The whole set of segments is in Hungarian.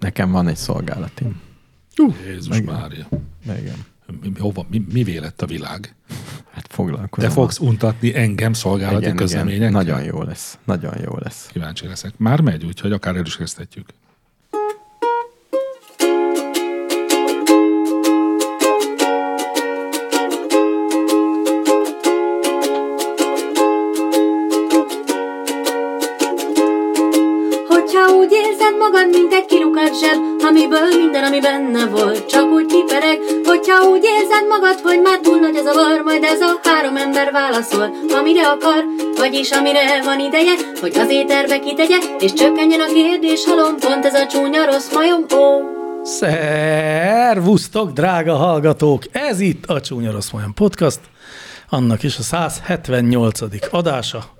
Nekem van egy szolgálatim. Uh, Jézus igen. Mária. Igen. Mi, mi- hova, mi, mi lett a világ? Hát Te foglalkozom. fogsz untatni engem szolgálati Igen, igen. közleményekkel? Nagyon jó lesz. Nagyon jó lesz. Kíváncsi leszek. Már megy, úgyhogy akár el is kezdhetjük. Hogyha úgy érzed magad, mint egy kilukat zseb, amiből minden, ami benne volt, csak úgy kipereg. Hogyha úgy érzed magad, hogy már túl nagy az a var, majd ez a három ember válaszol, amire akar, vagyis amire van ideje, hogy az éterbe kitegye, és csökkenjen a kérdés halom, pont ez a csúnya rossz majom, ó. Szervusztok, drága hallgatók! Ez itt a Csúnya Rossz Majom Podcast, annak is a 178. adása,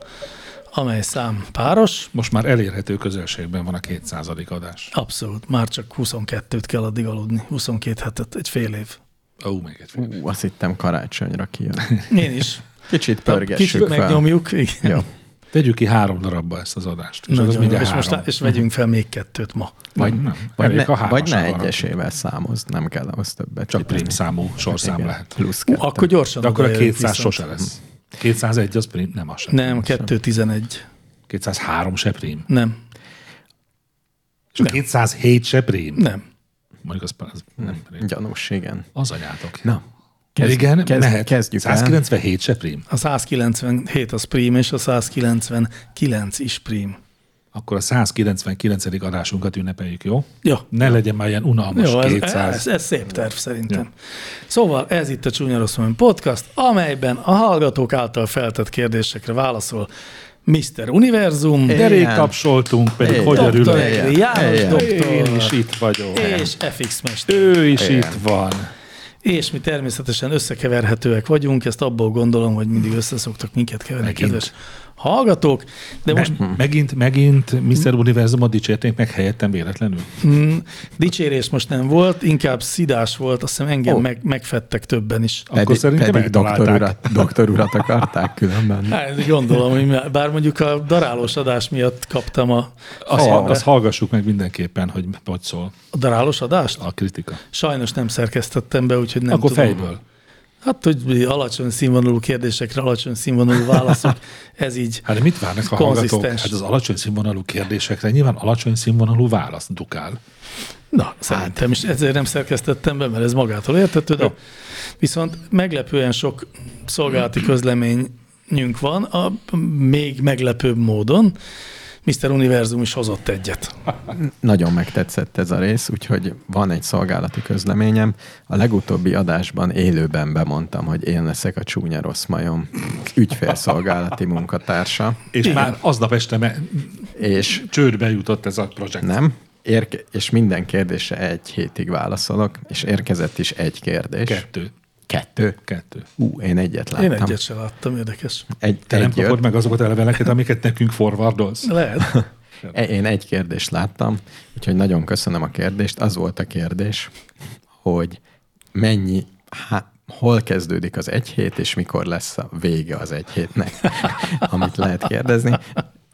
amely szám páros. Most már elérhető közelségben van a 200. adás. Abszolút, már csak 22-t kell addig aludni, 22 hetet, egy fél év. Ó, oh, még egy fél. Ú, azt hittem karácsonyra kijön. Én is. Kicsit pörgessük Kicsit fel. megnyomjuk, igen. Jó. Tegyük ki három darabba ezt az adást. És Nagyon az jó. mindjárt és, három. most, lá- és vegyünk fel még kettőt ma. vagy nem. Vagy Elég, ne, ha három vagy ne sor van. egyesével számozd, nem kell ahhoz többet. Csak tippelni. prim számú sorszám Igen, lehet. Plusz kettő. Akkor gyorsan. De akkor a odaérjük 200 viszont. sose lesz. 201 az prim, nem az sem. Nem, 211. 203 se prim. Nem, És a 207 se prim. nem. Mondjuk az, az nem prim. Gyanús, igen. Az anyátok. Na, Kezd, Igen, kezd, kezd, mehet. kezdjük el. 197 se prim. A 197 az prím, és a 199 is prím. Akkor a 199. adásunkat ünnepeljük, jó? Jó. Ne legyen már ilyen unalmas Jó, ez, 200. ez, ez szép terv szerintem. Ja. Szóval ez itt a Csúnya Rossz Majom Podcast, amelyben a hallgatók által feltett kérdésekre válaszol Mr. Univerzum, É, Derék Igen. tapsoltunk, pedig Igen. hogy Doktor Dr. örülök. Igen. Egri János Igen. doktor, Én is itt vagyok. és FX Mester. Ő is Igen. itt van. És mi természetesen összekeverhetőek vagyunk, ezt abból gondolom, hogy mindig össze szoktak minket keverni, Megint. kedves hallgatók, de most Most megint, megint Mr. Univerzumot dicsérték meg helyettem véletlenül. mm, dicsérés most nem volt, inkább szidás volt, azt hiszem engem Ó. meg, megfettek többen is. Akkor szerintem pedig doktor megtalálták. urat, doktor urat akarták különben. Hát gondolom, hogy mi- bár mondjuk a darálós adás miatt kaptam a, Azt, Ó. oh, azt hallgassuk meg mindenképpen, hogy hogy szól a darálós adást. a kritika. Sajnos nem szerkesztettem be, úgyhogy nem Akkor tudom. fejből. Hát, hogy alacsony színvonalú kérdésekre alacsony színvonalú válaszok, ez így. Hát de mit várnak a hallgatók? Konzisztens. Hát az alacsony színvonalú kérdésekre nyilván alacsony színvonalú választ dukál. Na, szerintem is Hát, ezért nem szerkesztettem be, mert ez magától értető, de viszont meglepően sok szolgálati közleményünk van, a még meglepőbb módon Mr. Univerzum is hozott egyet. Nagyon megtetszett ez a rész, úgyhogy van egy szolgálati közleményem. A legutóbbi adásban élőben bemondtam, hogy én leszek a csúnya rossz majom ügyfélszolgálati munkatársa, És Igen. már aznap este me- és csődbe jutott ez a projekt. nem, érke- és minden kérdésre egy hétig válaszolok, és érkezett is egy kérdés. Kettő. Kettő? Kettő. Ú, én egyet láttam. Én egyet sem láttam, érdekes. Egy, Te nem egy jött. kapod meg azokat a leveleket, amiket nekünk forvardolsz. Lehet. E- Én egy kérdést láttam, úgyhogy nagyon köszönöm a kérdést. Az volt a kérdés, hogy mennyi, há, hol kezdődik az egy hét, és mikor lesz a vége az egy hétnek, amit lehet kérdezni.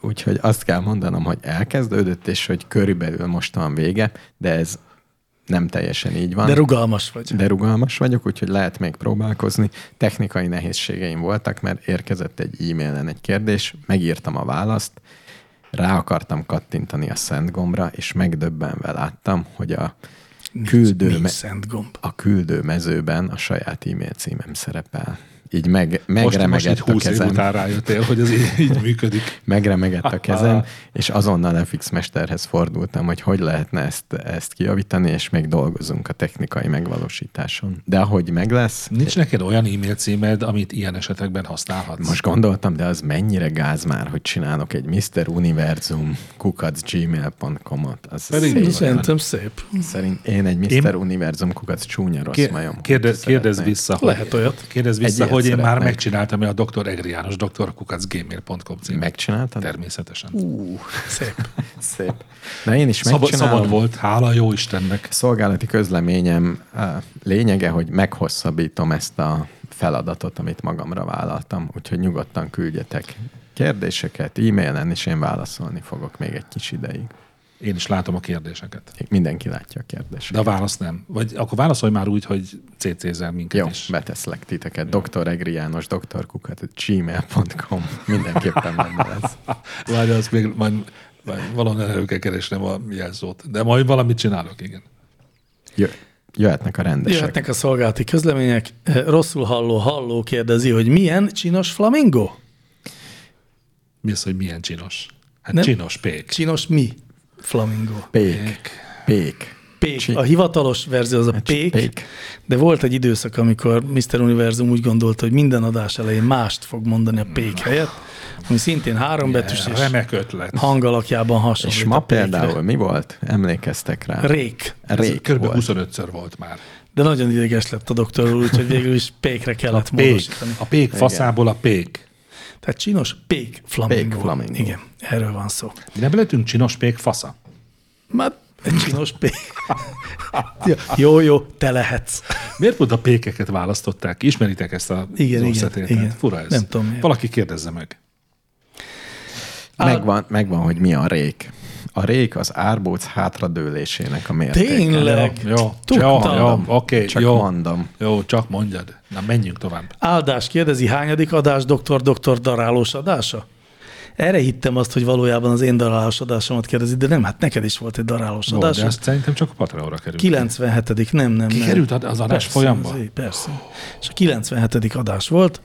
Úgyhogy azt kell mondanom, hogy elkezdődött, és hogy körülbelül most van vége, de ez nem teljesen így van. De rugalmas vagy. De rugalmas vagyok, úgyhogy lehet még próbálkozni. Technikai nehézségeim voltak, mert érkezett egy e-mailen egy kérdés, megírtam a választ, rá akartam kattintani a szent gombra, és megdöbbenve láttam, hogy a küldő, Nincs me- szent gomb. a küldő mezőben a saját e-mail címem szerepel. Így meg, Most, most megremegett így a 20 év kezem, után rájöttél, hogy ez így, így működik. megremegett a kezem, és azonnal FX mesterhez fordultam, hogy hogy lehetne ezt, ezt kijavítani, és még dolgozunk a technikai megvalósításon. De ahogy meg lesz, Nincs neked olyan e-mail címed, amit ilyen esetekben használhatsz? Most gondoltam, de az mennyire gáz már, hogy csinálok egy Mr. Univerzum kukacgmail.com-ot. Az Pedig szép. nincs. Szerintem szép. Szerint én egy Mr. Én- Univerzum kukac csúnya rossz majom. Kér, kérdez, kérdez vissza, hogy, Lehet olyat. Kérdez Egy vissza, ilyet hogy én már szeretnék. megcsináltam a dr. Egri János, drkukacgmail.com címet. Megcsináltad? Természetesen. Szép. Szép. Na én is Szab- szabad megcsinálom. volt, hála jó Istennek. Szolgálati közleményem eh, lényege, hogy meghosszabbítom ezt a feladatot, amit magamra vállaltam, úgyhogy nyugodtan küldjetek kérdéseket e-mailen, és én válaszolni fogok még egy kis ideig. Én is látom a kérdéseket. Mindenki látja a kérdést. De a válasz nem. Vagy akkor válaszolj már úgy, hogy CC-zel minket Jó, is. beteszlek titeket. Dr. Egri János, drkukat, gmail.com. Mindenképpen benne lesz. Várj, azt még majd, majd valahol elő kell keresnem a jelzót. De majd valamit csinálok, igen. Jö, jöhetnek a rendesek. Jöhetnek a szolgálati közlemények. Eh, Rosszul halló halló kérdezi, hogy milyen csinos flamingo? Mi az, hogy milyen csinos? Hát Nem. nem. csinos pék. Csinos mi flamingo? Pék. Pék. Pék. A hivatalos verzió az a pék, Hát pék. de volt egy időszak, amikor Mr. Univerzum úgy gondolta, hogy minden adás elején mást fog mondani a pék helyett, ami szintén hárombetűs és Remek ötlet. hangalakjában hasonlít. És ma a pékre. például mi volt? Emlékeztek rá? Rék. Ez Rék Körülbelül volt. 25-ször volt már. De nagyon ideges lett a doktor úr, úgyhogy végül is pékre kellett Pék. módosítani. A pék faszából a pék. Tehát csinos pék flamingo. Pék flamingo. Igen, erről van szó. Nem lehetünk csinos pék fasza? Már egy csinos pék. Ja, jó, jó, te lehetsz. Miért pont a pékeket választották ki? Ismeritek ezt a Igen, igen, összetételt? igen. Fura ez. Nem tudom, miért. Valaki kérdezze meg. Megvan, megvan, hogy mi a rék. A rék az árbóc hátradőlésének a mértéke. Tényleg. Jó, jó, Tudtam. jó, jó oké, Csak jó. mondom. Jó, csak mondjad. Na, menjünk tovább. Áldás kérdezi, hányadik adás doktor, doktor darálós adása? Erre hittem azt, hogy valójában az én darálós adásomat kérdezi, de nem, hát neked is volt egy darálós Jó, adás. de azt szerintem csak a Patreonra került. 97. nem, nem. nem. Kikerült ad- az adás Persze, folyamba? azért, Persze. És a 97. adás volt,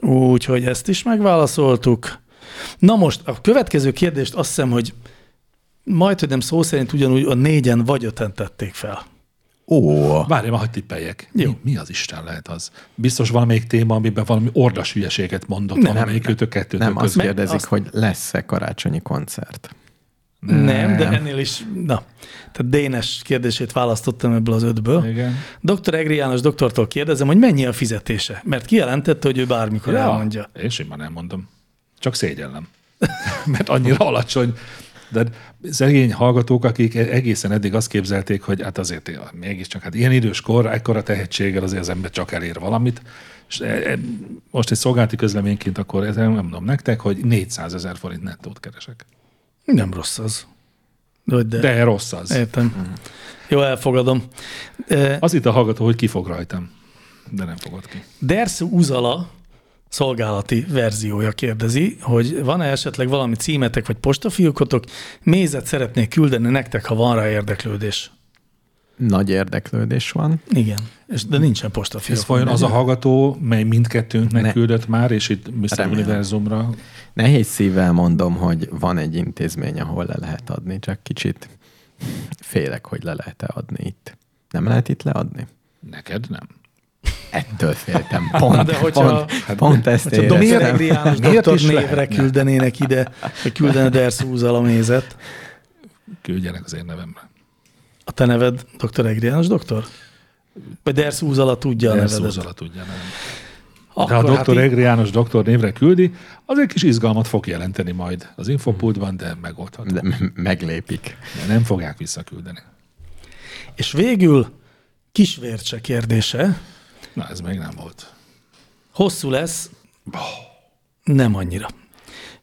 úgyhogy ezt is megválaszoltuk. Na most a következő kérdést azt hiszem, hogy majd, hogy nem szó szerint ugyanúgy a négyen vagy öten tették fel. Ó, Várj, ma hagyj tippeljek. Jó. Mi, mi, az Isten lehet az? Biztos valamelyik téma, amiben valami ordas hülyeséget mondott nem, valamelyik nem, őtök kettőtök nem azt között. kérdezik, azt- azt... hogy lesz-e karácsonyi koncert. Nem, nem de ennél is, na. Tehát Dénes kérdését választottam ebből az ötből. Igen. Dr. Egri János doktortól kérdezem, hogy mennyi a fizetése? Mert kijelentette, hogy ő bármikor ja. elmondja. Én simán elmondom. Csak szégyellem. Mert annyira alacsony. De szegény hallgatók, akik e- egészen eddig azt képzelték, hogy hát azért én- mégiscsak, hát ilyen idős kor, ekkora tehetséggel azért az ember csak elér valamit. És e- e- most egy szolgálati közleményként akkor ezt nem mondom nektek, hogy 400 ezer forint nettót keresek. Nem rossz az. Hogy de. De rossz az. Értem. Jó, elfogadom. Ö, Az itt a hallgató, hogy ki fog rajtam. De nem fogod ki. Dersu Uzala szolgálati verziója kérdezi, hogy van-e esetleg valami címetek vagy postafiókotok, mézet szeretnék küldeni nektek, ha van rá érdeklődés. Nagy érdeklődés van. Igen, és de nincsen Ez postafiók. vajon az a hallgató, mely mindkettőnknek Ne. küldött már, és itt Mr. Remélem. Univerzumra Nehéz szívvel mondom, hogy van egy intézmény, ahol le lehet adni, csak kicsit félek, hogy le lehet-e adni itt. Nem lehet itt leadni? Neked nem. Ettől féltem. Pont, De de hogyha- hogyha, Hát, pont, pont ezt Csak Domi éreztem. Egri János Miért doktor is névre lehetne? küldenének ide, hogy küldene Dersu Uzala mézet. Küldjenek az én nevemre. A te neved dr. Egri János doktor? Vagy Dersu Uzala tudja a De nevedet. szózala tudja nevem. De Akkor ha hát dr. így- Egri János doktor névre küldi, az egy kis izgalmat fog jelenteni majd az infopultban, de megoldható. De m- meglépik. De nem fogják visszaküldeni. És végül kisvércse kérdése. Na, ez még nem volt. Hosszú lesz, nem annyira.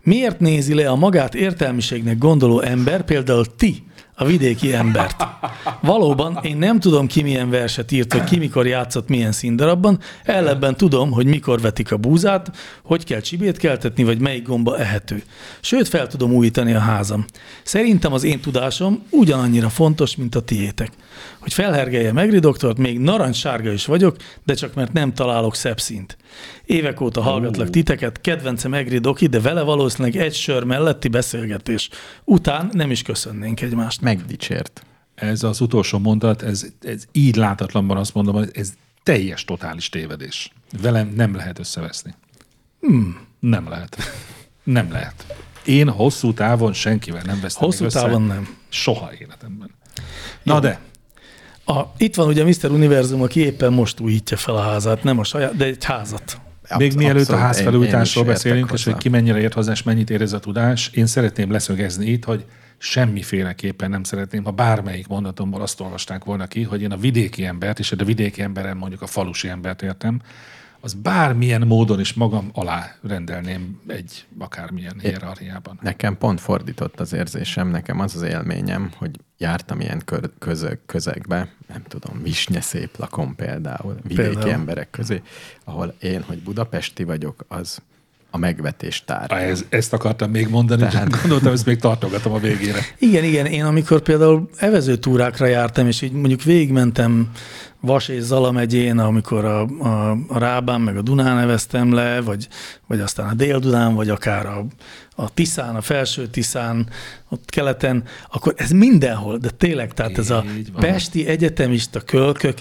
Miért nézi le a magát értelmiségnek gondoló ember, például ti, a vidéki embert? Valóban én nem tudom, ki milyen verset írt, vagy ki mikor játszott milyen színdarabban, ellenben tudom, hogy mikor vetik a búzát, hogy kell csibét keltetni, vagy melyik gomba ehető. Sőt, fel tudom újítani a házam. Szerintem az én tudásom ugyanannyira fontos, mint a tiétek. Hogy felhergelje Megri doktort, még narancssárga is vagyok, de csak mert nem találok szebb színt. Évek óta hallgatlak titeket, kedvencem Egri doki, de vele valószínűleg egy sör melletti beszélgetés. Után nem is köszönnénk egymást. Megdicsért. Ez az utolsó mondat, ez, ez így látatlanban azt mondom, hogy ez teljes totális tévedés. Velem nem lehet összeveszni. Hmm. Nem lehet. Nem lehet. Én hosszú távon senkivel nem vesztem Hosszú össze. távon nem. Soha életemben. Na de, A, itt van ugye Mr. Univerzum, aki éppen most újítja fel a házát, nem a saját, de egy házat. Absz- Még mielőtt a abszolút, én- házfelújításról én is értek beszélünk, és hozzá. hogy ki mennyire ért hozzá, és mennyit érez a tudás, én szeretném leszögezni itt, hogy semmiféleképpen nem szeretném, ha bármelyik mondatomból azt olvasták volna ki, hogy én a vidéki embert, és a vidéki emberen mondjuk a falusi embert értem, az bármilyen módon is magam alá rendelném egy akármilyen hierarchiában. Nekem pont fordított az érzésem, nekem az az élményem, hogy jártam ilyen kör, közö, közegbe, nem tudom, Visnye szép lakom például, vidéki Például. például. emberek közé, ahol én, hogy budapesti vagyok, az a megvetés tárgya. Ez, ezt akartam még mondani, Tehát... csak gondoltam, ezt még tartogatom a végére. Igen, igen. Én amikor például evezőtúrákra jártam, és így mondjuk végigmentem Vas és Zala megyén, amikor a, a, a Rábán meg a Dunán neveztem le, vagy, vagy aztán a Dél-Dunán, vagy akár a, a Tiszán, a Felső Tiszán, ott keleten, akkor ez mindenhol, de tényleg, tehát ez a Így van. pesti egyetemista kölkök,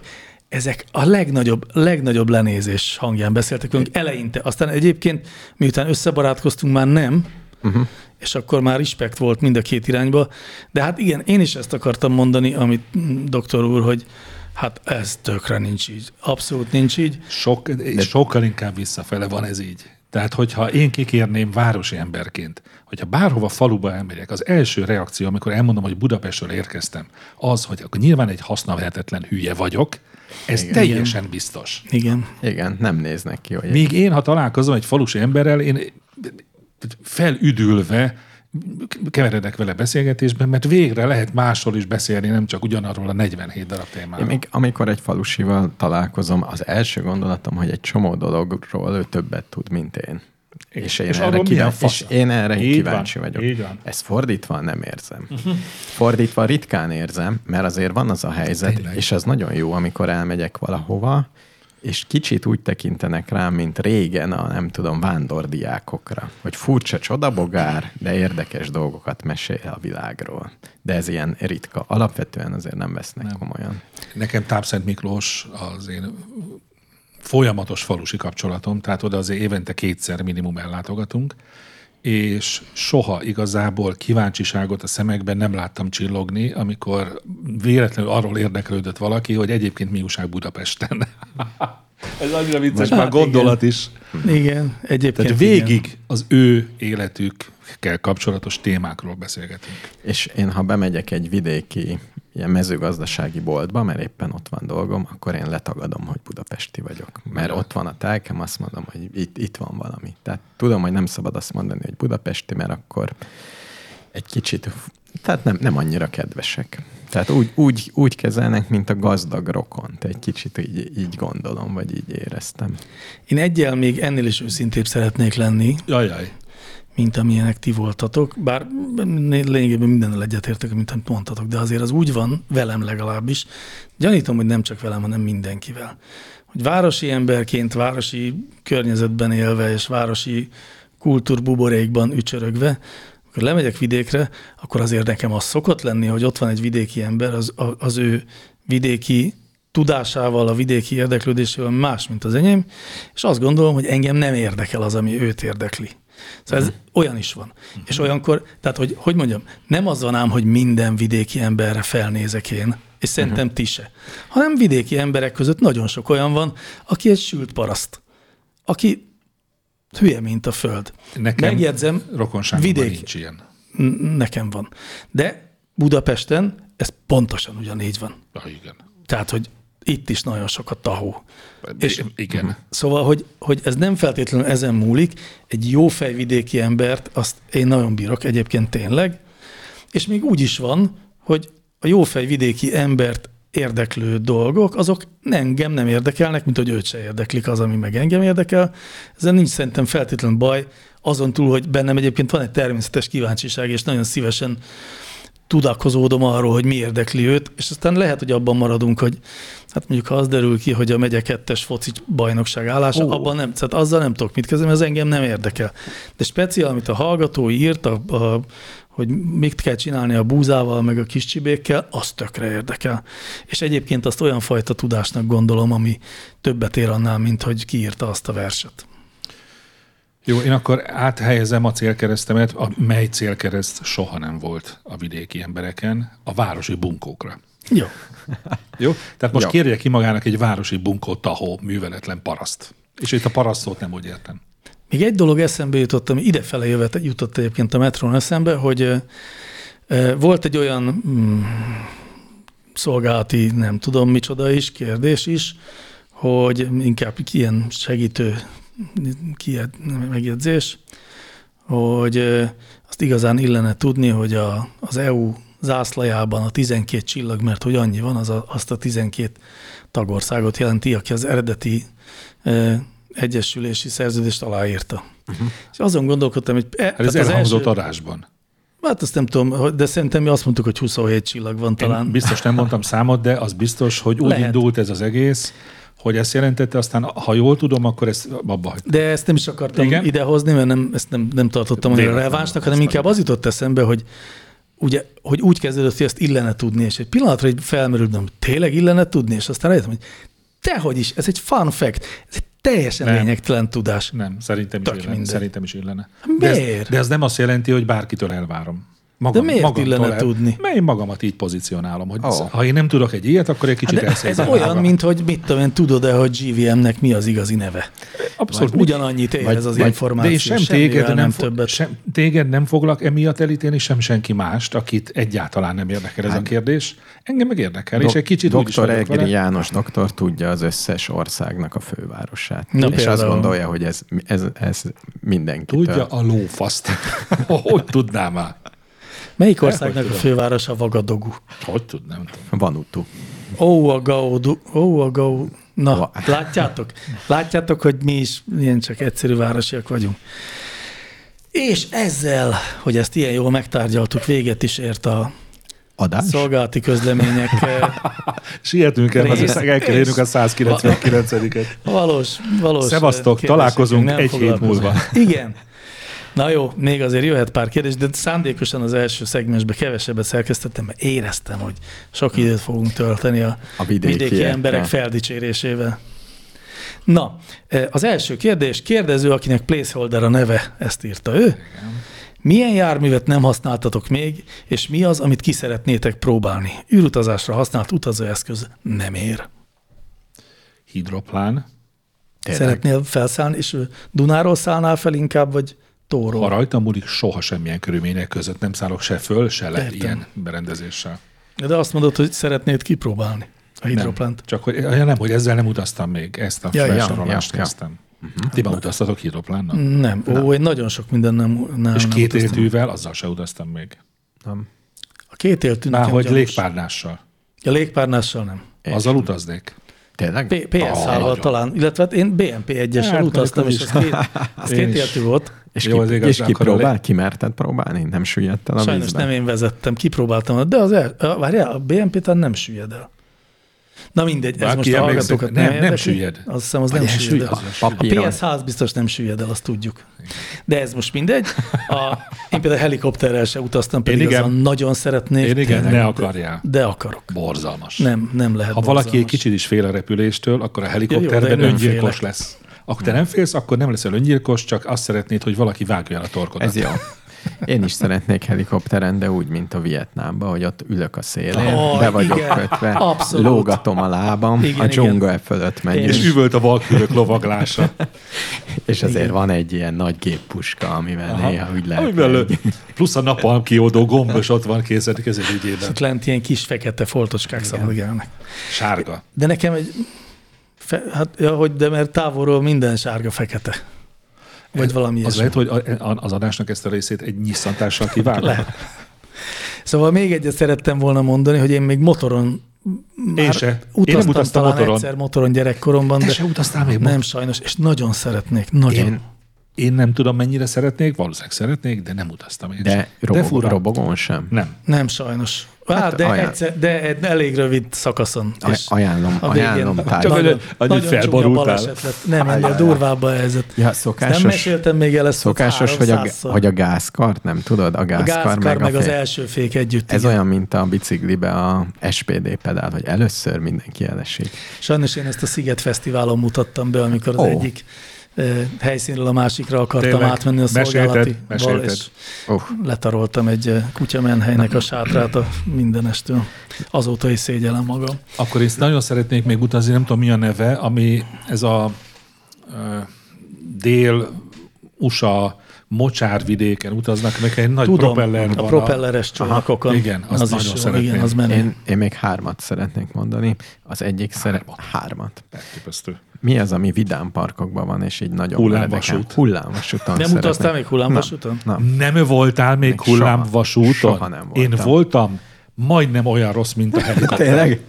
ezek a legnagyobb, legnagyobb lenézés hangján beszéltek velünk eleinte. Aztán egyébként, miután összebarátkoztunk, már nem, Mhm. és akkor már respekt volt mind a két irányba. De hát igen, én is ezt akartam mondani, amit mm, doktor úr, hogy hát ez tökre nincs így. Abszolút nincs így. Sok, és sokkal inkább visszafele van ez így. Tehát, hogyha én kikérném városi emberként, hogyha bárhova faluba elmegyek, az első reakció, amikor elmondom, hogy Budapestről érkeztem, az, hogy akkor nyilván egy hasznavehetetlen hülye vagyok, ez Igen. teljesen biztos. Igen. Igen, nem néznek ki olyan. Míg én, ha találkozom egy falusi emberrel, én felüdülve keveredek vele beszélgetésben, mert végre lehet másról is beszélni, nem csak ugyanarról a 47 darab Én témáról. még, amikor egy falusival találkozom, az első gondolatom, hogy egy csomó dologról ő többet tud, mint én. És én És és arról erre, milyen kíván, és fasza. én erre Így így kíváncsi van, vagyok. így van. Mhm. Ezt fordítva nem érzem. Uh-huh. Fordítva ritkán érzem, mert azért van az a helyzet, Tényleg. Tényleg. és az nagyon jó, amikor elmegyek valahova, és kicsit úgy tekintenek rám, mint régen a, nem tudom, vándordiákokra. Hogy furcsa csodabogár, de érdekes dolgokat mesél a világról. De ez ilyen ritka. Alapvetően azért nem vesznek nem. komolyan. Nekem Tápszent Miklós az én folyamatos falusi kapcsolatom, tehát oda azért évente kétszer minimum ellátogatunk, és soha igazából kíváncsiságot a szemekben nem láttam csillogni, amikor véletlenül arról érdeklődött valaki, hogy egyébként mi újság Budapesten. Ez annyira vicces, már Hát gondolat is. Igen, egyébként Mhm. Tehát Igen. végig az ő életükkel kapcsolatos témákról beszélgetünk. És én, ha bemegyek egy vidéki ilyen mezőgazdasági boltba, mert éppen ott van dolgom, akkor én letagadom, hogy budapesti vagyok. Mert ott van a telkem, azt mondom, hogy itt, itt van valami. Tehát tudom, hogy nem szabad azt mondani, hogy budapesti, mert akkor egy kicsit, tehát nem, nem annyira kedvesek. Tehát úgy, úgy, úgy kezelnek, mint a gazdag rokont. Egy kicsit így, így gondolom, vagy így éreztem. Én egyel még ennél is őszintébb szeretnék lenni, Jajaj. mint amilyenek ti voltatok, bár lényegében mindennel egyetértek, amit mondtatok, de azért az úgy van, velem legalábbis, gyanítom, hogy nem csak velem, hanem mindenkivel, hogy városi emberként, városi környezetben élve és városi kultúrbuborékban ücsörögve, akkor lemegyek vidékre, akkor azért nekem az szokott lenni, hogy ott van egy vidéki ember, az, a- az ő vidéki tudásával, a vidéki érdeklődésével más, mint az enyém, és azt gondolom, hogy engem nem érdekel az, ami őt érdekli. Szóval Mhm. ez olyan is van. És olyankor, tehát hogy, hogy mondjam, nem az van ám, hogy minden vidéki emberre felnézek én, és szerintem Mhm. ti se, hanem vidéki emberek között nagyon sok olyan van, aki egy sült paraszt, aki hülye, mint a föld. Nekem Megjegyzem, rokonságban vidék. nincs ilyen. N- nekem van. De Budapesten ez pontosan ugyanígy van. Ah, igen. Tehát, hogy itt is nagyon sok a tahó. És, igen. Szóval, hogy, hogy ez nem feltétlenül ezen múlik, egy jó fejvidéki embert, azt én nagyon bírok egyébként tényleg, és még úgy is van, hogy a jó fejvidéki embert érdeklő dolgok, azok engem nem érdekelnek, mint hogy őt se érdeklik az, ami meg engem érdekel. Ezen nincs szerintem feltétlenül baj, azon túl, hogy bennem egyébként van egy természetes kíváncsiság, és nagyon szívesen tudakozódom arról, hogy mi érdekli őt, és aztán lehet, hogy abban maradunk, hogy hát mondjuk ha az derül ki, hogy a megye kettes foci bajnokság állása, Ó. abban nem, tehát azzal nem tudok mit kezdeni, mert ez engem nem érdekel. De speciál, amit a hallgató írt, a, a, hogy mit kell csinálni a búzával, meg a kis csibékkel, az tökre érdekel. És egyébként azt olyan fajta tudásnak gondolom, ami többet ér annál, mint hogy kiírta azt a verset. Jó, én akkor áthelyezem a célkeresztemet, a mely célkereszt soha nem volt a vidéki embereken, a városi bunkókra. Jó. Jó? Tehát most Jó. kérje ki magának egy városi bunkó tahó műveletlen paraszt. És itt a paraszt szót nem úgy értem. Még egy dolog eszembe jutott, ami idefele jövet, jutott egyébként a metrón eszembe, hogy ö, ö, volt egy olyan mm, szolgálati, nem tudom micsoda is, kérdés is, hogy inkább ilyen segítő kijed, megjegyzés, hogy azt igazán illene tudni, hogy a, az EU zászlajában a 12 csillag, mert hogy annyi van, az a, azt a 12 tagországot jelenti, aki az eredeti e, egyesülési szerződést aláírta. Uh-huh. És azon gondolkodtam, hogy... E, Mhm. hát ez elhangzott első, arásban. Hát azt nem tudom, de szerintem mi azt mondtuk, hogy 27 csillag van talán. Én biztos nem mondtam számot, de az biztos, hogy úgy Lehet. indult ez az egész, hogy ezt jelentette, aztán ha jól tudom, akkor ezt abba hagytam. De ezt nem is akartam Igen? idehozni, mert nem, ezt nem, nem tartottam annyira relevánsnak, hanem inkább az jutott eszembe, hogy ugye, hogy úgy kezdődött, hogy ezt illene tudni, és egy pillanatra egy felmerült, nem, tényleg illene tudni, és aztán rájöttem, hogy dehogy is, ez egy fun fact, ez egy teljesen nem. lényegtelen tudás. Nem, szerintem is, illene, szerintem is illene. Miért? De ez, de ez nem azt jelenti, hogy bárkitől elvárom. Magam, de miért illene el, tudni? Mert én magamat így pozícionálom, hogy oh. ha én nem tudok egy ilyet, akkor egy kicsit hát Ez olyan, magam. mint hogy mit tudom én, tudod-e, hogy GVM-nek mi az igazi neve? Abszolút. Vagy, ugyanannyit ér vagy, ez az vagy, információ. De én sem téged nem, nem, többet. Sem, téged nem foglak emiatt elítélni, sem senki mást, akit egyáltalán nem érdekel ez hát, a kérdés. Engem meg érdekel, Do- és egy kicsit Doktor Egri János doktor tudja az összes országnak a fővárosát. Na, és például. azt gondolja, hogy ez, ez, ez mindenki. Tudja a lófaszt. hogy tudnám már? Melyik országnak a fővárosa Vagadogu? Hogy tudnám? Vanutu. Ó, a Gaudu, ó, a Gau. Na, Va. látjátok? Látjátok, hogy mi is ilyen csak egyszerű városiak vagyunk. És ezzel, hogy ezt ilyen jól megtárgyaltuk, véget is ért a Adás? Szolgálati közlemények. Sietünk el, az összeg el kell érnünk a 199-et. Valós, valós. Szevasztok, találkozunk egy hét múlva. Igen, Na jó, még azért jöhet pár kérdés, de szándékosan az első szegmensbe kevesebbet szerkesztettem, mert éreztem, hogy sok időt fogunk tölteni a, a vidéki, vidéki emberek feldicsérésével. Na, eh, az első kérdés, kérdező, akinek placeholder a neve, ezt írta ő. Igen. Milyen járművet nem használtatok még, és mi az, amit ki szeretnétek próbálni? űrutazásra használt utazóeszköz nem ér. Hidroplán. Tényleg. Szeretnél felszállni, és Dunáról szállnál fel inkább, vagy tóról. A rajtam múlik soha semmilyen körülmények között nem szállok se föl, se le Értem. ilyen berendezéssel. De azt mondod, hogy szeretnéd kipróbálni a hidroplánt. Nem, csak hogy, ja nem, hogy ezzel nem utaztam még, ezt a ja, felsorolást ja, kezdtem. Ja. Uh-huh. Ti már utaztatok hidroplánnal? Mhm. Nem. nem. Ó, én nagyon sok minden nem, nem És nem két éltűvel, azzal se utaztam még. Nem. A két éltű Már hogy gyanús. légpárnással. Ja, légpárnással nem. Én azzal nem. utaznék. Tényleg? PSZ-val oh, talán, illetve hát én BNP 1 hát, utaztam, és az két, az két értű volt. És, Jó, ki, és kipróbál, le... kimerted próbálni? Nem süllyedt el a Sajnos vízben. nem én vezettem, kipróbáltam, de az el, várjál, a BNP talán nem süllyed el. Na mindegy, Bárki ez most a hallgatókat nem, nem, nem süllyed. Azt hiszem, az Vagy nem süllyed. süllyed. Az a PSH biztos nem süllyed el, azt tudjuk. De ez most mindegy. A, én például helikopterrel se utaztam, pedig én igen. azon nagyon szeretnék. Én igen, tényleg, ne akarjál. De, de akarok. Borzalmas. Nem, nem lehet Ha borzalmas. valaki egy kicsit is fél a repüléstől, akkor a helikopterben öngyilkos lesz. Akkor te nem félsz, akkor nem leszel öngyilkos, csak azt szeretnéd, hogy valaki vágja el a torkodat. Ez jó. Én is szeretnék helikopteren, de úgy, mint a Vietnámban, hogy ott ülök a szélén, oh, be vagyok igen. kötve, Abszolút. lógatom a lábam, igen, a dzsunga igen. fölött megy. És üvölt a valkülök lovaglása. és azért igen. van egy ilyen nagy géppuska, amivel Aha. néha úgy lehet. Amivel lő, plusz a napalm kiódó gombos ott van készítik ez egy ügyében. És ott lent ilyen kis fekete foltocskák szabadgálnak. Sárga. De nekem egy... Fe, hát, ja, hogy de mert távolról minden sárga-fekete. Vagy valami Az lehet, hogy az adásnak ezt a részét egy nyisszantással kivágom. lehet. Szóval még egyet szerettem volna mondani, hogy én még motoron már én se. Utaztam én utaztam talán motoron. egyszer motoron gyerekkoromban, Te de se utaztál még nem sajnos, és nagyon szeretnék, nagyon. Én, én nem tudom, mennyire szeretnék, valószínűleg szeretnék, de nem utaztam én De, sem. Robog, de fura. robogon sem? Nem. Nem sajnos. Hát, hát de, ajánl... egyszer, de egy elég rövid szakaszon. Aj, ajánlom, a végén ajánlom. Tár... Csak nagyon, nagyon felborultál. baleset lett. Nem, ennél durvább a helyzet. Ja, szokásos, nem meséltem még el ezt Szokásos, hogy a, hogy a gázkart, nem tudod? A gázkar, a gázkar meg, meg a fél. az első fék együtt. Ez igen. olyan, mint a biciklibe a SPD pedál, hogy először mindenki elesik. Sajnos én ezt a Sziget Fesztiválon mutattam be, amikor az oh. egyik helyszínről a másikra akartam Tényleg, átmenni a szolgálati mesélted. és oh. letaroltam egy kutyamenhelynek a sátrát a mindenestől. Azóta is szégyelem magam. Akkor is nagyon szeretnék még utazni, nem tudom mi a neve, ami ez a ö, dél USA mocsárvidéken utaznak, nekik egy nagy Tudom, propeller a van propelleres csónakokon. igen, azt az nagyon is, szeretném. igen, az menő. Én, én még hármat szeretnék mondani. Az egyik szere... Hármat. Elképesztő. Mi az, ami vidám parkokban van, és így nagyon Hullámvasút. meredeken? Hullámvasúton Nem szeretnék. utaztál még hullámvasúton? Nem. nem. Nem voltál még, Még hullámvasúton? soha- soha nem voltam. Én voltam, majdnem olyan rossz, mint a helikopter. Tényleg?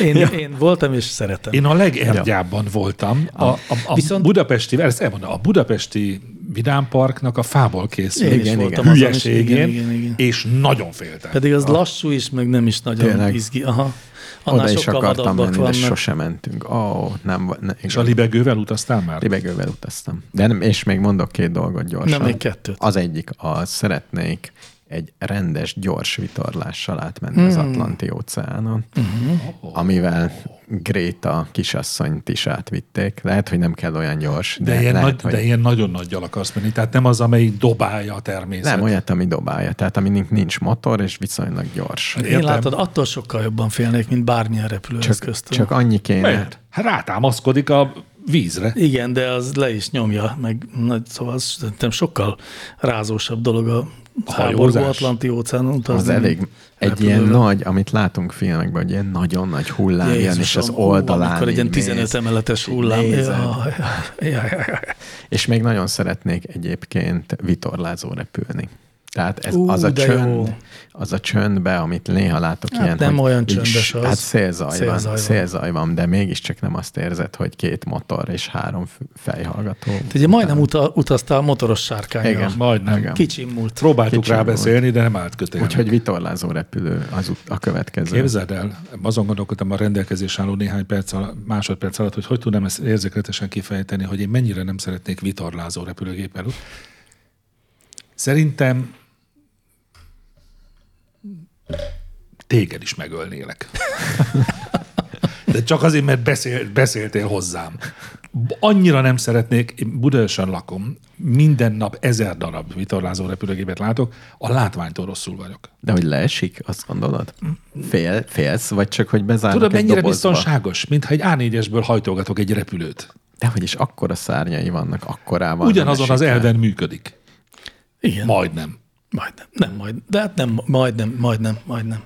Én, én voltam és szeretem. Én a legergyában voltam. A, a, a Viszont- Viszont... budapesti, ezt elmondom, a budapesti vidámparknak a fából készült Én is igen, voltam igen. azon is. hülyeségén, Igen, igen, igen. és nagyon féltem. Pedig az lassú is, meg nem is nagyon Ah. Tényleg. izgi. Aha. Annál Oda is sokkal akartam vadabbak menni, de vannak. sose mentünk. Ó, oh, nem. va- Ne, És a libegővel utaztál már? Libegővel utaztam. De nem, és még mondok két dolgot gyorsan. Na, még kettőt. Az egyik, az szeretnék egy rendes, gyors vitorlással átmenni az Hmm. Atlanti óceánon, amivel Gréta kisasszonyt is átvitték. Lehet, hogy nem kell olyan gyors, de, De, ilyen, lehet, nagy, hogy de ilyen nagyon nagyjal akarsz menni, tehát nem az, amelyik dobálja a természet. nem olyat, ami dobálja. Tehát aminek nincs motor, és viszonylag gyors. Én Értem. látod, attól sokkal jobban félnék, mint bármilyen Csak, repülőeszköztől. csak annyi kéne. Mert hát rátámaszkodik a vízre. Igen, de az le is nyomja, meg nagy, szóval az szerintem sokkal rázósabb dolog a háború hajózás. Atlanti óceánon. Az, utazni, elég mint egy ilyen repülővel. nagy, amit látunk filmekben, hogy ilyen nagyon nagy hullám jön, és az Jézusom, hú, oldalán Amikor egy ilyen így mész. 15 emeletes hullám. nézed. Jaj, jaj, jaj, jaj. És még nagyon szeretnék egyébként vitorlázó repülni. Tehát ez Ú, az a de csönd, jó. az a csöndbe, amit néha látok Hát ilyen, nem hogy olyan így csöndes s- az. Hát szélzaj, Szélzaj van, van. szélzaj van, de mégiscsak nem azt érzed, hogy két motor és három f- fejhallgató. Te Hát ugye majdnem uta, utaztál motoros sárkányjal. Igen. Majdnem. Igen. Kicsimult. Próbáltuk Kicsi rábeszélni, de nem állt kötélnek. Úgyhogy vitorlázó repülő az ut- a következő. Képzeld el, azon gondolkodtam a rendelkezés álló néhány perc alatt, másodperc alatt, hogy hogy tudnám ezt érzékletesen kifejteni, hogy én mennyire nem szeretnék vitorlázó repülőgéppel. ut- Szerintem téged is megölnélek. De csak azért, mert beszél, beszéltél hozzám. Annyira nem szeretnék, én Budaörsön lakom, minden nap ezer darab vitorlázó repülőgépet látok, a látványtól rosszul vagyok. De hogy leesik, azt gondolod? Fél, félsz, vagy csak, hogy bezárnak Tudod, egy mennyire dobozba? biztonságos? Mintha egy A4-esből hajtogatok egy repülőt. De hogy is akkora szárnyai vannak, akkorával. nem Ugyanazon esik az le. elven működik. Igen. Majdnem. Majdnem. Nem majd. De hát nem, majdnem, majdnem, majdnem.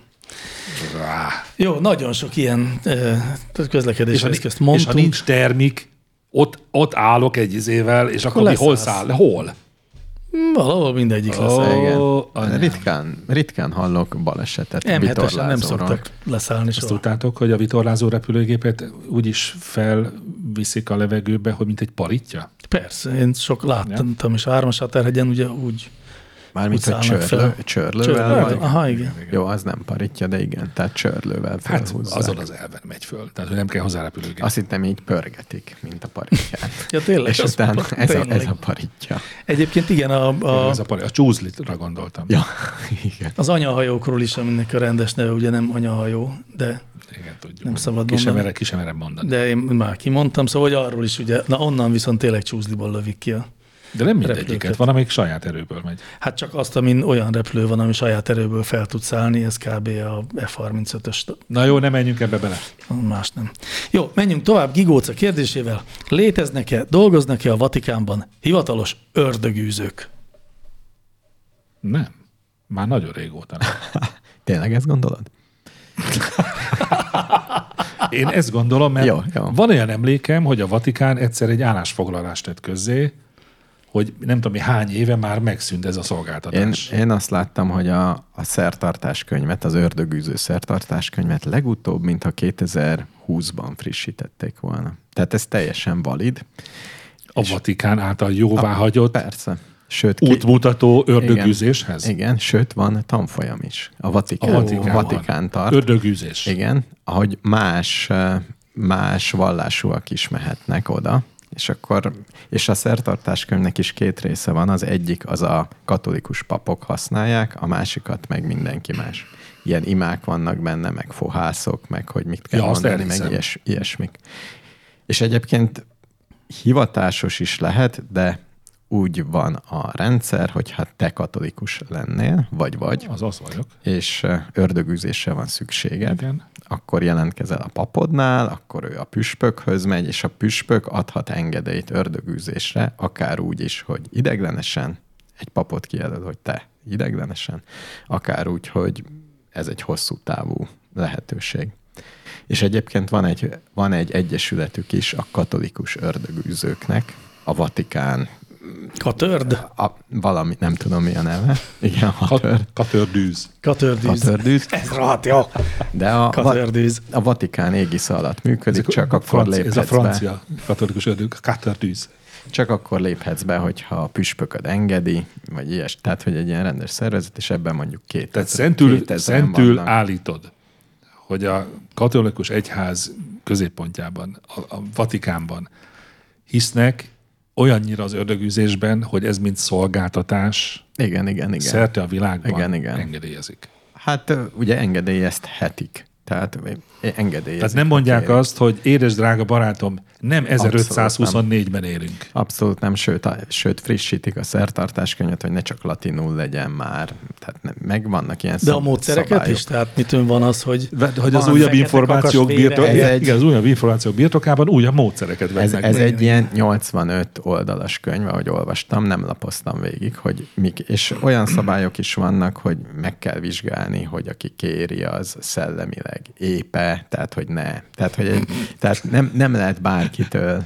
Rá. Jó, nagyon sok ilyen ö, közlekedési és eszközt ha mondtunk. nincs termik, ott, ott állok egy izével, és akkor, mi hol leszállsz. száll? Hol? Valahol mindegyik lesz. Ó, Igen. anyám. ritkán, ritkán hallok balesetet M7-esen nem vitorlázóról. szoktak leszállni Azt soha. tudtátok, hogy a vitorlázó repülőgépet úgy is felviszik a levegőbe, hogy mint egy paritja? Persze, én sok láttam, ja. és a hármas határhegyen ugye úgy. Mármint, Úgy hogy szállnak csörlő, fel. csörlővel Csörlővel, vagy? Aha, igen. Jó, az nem paritja, de igen, tehát csörlővel Hát felhúzzák. azon az elven megy föl. Tehát, hogy nem kell hozzá repülőgép. Azt hittem így pörgetik, mint a paritját. Ja, tényleg, És az- utána ez a, ez tényleg. a paritja. Egyébként igen, a, a, Ez a, pari- a csúzlitra gondoltam. Ja, igen. az anyahajókról is, aminek a rendes neve ugye nem anyahajó, de, Igen, tudjuk. Nem szabad ki sem mondani. merem, ki sem merem mondani. De, de én már kimondtam, szóval hogy arról is ugye, na onnan viszont tényleg csúzliból lövik ki a de nem repülőket. mindegyiket. Van, amelyik saját erőből megy. Hát csak azt, amin olyan repülő van, ami saját erőből fel tudsz állni, ez kb. a F-35-ös, Na jó, nem menjünk ebbe bele. más nem. Jó, menjünk tovább Gigóca kérdésével. Léteznek-e, dolgoznak-e a Vatikánban hivatalos ördögűzők? Nem. Már nagyon régóta nem. Tényleg ezt gondolod? Én ezt gondolom, mert Jó, jó, jó. jó. van olyan emlékem, hogy a Vatikán egyszer egy állásfoglalást tett közzé, hogy nem tudom, mi hány éve már megszűnt ez a Én, szolgáltatás. én azt láttam, hogy a, a szertartáskönyvet, az ördögűző szertartáskönyvet legutóbb, mintha 2020-ban frissítették volna. Tehát ez teljesen valid. a Vatikán által jóváhagyott Persze. Sőt, ki- útmutató ördögűzéshez. Igen, sőt, van tanfolyam is. A Vatikán, A Vatikánban. Vatikán tart. Ördögűzés. Igen, ahogy más, eh, más vallásúak is mehetnek oda, és akkor, és a szertartáskönyvnek is két része van, az egyik az a katolikus papok használják, a másikat meg mindenki más. Ilyen imák vannak benne, meg fohászok, meg hogy mit kell Ja, azt mondani, meg elhiszem. ilyes, ilyesmik. És egyébként hivatásos is lehet, de úgy van a rendszer, hogy ha te katolikus lennél, vagy vagy, Az az vagyok. és eh, ördögűzésre van szükséged, Igen. akkor jelentkezel a papodnál, akkor ő a püspökhöz megy, és a püspök adhat engedélyt ördögűzésre, akár úgy is, hogy ideglenesen egy papot kijelöl, hogy te ideglenesen, akár úgy, hogy ez egy hosszú távú lehetőség. És egyébként van egy, van egy egyesületük is a katolikus ördögűzőknek, a Vatikán Katörd? a, valami, nem tudom mi a neve. Igen, hatör, Kat- Katördűz. Katördűz. hatördűz. Ez rohadt jó. De a, Katördűz. a Vatikán égisze alatt működik, csak akkor franc, léphetsz Ez a be. francia katolikus ördög, Katördűz. Csak akkor léphetsz be, hogyha a püspököd engedi, vagy ilyes. Tehát, hogy egy ilyen rendes szervezet, és ebben mondjuk két. Tehát szentül, kétezren szentül vannak. állítod, hogy a katolikus egyház középpontjában, a, a Vatikánban hisznek olyannyira az ördögűzésben, hogy ez mint szolgáltatás Igen, igen, igen. igen. szerte a világban Igen, igen. engedélyezik. Hát ö, ugye engedélyezthetik. Tehát ö, engedélyezik. Tehát nem mondják Kéri. azt, hogy édes drága barátom, nem 1524-ben élünk. Abszolút nem, sőt, a, sőt frissítik a szertartáskönyvet, hogy ne csak latinul legyen már. Tehát ne, megvannak ilyen De a szab- módszereket szabályok. is? Tehát mitől van az, hogy Ve- Hogy az Van újabb fekete információk, kakas vére, birtok, ez egy- igen, az újabb információk birtokában újabb módszereket Ez, vesznek. ez egy ilyen 85 oldalas könyv, ahogy olvastam, nem lapoztam végig, hogy mik, és olyan szabályok is vannak, hogy meg kell vizsgálni, hogy aki kéri, az szellemileg épe, tehát hogy ne. Tehát, hogy egy, tehát nem, nem lehet bárkitől.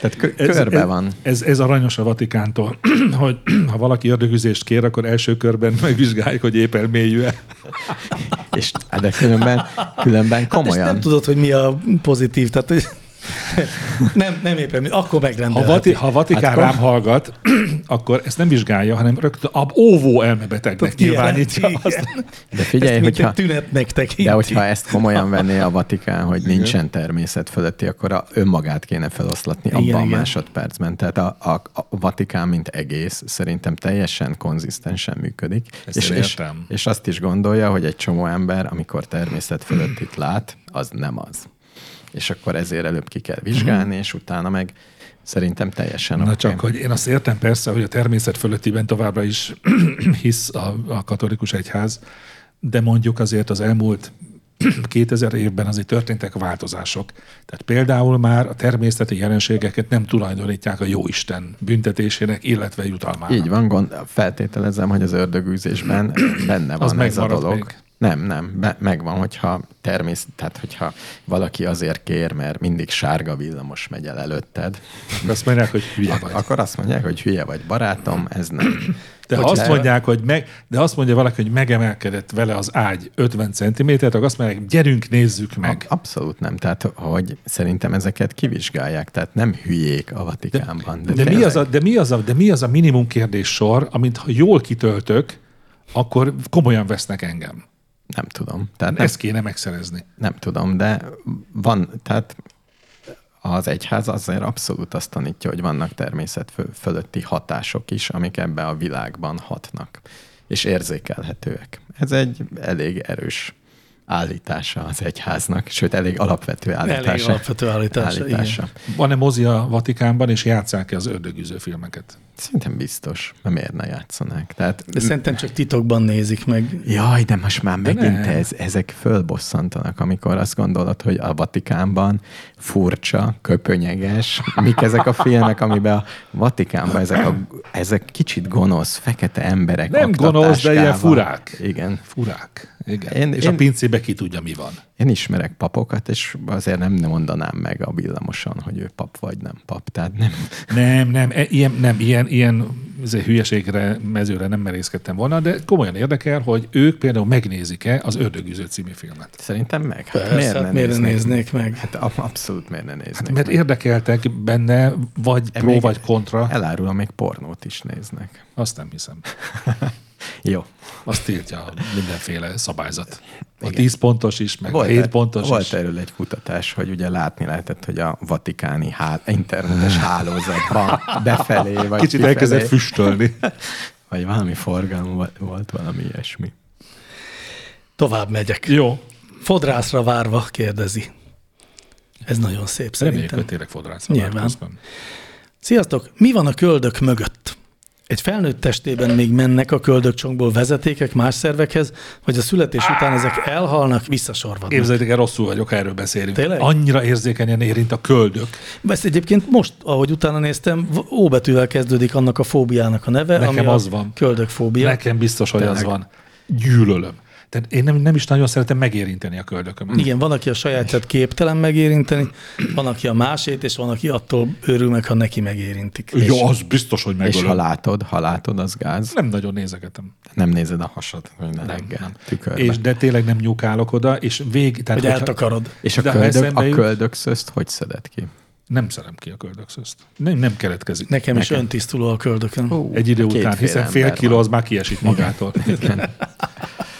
Tehát kö, körbe ez, van. Ez, ez aranyos a Vatikántól, hogy ha valaki ördögüzést kér, akkor első körben megvizsgálják, hogy épp elmélyű-e. És, de különben, különben Hát És komolyan. nem tudod, hogy mi a pozitív, tehát hogy nem, nem éppen, mi- Ha, akkor megrendelhetik. vati, ha Vatikán Hát hát, kom- rám hallgat, akkor ezt nem vizsgálja, hanem rögtön ab óvó elmebetegnek nyilvánítja Kijelenti, azt. igen. De figyelj, Ezt mint hogyha, egy tünetnek tekinti. de hogyha ezt komolyan venné a Vatikán, hogy nincsen természet fölötti, akkor a önmagát kéne feloszlatni Igen, abban a igen. másodpercben. Tehát a, a, a Vatikán, mint egész, szerintem teljesen konzisztensen működik. Ezt És, én és, értem. és azt is gondolja, hogy egy csomó ember, amikor természet fölöttit lát, az nem az. Mm. És akkor ezért előbb ki kell vizsgálni, és utána meg szerintem teljesen Na oké. csak, hogy én azt értem persze, hogy a természet fölöttiben továbbra is hisz a, a katolikus egyház, de mondjuk azért az elmúlt 2000 évben azért történtek változások. Tehát például már a természeti jelenségeket nem tulajdonítják a jóisten büntetésének, illetve jutalmának. Így van, gond, feltételezem, hogy az ördögűzésben benne van ez a megmarad dolog. még. Nem, nem, be, megvan, hogyha természet, tehát hogyha valaki azért kér, mert mindig sárga villamos megy el előtted, Azt mondják, hogy hülye vagy. akkor azt mondják, hogy hülye vagy barátom, ez nem. De ha Hogyha- azt mondják, hogy meg, de azt mondja valaki, hogy megemelkedett vele az ágy 50 centimétert, akkor azt mondják, gyerünk, nézzük meg. Abszolút nem, tehát hogy szerintem ezeket kivizsgálják, tehát nem hülyék a Vatikánban. De mi, tényleg. az a, de, mi az a, de mi az a minimum kérdés sor, amit ha jól kitöltök, akkor komolyan vesznek engem. Nem tudom. Tehát nem Ezt kéne megszerezni. Nem tudom, de van, tehát az egyház azért abszolút azt tanítja, hogy vannak természet fö- fölötti hatások is, amik ebbe a világban hatnak, és érzékelhetőek. Ez egy elég erős állítása az egyháznak, sőt, elég alapvető állítása. Elég alapvető állítása, állítása. Van-e mozi a Vatikánban, és játszák-e az ördögűző filmeket? Szerintem biztos, mert miért ne játszanák. Tehát, De szerintem csak titokban nézik meg. Jaj, de most már megint nem. ez, ezek fölbosszantanak, amikor azt gondolod, hogy a Vatikánban furcsa, köpönyeges, mik ezek a filmek, amiben a Vatikánban ezek, a, ezek kicsit gonosz, fekete emberek Nem gonosz, de ilyen oktatáskával. furák. Igen. Furák. Igen. Én- Én, és én- a pincébe ki tudja, mi van. Én ismerek papokat, és azért nem mondanám meg a villamoson, hogy ő pap vagy nem pap. Tehát nem. Nem, nem, e, ilyen, nem, ilyen, ilyen izé, hülyeségre, mezőre nem merészkedtem volna, de komolyan érdekel, hogy ők például megnézik-e az Ördögűző című filmet. Szerintem meg. Hát Persze, miért, hát miért ne néznék meg? Hát ab- abszolút miért ne néznék Mert meg. érdekeltek benne, vagy E pró, még- vagy kontra. Elárulom, még pornót is néznek. Azt nem hiszem. Jó. Azt tiltja mindenféle szabályzat. A 10 pontos is, meg a 7 pontos volt is. erről egy kutatás, hogy ugye látni lehetett, hogy a vatikáni hál, internetes hálózatban befelé, vagy Kicsit kifelé, elkezdett füstölni. Vagy valami forgalom va- volt, valami ilyesmi. Tovább megyek. Jó. Fodrászra várva kérdezi. Ez nagyon Reméljük, szép szerintem. hogy tényleg fodrász. Nyilván. Sziasztok! Mi van a köldök mögött? egy felnőtt testében még mennek a köldökcsonkból vezetékek más szervekhez, vagy a születés után ezek elhalnak, visszasorvadnak. Képzeljétek el, rosszul vagyok, ha erről beszélünk. Tényleg? Annyira érzékenyen érint a köldök. Ezt egyébként most, ahogy utána néztem, v- Ó betűvel kezdődik annak a fóbiának a neve, Nekem ami az a van. köldökfóbia. Nekem biztos, hogy Tényleg. az van. Gyűlölöm. Tehát én nem, nem is nagyon szeretem megérinteni a köldökömet. Igen, van, aki a sajátját képtelen megérinteni, van, aki a másét, és van, aki attól őrül meg, ha neki megérintik. És Jó, az biztos, hogy És ha megölöm. látod, ha látod, az gáz. Nem nagyon nézegetem. Nem nézed a hasad, hogy ne reggel tükörbe. És de tényleg nem nyúkálok oda, és vég... Tehát, hogy hogyha- eltakarod. És a, De ha köldök, eszembe a jut- köldökszözt hogy szedett ki? Nem szerem ki a köldökszözt. Nem, nem keletkezik. Nekem is öntisztuló a köldökön. Hú, Egy idő Hát két után, hiszen fél ember kiló van. az már kiesik magától.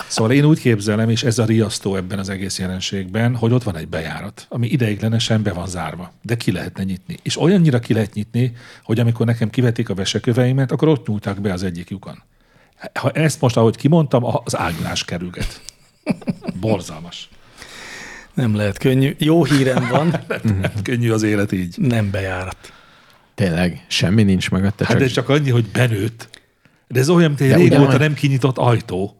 Szóval én úgy képzelem, és ez a riasztó ebben az egész jelenségben, hogy ott van egy bejárat, ami ideiglenesen be van zárva, de ki lehetne nyitni. És olyannyira ki lehet nyitni, hogy amikor nekem kivetik a veseköveimet, akkor ott nyúltak be az egyik lyukon. Ha ezt most, ahogy kimondtam, a- az ágyulás kerülget. Borzalmas. Nem lehet könnyű. Jó hírem van, Hát Könnyű az élet így. nem bejárat. Tényleg, semmi nincs mögötte, Hát csak, de csak annyi, hogy benőtt. De ez olyan, mint egy De régóta ugyanolyan- nem kinyitott ajtó.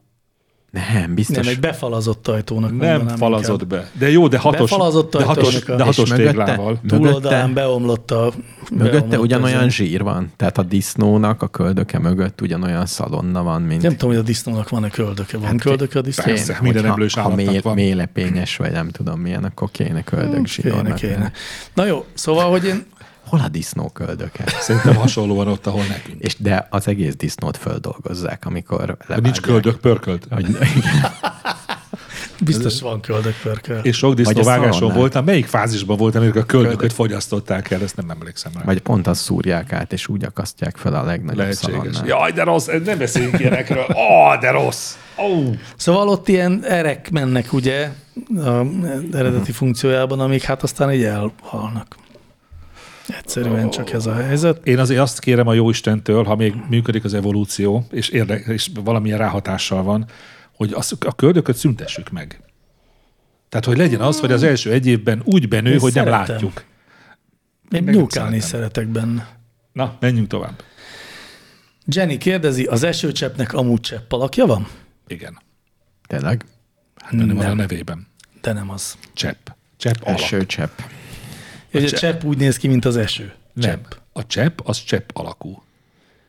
nem, Nem, biztos. egy befalazott ajtónak Nem mondanám falazott inkább. be. De jó, de hatos, Befalazott de hatos, ajtónak a- de hatos És mögötte- téglával. Túloldalán Mögötte- beomlott a... beomlott Mögötte az ugyanolyan a- zsír van, tehát a disznónak a köldöke mögött ugyanolyan szalonna van, mint Nem tudom, hogy a disznónak van-e köldöke. Hát, Van köldöke a disznónak? persze, minden hogyha- emlős ha állatnak mély, van. mélepényes, vagy nem tudom milyen, akkor kéne köldök Hm, Kéne, zsinórnak. kéne. Na jó, szóval, hogy én Hol a disznó köldöke? Szerintem hasonlóan ott, ahol nekünk. És de az egész disznót földolgozzák, amikor levágják. Hát Nincs köldök, pörkölt. biztos van köldökpörköl. És sok Vagy a disznóvágáson szalonnál. voltam. Melyik fázisban voltam, amikor a köldököt fogyasztották el? Ezt nem emlékszem rá. Vagy pont azt szúrják át, és úgy akasztják fel a legnagyobb Lehetséges. szalonnát. Jaj, de rossz, nem beszéljünk ilyenekről. Ó, de rossz. Ó. Szóval ott ilyen erek mennek, ugye, a Mhm. eredeti funkciójában, amik hát aztán így elhalnak. Egyszerűen csak ez a helyzet. Én azért azt kérem a Jóistentől, ha még működik az evolúció, és, érde, és valamilyen ráhatással van, hogy az, a köldököt szüntessük meg. Tehát, hogy legyen az, hogy az első egy évben úgy benő, Én hogy nem szeretem. látjuk. Én Meg nem nyúkálni szeretem. szeretek benne. Na, menjünk tovább. Jenny kérdezi, az esőcseppnek amúgy csepp alakja van? Igen. Tényleg? Hát benne van a Nem. nevében. De nem az. Csepp. Csepp alak. Esőcsepp. Ugye a csepp- csepp úgy néz ki, mint az eső. Nem. A csepp az csepp alakú.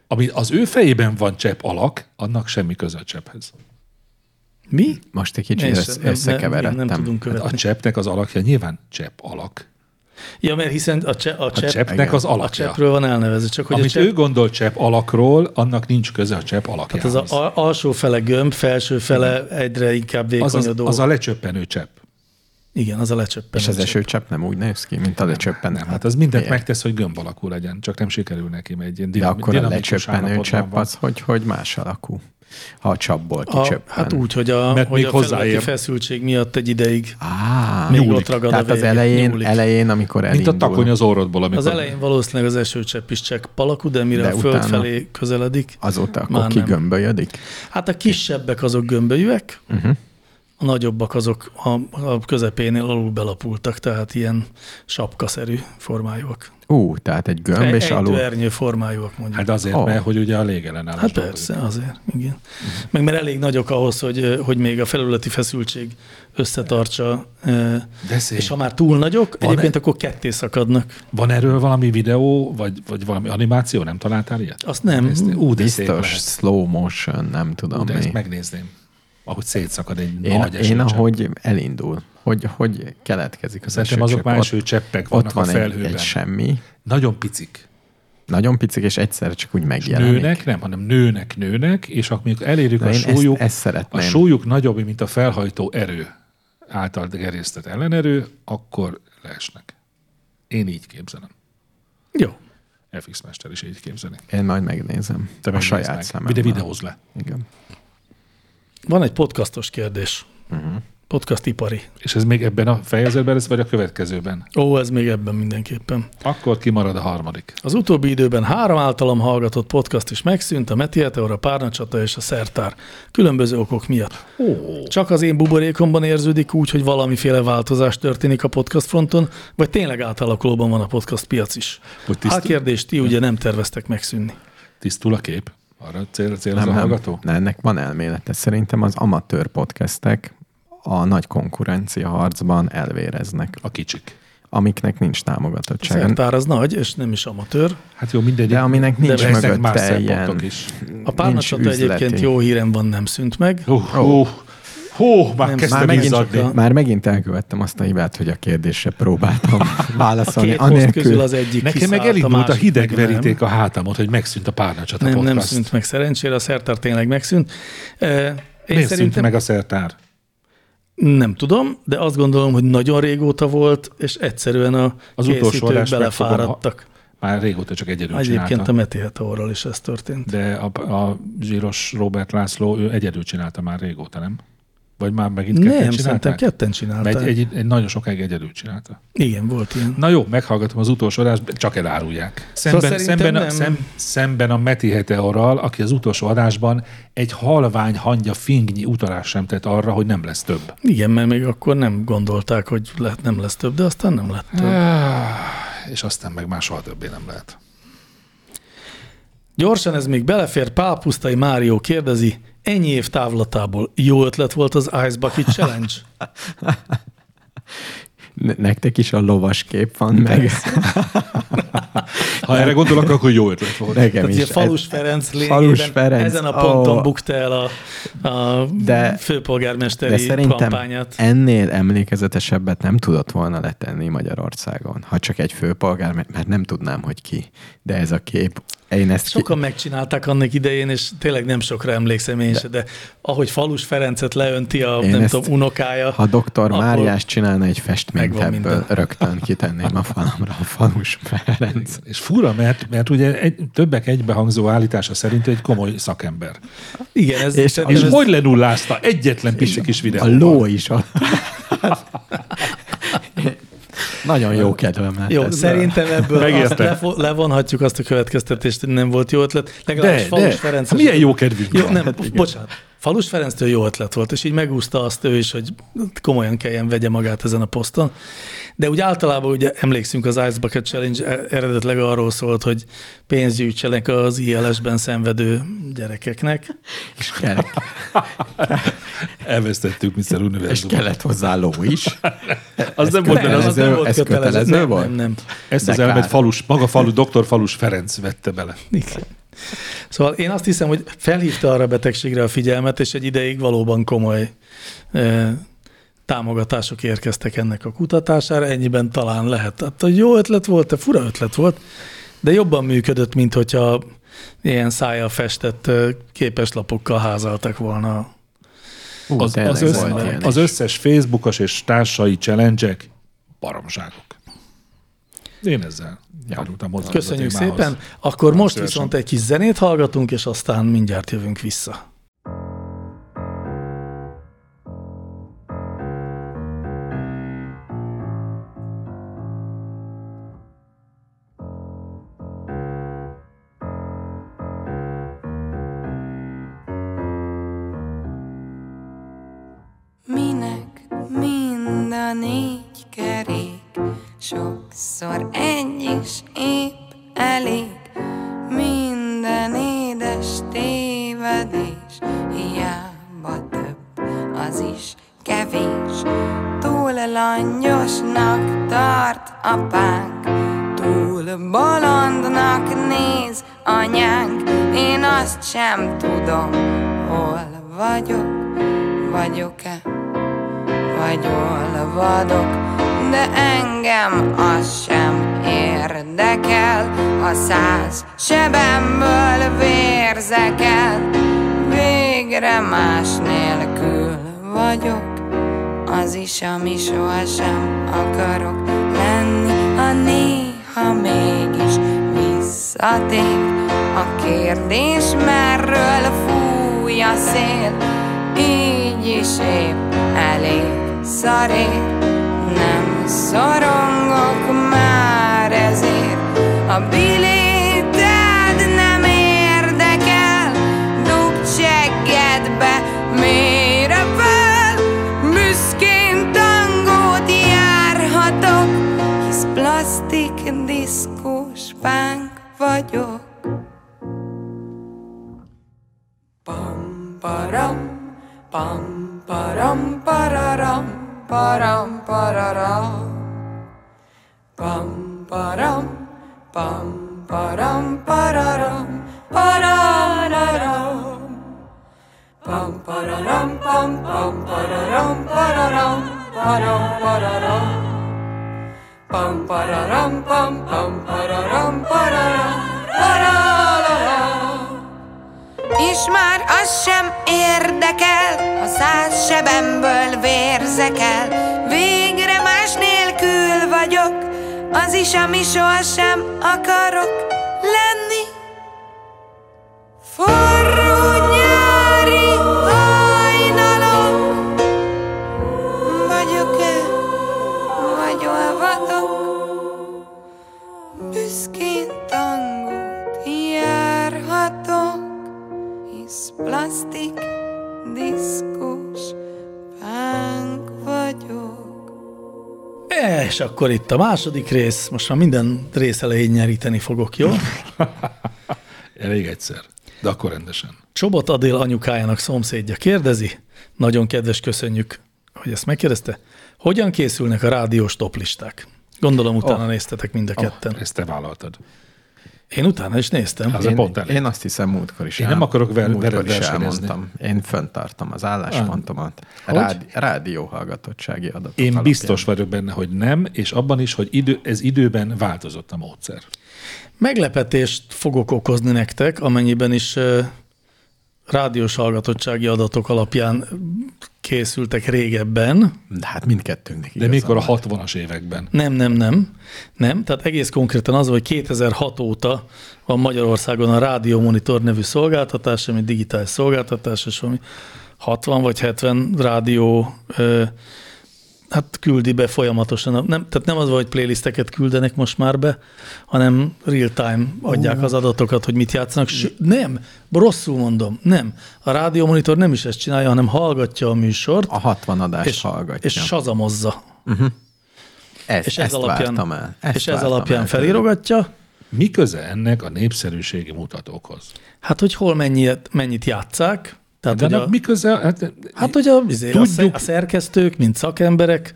Ami az ő fejében van csepp alak, annak semmi köze a csepphez. Mi? Most egy kicsit Én össze- sem- nem- összekeveredtem. Nem, nem tudunk Hát A követni. cseppnek az alakja nyilván csepp alak. Ja, mert hiszen a, cse, a, A csepp, cseppnek az a alakja. cseppről van elnevezve, csak hogy Amit a csepp, ő gondol csepp alakról, annak nincs köze a csepp hát az alakjához. a, a, alsó fele gömb, felső fele egyre inkább az, az, vékonyodó. az a lecsöppenő csepp. Igen, az a lecsöppen. És az esőcsepp nem úgy néz ki, mint a lecsöppenő. Nem, hát az mindent Miért? megtesz, hogy gömb alakú legyen, csak nem sikerül neki, mert egy ilyen De dinam- akkor a dinamikus lecsöppenő állapotban csepp van. az, hogy, hogy más alakú. Ha a csapból A, kicsöppen. hát úgy, hogy a, Mert hogy még a felületi hozzáér. feszültség miatt egy ideig Á, még Nyúlik. ott ragad tehát a az vége. elején, Nyúlik. elején, amikor elindul. Mint a takony az orrodból, amikor... Az elején valószínűleg az esőcsepp is csak palakú, de mire De a föld utána- felé közeledik. Azóta akkor Már nem. kigömbölyödik? Hát a kisebbek azok gömbölyűek, Uh-huh. a nagyobbak azok a, a közepénél alul belapultak, tehát ilyen sapkaszerű formájúak. Ú, tehát egy gömb és alul. Ejtőernyő formájúak mondjuk. Hát azért, Ó. oh. mert hogy ugye a légellenállás. Hát dolgozik. persze, azért, igen. Meg mert elég nagyok ahhoz, hogy, hogy még a felületi feszültség összetartsa. ö, De szép. És ha már túl nagyok, Van egyébként akkor ketté szakadnak. Van erről valami videó, vagy, vagy valami animáció? Nem találtál ilyet? Azt nem. Ezt- Ú, de szép Biztos lehet. slow motion, nem Ú, tudom de ezt mi. megnézném. Ahogy szétszakad egy Én, nagy én esőcsepp. ahogy elindul, hogy, hogy keletkezik az Szerintem azok esőcsepp. már Ott, első cseppek ott vannak van a egy, felhőben. egy semmi, Nagyon picik. nagyon picik, és egyszer csak úgy megjelenik. Nőnek, nem, hanem nőnek, nőnek, és amikor elérjük Na, a én ezt- súlyuk, ezt szeretném. a súlyuk nagyobb, mint a felhajtó erő által gerésztett ellenerő, akkor leesnek. Én így képzelem. Jó. FX Mester is így képzeli. Én majd megnézem. Te a megnézd saját meg. szememmel. De videóz le. Igen. Van egy podcastos kérdés. Podcastipari. És ez még ebben a fejezetben lesz, vagy a következőben? Ó, ez még ebben mindenképpen. Akkor kimarad a harmadik. Az utóbbi időben három általam hallgatott podcast is megszűnt, a Meti Meteor, a Párnacsata és a Szertár. Különböző okok miatt. Ó, Csak az én buborékomban érződik úgy, hogy valamiféle változás történik a podcast fronton, vagy tényleg átalakulóban van a podcast piac is. Hogy tiszt- Hát kérdés, ti ugye nem terveztek megszűnni. Tisztul a kép? Arra cél, cél nem, nem, az a nem, hallgató? nem, ennek van elmélete. Szerintem az amatőr podcastek a nagy konkurencia harcban elvéreznek, A kicsik. amiknek nincs támogatottsága. Szertár az nagy, és nem is amatőr. Hát jó, mindegy. De aminek nincs lesznek mögötte más szempontok ilyen- is. A párnacsata üzleti. egyébként jó hírem van, nem szűnt meg. Hó, hó, hó már Nem, kezdtem Már izzadni. megint, már megint elkövettem azt a hibát, hogy a kérdésre próbáltam A válaszolni. két poszt közül Anélkül, az egyik Nekem kiszállt, meg elindult a másik hideg meg nem. veríték a hátamot, hogy megszűnt a párnacsat a Nem, podcast. nem szűnt meg szerencsére, a szertár tényleg megszűnt. Eh, Én Miért szűnt szerintem meg a szertár? nem tudom, de azt gondolom, hogy nagyon régóta volt, és egyszerűen a Az az utolsó készítők adást meg belefáradtak. Már régóta csak egyedül Egyébként csinálta. a Meteatorral is ez történt. De a, a zsíros Robert László, ő egyedül csinálta már régóta, nem? Vagy már megint ketten Nem, csinálták? szerintem ketten Mert csinálták. egy, egy, egy nagyon sokáig egyedül csinálta. Igen, volt ilyen. Na jó, meghallgatom az utolsó adást, csak elárulják. Szemben, szóval szerintem szemben, a, nem. szem, szemben a Meti Heteorral, aki az utolsó adásban egy halvány hangya fingnyi utalás sem tett arra, hogy nem lesz több. Igen, mert még akkor nem gondolták, hogy lehet, nem lesz több, de aztán nem lett Hát. több. És aztán meg már soha többé nem lehet. Gyorsan ez még belefér, Pálpusztai Márió kérdezi, ennyi év távlatából jó ötlet volt az Ice Bucket Challenge? ne- nektek is a lovas kép van meg. Ha erre gondolok, akkor jó ötlet volt. Nekem Tehát is. ugye Falus Ez- Ferenc lényében Falus Ferenc, ezen a ponton ó. oh. bukta el a, a De- de, De főpolgármesteri szerintem kampányát. ennél emlékezetesebbet nem tudott volna letenni Magyarországon, ha csak egy főpolgár, mert nem tudnám, hogy ki. De ez a kép, én ezt Sokan megcsinálták annak idején, és tényleg nem sokra emlékszem én se, de ahogy Falus Ferencet leönti a, Én nem ezt- tudom, unokája, ki, ha doktor Akkor Máriás csinálna egy festményt megvan ebből, minden. rögtön kitenném a falamra a Falus Ferenc. És fura, mert, mert ugye egy, többek egybehangzó állítása szerint ő egy komoly szakember. igen, ez, És- és, És Ez- ez... hogy lenullázta egyetlen pici kis A videóval. ló is ott. Nagyon jó kedvem lett. Jó, ezzel. szerintem ebből azt Megérte. lefo- levonhatjuk azt a következtetést, hogy nem volt jó ötlet. Legalábbis De, Falus de, Ferenc. Hát milyen jó kedvünk Jó, van. Hát nem, bocsánat. Falus Ferenctől jó ötlet volt, és így megúszta azt ő is, hogy komolyan kelljen vegye magát ezen a poszton. De úgy általában ugye emlékszünk az Ice Bucket Challenge e- eredetleg arról szólt, hogy pénzt gyűjtsenek az ILS-ben szenvedő gyerekeknek. És kell- Elvesztettük Mr. És Univerzum. kellett hozzá ló is. Az nem volt benne, az, kötelező. ez kötelező nem, volt? Nem, nem. ezt De az elemet kár. falus, maga falu, doktor Falus Ferenc vette bele. Igen. Szóval én azt hiszem, hogy felhívta arra a betegségre a figyelmet, és egy ideig valóban komoly e, támogatások érkeztek ennek a kutatására, ennyiben talán lehet. Tehát a jó ötlet volt, de fura ötlet volt, de jobban működött, mint hogyha ilyen szája festett ö, képeslapokkal házaltak volna. Ú, Az, tényleg az, volt ilyen össze, az is. összes Facebookos és társai challenge baromságok. Én ezzel Ja. járultam hozzá. ez a Köszönjük témához. szépen. Akkor most szívesen. viszont egy kis zenét hallgatunk, és aztán mindjárt jövünk vissza. Minek mind a négy kerék, sokszor egy is épp elég. Minden édes tévedés, hiába több, az is kevés. Túl langyosnak tart apánk, túl bolondnak néz anyánk. Én azt sem tudom, hol vagyok, vagyok-e vagy olvadok, de engem az sem érdekel, a száz sebemből vérzek el, végre más nélkül vagyok, az is, ami sohasem akarok lenni, ha néha mégis visszatér. A kérdés, merről fúj a szél, így is épp elég szarér. Nem szorongok már ezért, a biléted nem érdekel, dugd seggedbe, mélyre fel, büszkén tangót járhatok, hisz plastik diszkós pánk vagyok. Pam param pararam param pararam Pam param pam param pararam pararam Pam pararam pam pam pararam pararam param pararam Pam pararam pam pam pararam pararam pararam és már az sem érdekel, ha száz sebemből vérzek el. Végre más nélkül vagyok, az is, ami sohasem akarok lenni. Forró nyári hajnalom, vagyok-e, vagy olvadok? Büszkén tangót járhatok, hisz plastik diszkós pánk vagyok. És akkor itt a második rész, most már minden rész elején nyeríteni fogok, jó? Elég egyszer, de akkor rendesen. Csobot Adél anyukájának szomszédja kérdezi, nagyon kedves köszönjük, hogy ezt megkérdezte, hogyan készülnek a rádiós toplisták? Gondolom utána oh. néztetek mind a ketten. Ezt te vállaltad. Én utána is néztem. Az- Az a Én, pont elég. én azt hiszem múltkor is Én nem akarok vel- múltkor veled is versenyezni. elmondtam. Én föntartom az álláspontomat. Rádi, rádió hallgatottsági adatok Én alapján. biztos vagyok benne, hogy nem, és abban is, hogy idő, ez időben változott a módszer. Meglepetést fogok okozni nektek, amennyiben is ö, rádiós hallgatottsági adatok alapján készültek régebben. De hát mindkettőnknek De igaza mikor a van. 60-as években? Nem, nem, nem. Nem, tehát egész konkrétan az, hogy 2006 óta van Magyarországon a Rádió Monitor nevű szolgáltatás, ami digitális szolgáltatás, és ami 60 vagy 70 rádió ö, hát küldi be folyamatosan. a- Nem, tehát nem az van, hogy playlisteket küldenek most már be, hanem real-time adják az adatokat, hogy mit játszanak. Ső, nem, rosszul mondom, nem. A Rádió Monitor nem is ezt csinálja, hanem hallgatja a műsort, A 60 adást és, hallgatja. és sazamozza. ezt, És ez ezt vártam alapján, el. Ezt és ez vártam alapján el. felírogatja, Mi köze ennek a népszerűségi mutatókhoz? hát hogy hol mennyit, mennyit játszák, tehát De hogy a, annak mi köze? Hát, hát hogy a, izé, a, szer, tudjuk- a szerkesztők, mint szakemberek,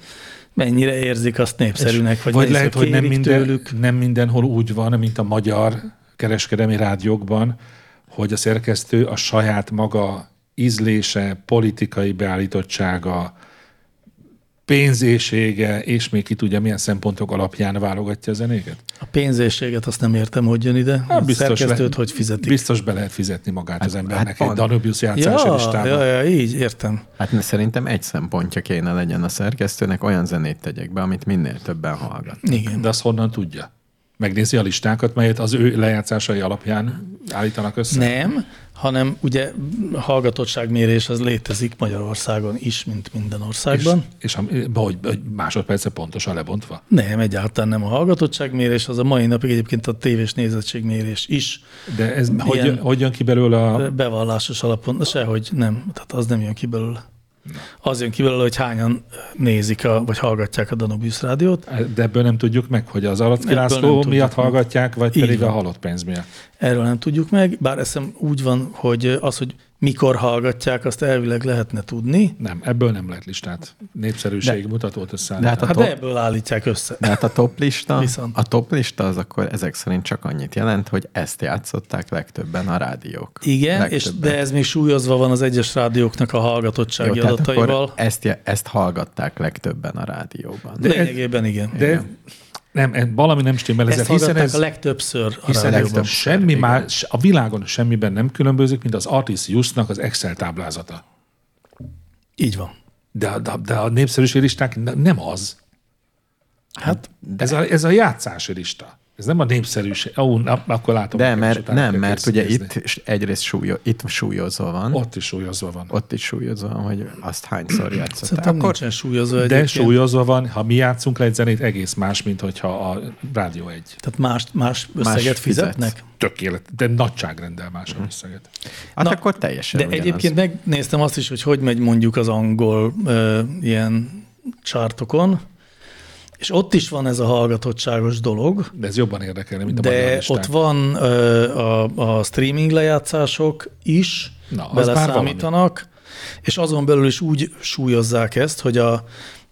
mennyire érzik azt népszerűnek, vagy, vagy mennyire lehet, hogy nem, kérik minden, tőlük. nem mindenhol úgy van, mint a magyar kereskedelmi rádiókban, hogy a szerkesztő a saját maga ízlése, politikai beállítottsága, pénzésége, és még ki tudja, milyen szempontok alapján válogatja a zenéket? A pénzéséget azt nem értem, hogy jön ide, hát, a szerkesztőt hogy fizetik. Biztos be lehet fizetni magát hát, az embernek hát egy pont. Danubius játszása Ja, listában. ja, ja, így értem. Hát ne- szerintem egy szempontja kéne legyen a szerkesztőnek, olyan zenét tegyek be, amit minél többen hallgat. Igen. De azt honnan tudja? Megnézi a listákat, melyet az ő lejátszásai alapján állítanak össze? Nem, hanem ugye hallgatottságmérés az létezik Magyarországon is, mint minden És, országban. és a, hogy, hogy másodperce pontosan lebontva. Nem, egyáltalán nem a hallgatottságmérés, az a mai napig egyébként a tévés nézettségmérés is De ez hogy, Ilyen- hogy jön ki belőle a... bevallásos alapon, sehogy nem, tehát az nem jön ki belőle. Az jön ki belőle, hogy hányan nézik a, vagy hallgatják a Danubius rádiót. De ebből nem tudjuk meg, hogy az Aracki Ebből nem László tudjuk miatt meg. hallgatják, vagy Így pedig van. a halott pénz miatt. Erről nem tudjuk meg, bár eszem úgy van, hogy az, hogy mikor hallgatják, azt elvileg lehetne tudni. Hát Nem, ebből nem lehet listát. Népszerűség de, mutatót de összeállítani. hát Hát a Hát top- de ebből állítják össze. De hát a toplista, Viszont. a toplista az akkor ezek szerint csak annyit jelent, hogy ezt játszották legtöbben a rádiók. Igen, és Legtöbben. de ez még súlyozva van az egyes rádióknak a Jó, hallgatottsági tehát akkor adataival. ezt, je- ezt hallgatták legtöbben a rádióban. De lényegében igen. de, de nem, e- valami nem stimmel Ezt ezzel, hiszen hallgatták a ez, legtöbbször a hiszen rádióban. ez semmi már, se- a világon semmiben nem különbözik, mint az Artis Justnak az Excel táblázata. Így van. De, de, de a népszerűség listák ne- nem az. Hát Ez a, ez a játszási lista. Ez nem a népszerűség. Ó, na, akkor látom. De nekem is mert, utána nem, kell mert ugye nézni. itt s- egyrészt súlyo, itt súlyozva van, ott, Ott is súlyozva van. ott is súlyozva van, hogy azt hányszor játszották. szerintem Akkor nincsen súlyozva De egyébként. súlyozva van, ha mi játszunk le egy zenét, egész más, mint hogyha a Rádió egy Tehát más, más összeget más Más fizetsz. fizetnek? tökélet, de nagyságrendel más Mhm. a összeget. hát Na, akkor teljesen De ugyanaz. egyébként megnéztem azt is, hogy hogy megy mondjuk az angol ö, ilyen csártokon, és ott is van ez a hallgatottságos dolog, De ez jobban érdekelne, mint a magyar de listák. ott van ö, a, a streaming lejátszások is, Na, az már valami. beleszámítanak, És azon belül is úgy súlyozzák ezt, hogy, a,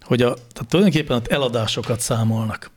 hogy a, tehát tulajdonképpen ott eladásokat számolnak.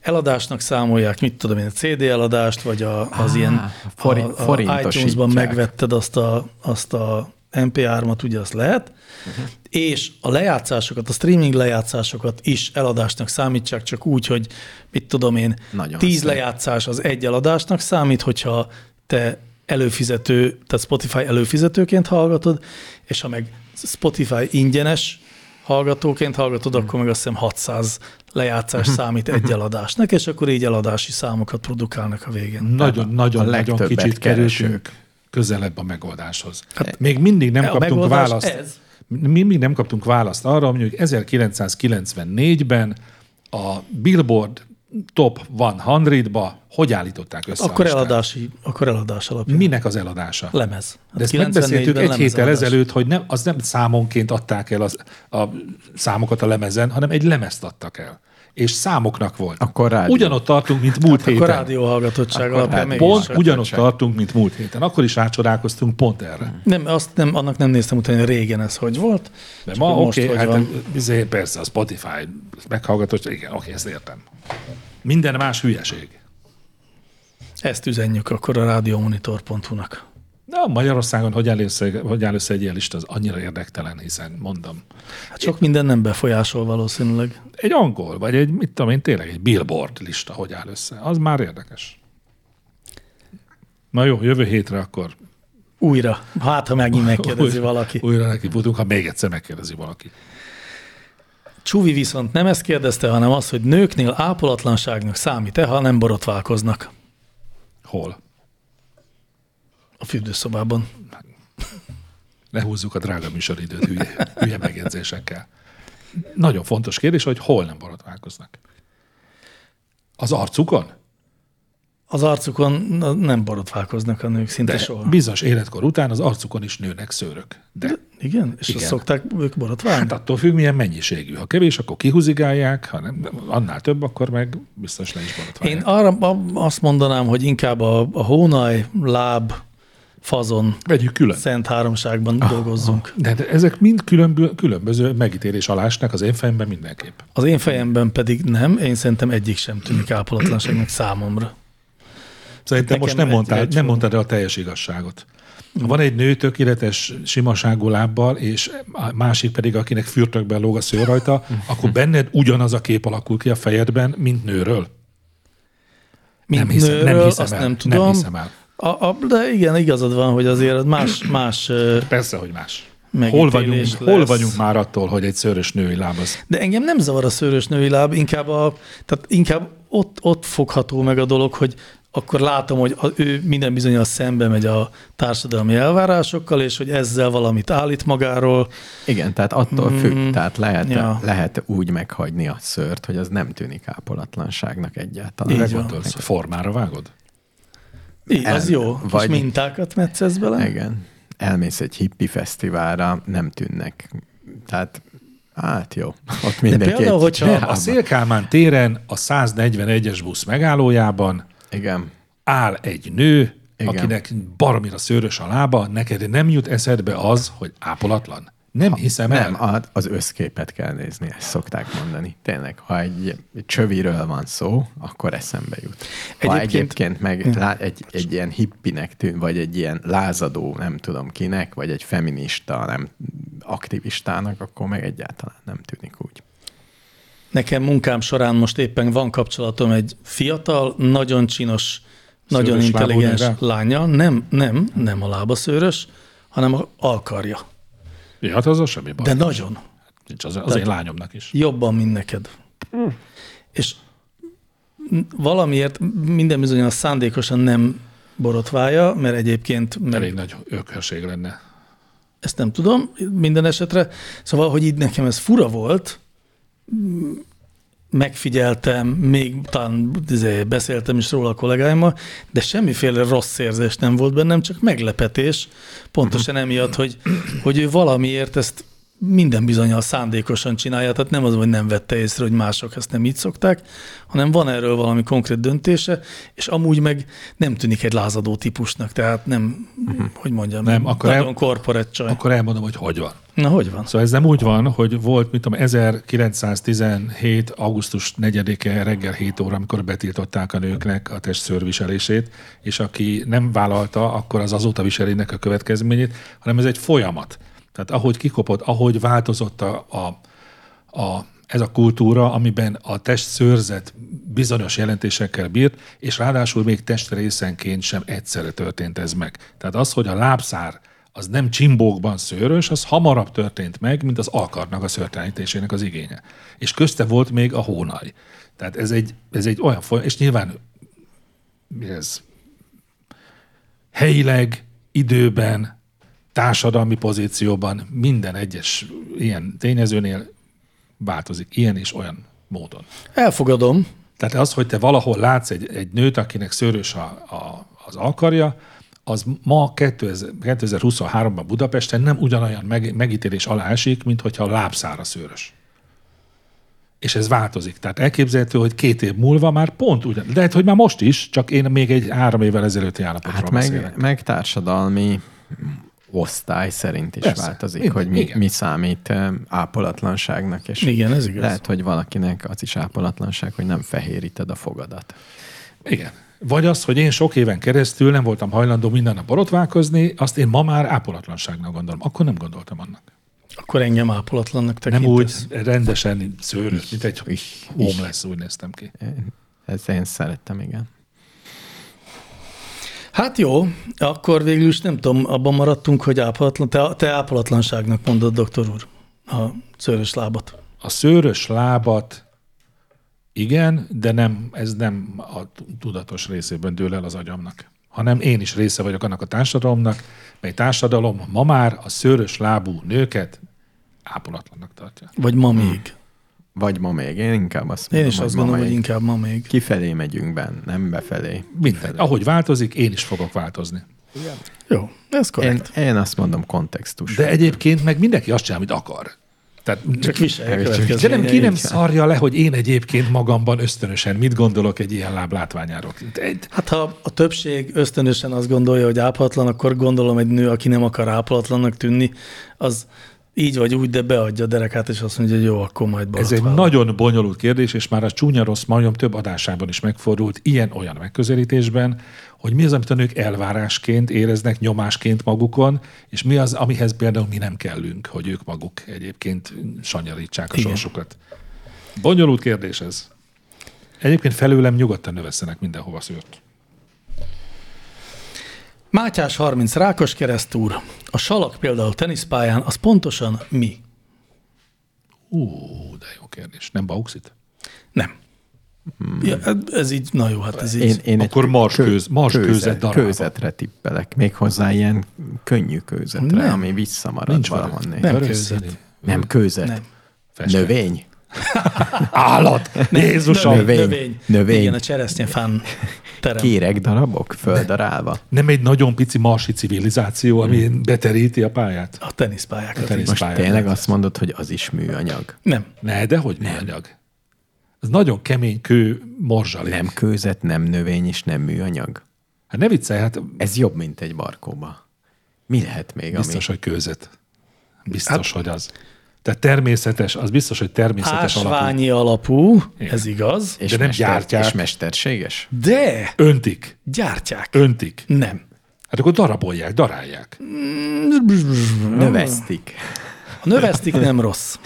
Eladásnak számolják, mit tudom én, a CD eladást, vagy a, az Á, ilyen fori- a, a forintosítják. iTunes-ban megvetted azt a, azt a MP3-at, ugye azt lehet, uh-huh. és a lejátszásokat, a streaming lejátszásokat is eladásnak számítsák, csak úgy, hogy mit tudom én, Nagyon tíz szép. lejátszás az egy eladásnak számít, hogyha te előfizető, tehát Spotify előfizetőként hallgatod, és ha meg Spotify ingyenes hallgatóként hallgatod, Hmm. akkor meg azt hiszem 600 lejátszás számít egy eladásnak, és akkor így eladási számokat produkálnak a végén. a Nagyon-nagyon nagyon legtöbbet kicsit keresők. kerültünk közelebb a megoldáshoz. Hát, még mindig nem a kaptunk megoldás választ. ez. Mi mindig nem kaptunk választ arra, hogy 1994-ben a Billboard Top 100-ba hogy állították össze a Akkor listát? eladási, akkor eladás alapján. Minek az eladása? Lemez. Hát De ezt 94-ben megbeszéltük egy lemez héttel eladás. ezelőtt, hogy nem, az nem számonként adták el az, a számokat a lemezen, hanem egy lemezt adtak el. És számoknak volt. Akkor rádió. Ugyanott tartunk, mint múlt hát héten. Akkor rádióhallgatottság Akkor rádió. alapján mégis Hát Pont csak. ugyanott tartunk, mint múlt héten. Akkor is rácsodálkoztunk pont erre. Nem, azt nem, annak nem néztem utána, hogy régen ez hogy volt. De csak ma hogy most oké, okay, hogy hát van. izé, persze a Spotify meghallgatott, igen, oké, ezt értem. Minden más hülyeség. Ezt üzenjük akkor a rádiomonitor.hu-nak. Na, Magyarországon hogy áll, össze, hogy áll össze egy ilyen lista, az annyira érdektelen, hiszen mondom, Hát sok minden nem befolyásol valószínűleg. egy angol, vagy egy, mit tudom én, tényleg egy billboard lista, hogy áll össze. Az már érdekes. Na jó, jövő hétre akkor Újra. Hát, ha megint megkérdezi valaki. újra neki futunk, ha még egyszer megkérdezi valaki. Csuvi viszont nem ezt kérdezte, hanem az, hogy nőknél ápolatlanságnak számít-e, ha nem borotválkoznak Hol? a fürdőszobában. Lehúzzuk a drága műsoridőt hülye, hülye megjegyzésekkel. Nagyon fontos kérdés, hogy hol nem borotválkoznak. Az arcukon? Az arcukon na, nem borotválkoznak a nők szinte De soha. bizonyos életkor után az arcukon is nőnek szőrök. De, De Igen? Igen. És Igen. azt szokták ők borotválni? Hát attól függ, milyen mennyiségű. Ha kevés, akkor kihúzigálják, ha nem, annál több, akkor meg biztos le is borotválják. Én arra a- azt mondanám, hogy inkább a, a hónaj, láb, fazon, Vegyük külön. szent háromságban dolgozzunk. De, de ezek mind különbö- különböző megítélés alásnak az én fejemben mindenképp. Az én fejemben pedig nem, én szerintem egyik sem tűnik ápolatlanságnak számomra. Szerintem Nekem most nem egy- mondtál, egy nem van. mondtad el a teljes igazságot. Van egy nő tökéletes simaságú lábbal, és a másik pedig, akinek fürtökben lóg a szőr rajta, akkor benned ugyanaz a kép alakul ki a fejedben, mint nőről. Mint nem hiszem, nőről, nem hiszem azt el. nem tudom. Nem hiszem el. A, a, de igen, igazad van, hogy azért más, más ö, Persze, hogy más. Hol megítélés vagyunk, lesz. hol vagyunk már attól, hogy egy szőrös női láb az? De engem nem zavar a szőrös női láb, inkább, a, tehát inkább ott, ott fogható meg a dolog, hogy akkor látom, hogy a, ő minden bizonyos szembe megy a társadalmi elvárásokkal, és hogy ezzel valamit állít magáról. Igen, tehát attól függ, tehát lehet, Hmm. ja. lehet úgy meghagyni a szőrt, hogy az nem tűnik ápolatlanságnak egyáltalán. Így van. Gondolsz, formára vágod? Így, az El- jó. vagy- Vagy... És mintákat metszesz bele? Igen. Elmész egy hippi fesztiválra, nem tűnnek. Tehát, hát jó. Ott mindenki például, egy hogyha csába. A Szélkálmán téren a 141-es busz megállójában Igen. áll egy nő, Igen. Igen. akinek baromira szőrös a lába, neked nem jut eszedbe az, hogy ápolatlan. Nem ha, hiszem el. Nem, a- az összképet kell nézni, ezt szokták mondani. Tényleg, ha egy csöviről van szó, akkor eszembe jut. Ha Egyébként- egyébként, meg lá, egy, egy ilyen hippinek tűn, vagy egy ilyen lázadó, nem tudom kinek, vagy egy feminista, nem aktivistának, akkor meg egyáltalán nem tűnik úgy. Nekem munkám során most éppen van kapcsolatom egy fiatal, nagyon csinos, Szőrös nagyon lábú intelligens nővel? lánya. Nem, nem, nem a lába szőrös, hanem a alkarja. Ja, hát az semmi baj. De De nagyon. Nincs az, az én lányomnak is. Jobban, mint neked. Hm. És n- valamiért minden bizonyan szándékosan nem borotválja, mert egyébként meg Elég nagy ökörség lenne. ezt nem tudom minden esetre. Szóval, hogy így nekem ez fura volt, m, megfigyeltem, még talán izé, beszéltem is róla a kollégáimmal, de semmiféle rossz érzés Mhm. nem volt bennem, csak meglepetés, pontosan emiatt, hogy, hogy ő valamiért ezt minden bizonyal szándékosan csinálja, tehát nem az, hogy nem vette észre, hogy mások ezt nem így szokták, hanem van erről valami konkrét döntése, és amúgy meg nem tűnik egy lázadó típusnak, tehát nem, uh-huh. hogy mondjam, Mhm. Nem, akkor nagyon el- korporett csaj. Akkor... Akkor elmondom, hogy hogy van. Na, hogy van? Szóval ez nem úgy van, hogy volt, mint tudom, 1917. augusztus 4-e reggel 7 óra, amikor betiltották a nőknek a testszőrviselését, és aki nem vállalta, akkor az azóta viselének a következményét, hanem ez egy folyamat. Tehát ahogy kikopott, ahogy változott a, a, a, ez a kultúra, amiben a testszőrzet bizonyos jelentésekkel bírt, és ráadásul még testrészenként sem egyszerre történt ez meg. Tehát az, hogy a lábszár az nem csimbókban szőrös, az hamarabb történt meg, mint az alkarnak a szőrtelenítésének az igénye. És közte volt még a hónaj. Tehát ez egy, ez egy olyan folyamat, és nyilván mi ez helyileg, időben, társadalmi pozícióban, minden egyes ilyen tényezőnél változik ilyen és olyan módon. Elfogadom. Tehát az, hogy te valahol látsz egy, egy nőt, akinek szőrös a, a, az alkarja, az ma 2000, 2023-ban Budapesten nem ugyanolyan meg, megítélés alá esik, mint hogyha a lábszára szőrös. És ez változik. Tehát elképzelhető, hogy két év múlva már pont ugyan. De hogy már most is, csak én még egy három évvel ezelőtti állapotról Hát beszélek. meg, meg társadalmi osztály szerint is Persze, Persze, változik, minden, hogy mi, igen. mi számít eh, ápolatlanságnak. És Igen, ez igaz. Lehet, hogy valakinek az is ápolatlanság, hogy nem fehéríted a fogadat. Igen. Vagy az, hogy én sok éven keresztül nem voltam hajlandó minden nap borotválkozni, azt én ma már ápolatlanságnak gondolom. Akkor nem gondoltam annak. Akkor engem ápolatlannak Nem tekintesz. úgy rendesen szőrös, mint egy Is, hóm lesz, úgy néztem ki. Ez én szerettem, igen. Hát jó, akkor végül is nem tudom, abban maradtunk, hogy ápolatlan, te, te ápolatlanságnak mondod, doktor úr, a szőrös lábat. A szőrös lábat igen, de nem, ez nem a tudatos részében dől el az agyamnak, hanem én is része vagyok annak a társadalomnak, mely társadalom ma már a szőrös lábú nőket ápolatlannak tartja. Vagy ma Hmm. még. Vagy ma még. Én inkább azt Én mondom, is azt ma gondolom, még. hogy inkább ma még. Kifelé megyünk benne, nem befelé. Mindegy. Ahogy változik, én is fogok változni. Jó, ez Én, korrekt. én azt mondom kontextus. De egyébként meg mindenki azt csinál, amit akar. Tehát Csak viselj Csak- a de nem, ki nem következményeit. szarja le, hogy én egyébként magamban ösztönösen mit gondolok egy ilyen láb látványáról. Egy- Hát ha a többség ösztönösen azt gondolja, hogy ápolatlan, akkor gondolom egy nő, aki nem akar ápolatlannak tűnni, az így vagy úgy, de beadja a derekát, és azt mondja, hogy jó, akkor majd Ez egy borotválok. nagyon bonyolult kérdés, és már a csúnya rossz majom több adásában is megfordult ilyen-olyan megközelítésben, hogy mi az, amit a nők elvárásként éreznek, nyomásként magukon, és mi az, amihez például mi nem kellünk, hogy ők maguk egyébként sanyarítsák a Igen. sorsukat. Bonyolult kérdés ez. Egyébként felőlem nyugodtan növesszenek mindenhova szőrt. Mátyás 30 Rákos keresztúr. A salak például teniszpályán, az pontosan mi? Ú, de jó kérdés. Nem bauxit? Nem. Ja, ez így, na jó, hát ez így. Hmm. Én, én Akkor egy mars kő- kőz- mars kőzet darálva. kőzetre tippelek. Méghozzá ilyen könnyű kőzetre, Nem. nem. ami visszamarad Nincs Nincs velük. valahonnan. Nem Vörös kőzet. színű. nem kőzet. Nem. Nem. Festő. Növény. Állat! Jézusom! növény. Növény. Igen, a cseresznyefán terem. Kéreg darabok földarálva. Nem egy nagyon pici marsi civilizáció, ami beteríti a pályát? A teniszpályákat. A tenisz- Most Inspired. tényleg azt mondod, hogy az is műanyag. Nem. Ne, de hogy műanyag? Ez nagyon kemény kő morzsalék. Nem kőzet, nem növény és nem műanyag. Hát ne viccelj, hát Ez jobb, mint egy barkóba. Mi lehet még, biztos, hogy kőzet. Biztos, hát, hogy az. Tehát természetes, az biztos, hogy természetes alapú. Ásványi alapú, ez igaz. ami... És de nem gyártják. És mesterséges? De Öntik, gyártják. öntik. Nem. Hát akkor darabolják, darálják. Növesztik. A növesztik nem rossz.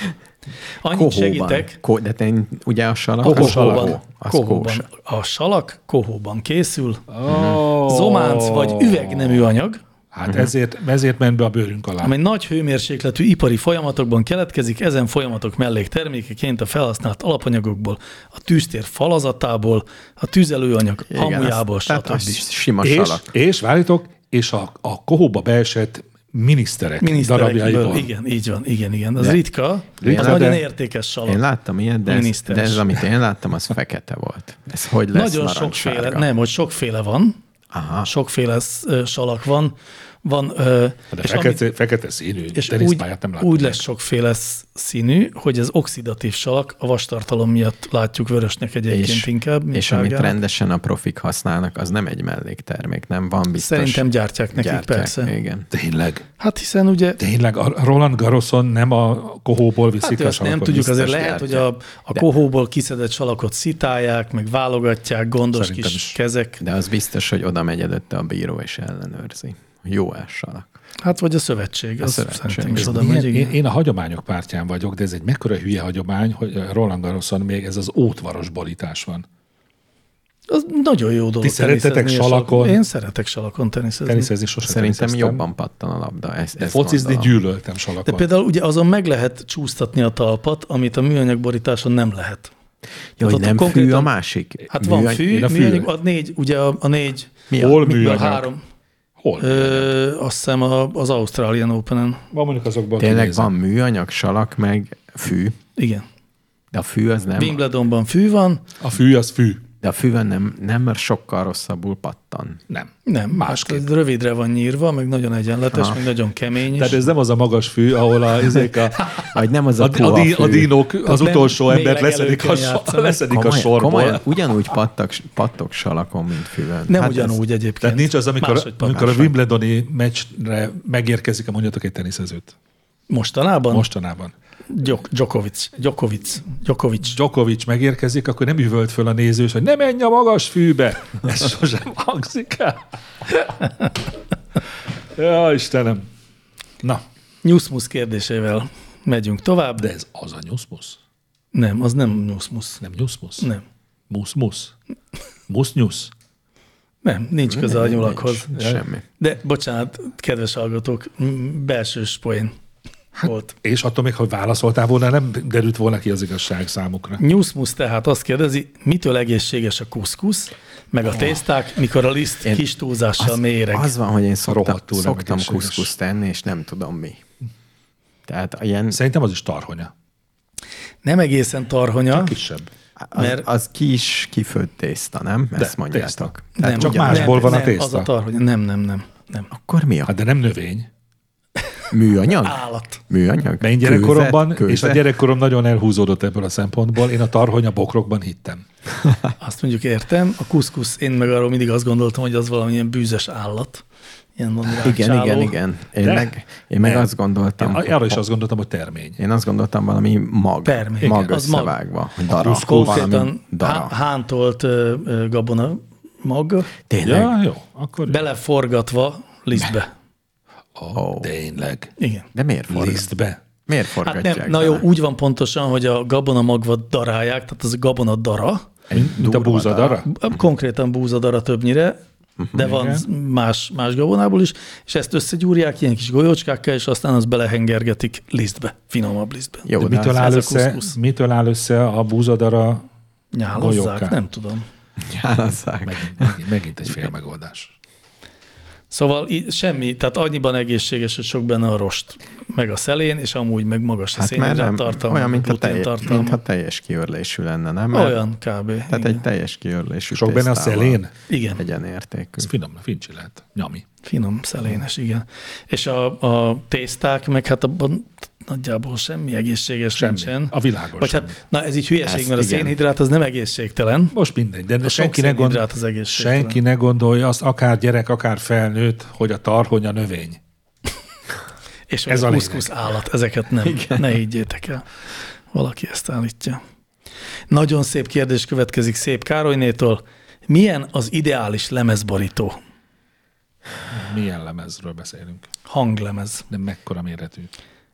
Annyit Kohóban. segítek. Ko, de te, ugye a salak? a Kohóban. salak- Az kohóban. kohóban. A salak kohóban készül. Oh. Zománc vagy üvegnemű anyag, Hát ezért, ezért ment be a bőrünk alá. amely nagy hőmérsékletű ipari folyamatokban keletkezik, ezen folyamatok melléktermékeként a felhasznált alapanyagokból, a tűztér falazatából, a tüzelőanyag hamujából, tehát stb. az sima és, és, salak. és várjátok, és a, a kohóba beesett miniszterek, Miniszterekből. darabjaiból. Igen, így van, igen, igen. Az ritka, Ritka, az de- nagyon értékes salak. Én láttam ilyet, de ez, Miniszteres. de ez, amit én láttam, az fekete volt. Ez hogy lesz Nagyon narancssárga? sokféle, nem, hogy sokféle van, Aha. sokféle sz- ö, salak van, Van, ö, De és, fekete, ami, ami, fekete színű és úgy, teniszpályát nem láttam. úgy még. lesz sokféle sz- színű, hogy az oxidatív salak a vastartalom miatt látjuk vörösnek egyébként És- inkább. mint És amit sárgának. rendesen a profik használnak, az nem egy melléktermék, nem van biztos. Szerintem gyártják nekik, gyártják, persze. Igen. Tényleg. Hát hiszen ugye Tényleg a Roland Garroson nem a kohóból viszik Hát hát, a azt nem salakot. tudjuk, azért biztos lehet, hogy gyártják. a, a kohóból kiszedett salakot szitálják, meg válogatják, gondos Szerintem kis is. kezek. De az biztos, hogy oda megy előtte a bíró és ellenőrzi. Jó ássalak. Hát vagy a szövetség, az szövetség. szerintem is És oda megy. Milyen, én, igen. én a hagyományok pártján vagyok, de ez egy mekkora hülye hagyomány, hogy Roland Garroson még ez az ótvaros borítás van. Az nagyon jó dolog. Ti szeretetek teniszezni és salakon? Én szeretek salakon teniszezni. Teniszezni sosem Szerintem teniszeztem. jobban pattan a labda. Ezt, De ezt focizni gondolom. gyűlöltem salakon. De például ugye azon meg lehet csúsztatni a talpat, amit a műanyag borításon nem lehet. Jó, hogy Tehát nem ott fű a másik. Hát van Műany- fű, én a a fű- műanyag, a négy, ugye a, a négy, Mi Hol mi- a műanyag? három, Hol? ö, azt hiszem a, az Australian Open-en. Van mondjuk azokban Tényleg kinézem. van műanyag, salak, meg fű. Igen. De a fű az nem, Wimbledonban fű van, A fű az fű. de a fűön nem, nem mert sokkal rosszabbul pattan. Nem. Nem, másképp. Hát ez rövidre van nyírva, meg nagyon egyenletes, meg nagyon kemény is. Tehát ez nem az a magas fű, ahol a, ezek a, Vagy nem az a, a, puha a, di, a fű. dinók az nem- utolsó még embert leszedik a, legelőkön so- játszanak. leszedik a Komolyan- komolyan sorból. ugyanúgy pattak, pattok salakon, mint fűön. nem Hát ugyanúgy egyébként. Tehát nincs az, amikor, Máshogy van. amikor a Wimbledoni meccsre megérkezik, a mondjatok egy teniszezőt. Mostanában? Most. Mostanában. Djok, Djokovic. Djokovic. Djokovic. Djokovic megérkezik, akkor nem üvölt föl a nézős, hogy ne menj a magas fűbe. Ez sosem hangzik el. Ja, Istenem. Na, Nyuszmusz kérdésével megyünk tovább. de De. ez az a nyuszmusz. Nem, az nem nyuszmusz. Nem nyuszmusz. Nem. Musz, musz. Musz, nyusz. Nem, nincs köze a nyulakhoz. nincs Semmi. De bocsánat, kedves hallgatók, m- belsős poén volt. És attól még, ha válaszoltál volna, nem derült volna ki az igazság számukra. Nyuszmusz tehát azt kérdezi, mitől egészséges a kuszkusz, meg a tészták, mikor a liszt Én- kis túlzással az, méreg. Az van, hogy én szoktam, Rohadtul nem szoktam egészséges. kuszkuszt tenni, és nem tudom mi. Tehát ilyen, Szerintem az is tarhonya. Nem egészen tarhonya. Kisebb. az, mert- az ki is kifőtt tészta, nem? Ezt tészta. mondjátok. Nem, Tehát csak ugyanaz. másból nem, van a nem, tészta. Az a tar, hogy nem, nem, nem. nem. Akkor mi a Hát de nem növény. műanyag? Állat. Műanyag? De én gyerekkoromban, Kőzet? és a Kőzet? gyerekkorom nagyon elhúzódott ebből a szempontból, én a tarhonya bokrokban hittem. Azt mondjuk értem. A kuszkusz, én meg arról mindig azt gondoltam, hogy az valamilyen bűzös állat. Ilyen van rá Igen, csáló. igen, igen. Én De- meg, én meg nem. azt Én gondoltam, hogy- arra is azt gondoltam, hogy termény. én azt gondoltam valami mag, Permék. mag Igen, az mag. összevágva, hogy dara, valami Konkrétan dara. há- hántolt ö, ö, gabona mag, Tényleg? Ja, jó, akkor beleforgatva lisztbe. Ó. tényleg. Igen. De miért, forgat, Lisztbe. miért Hát forgatják? nem, na jó, úgy van pontosan, hogy a gabona magvat darálják, tehát az a gabona dara, Mint a búzadara? konkrétan búzadara többnyire, Mhm. de van z- más, más gabonából is, és ezt összegyúrják ilyen kis golyócskákkal, és aztán azt belehengergetik lisztbe, finomabb lisztbe. Jó, De de, mitől az, áll, ez a össze, kuszkusz. mitől áll össze a búzadara? Nyálazzák, Golyókká. nem tudom. Jálasszák. Megint, megint, megint egy fél megoldás. Szóval í- semmi, tehát annyiban egészséges, hogy sok benne a rost, meg a szelén, és amúgy meg magas a Hát mert nem, szénhidrát tartalma, olyan, mint a, glutén telj, tartalma. mintha teljes kiörlésű lenne, nem? Mert- Olyan kb. Tehát igen. egy teljes kiörlésű Sok benne a tésztával szelén? igen. Egyenértékű. Ez finom, fincsi lehet. Nyami. Finom, szelénes, igen. És a, a tészták, meg hát abban nagyjából semmi egészséges Semmi. nincsen. A világon Vagy semmi. hát, na ez így hülyeség, Ezt mert igen. a szénhidrát az nem egészségtelen. Most mindegy, de sok senki ne, gond, szénhidrát az egészségtelen. senki ne gondolja azt, akár gyerek, akár felnőtt, hogy a tarhonya növény. És Ez ez a a lényeg. kuszkusz állat, ezeket nem. Igen. Ne higgyétek el. Valaki ezt állítja. Nagyon szép kérdés következik szép Károlynétól. Milyen az ideális lemezborító? Milyen lemezről beszélünk? Hanglemez. De mekkora méretű?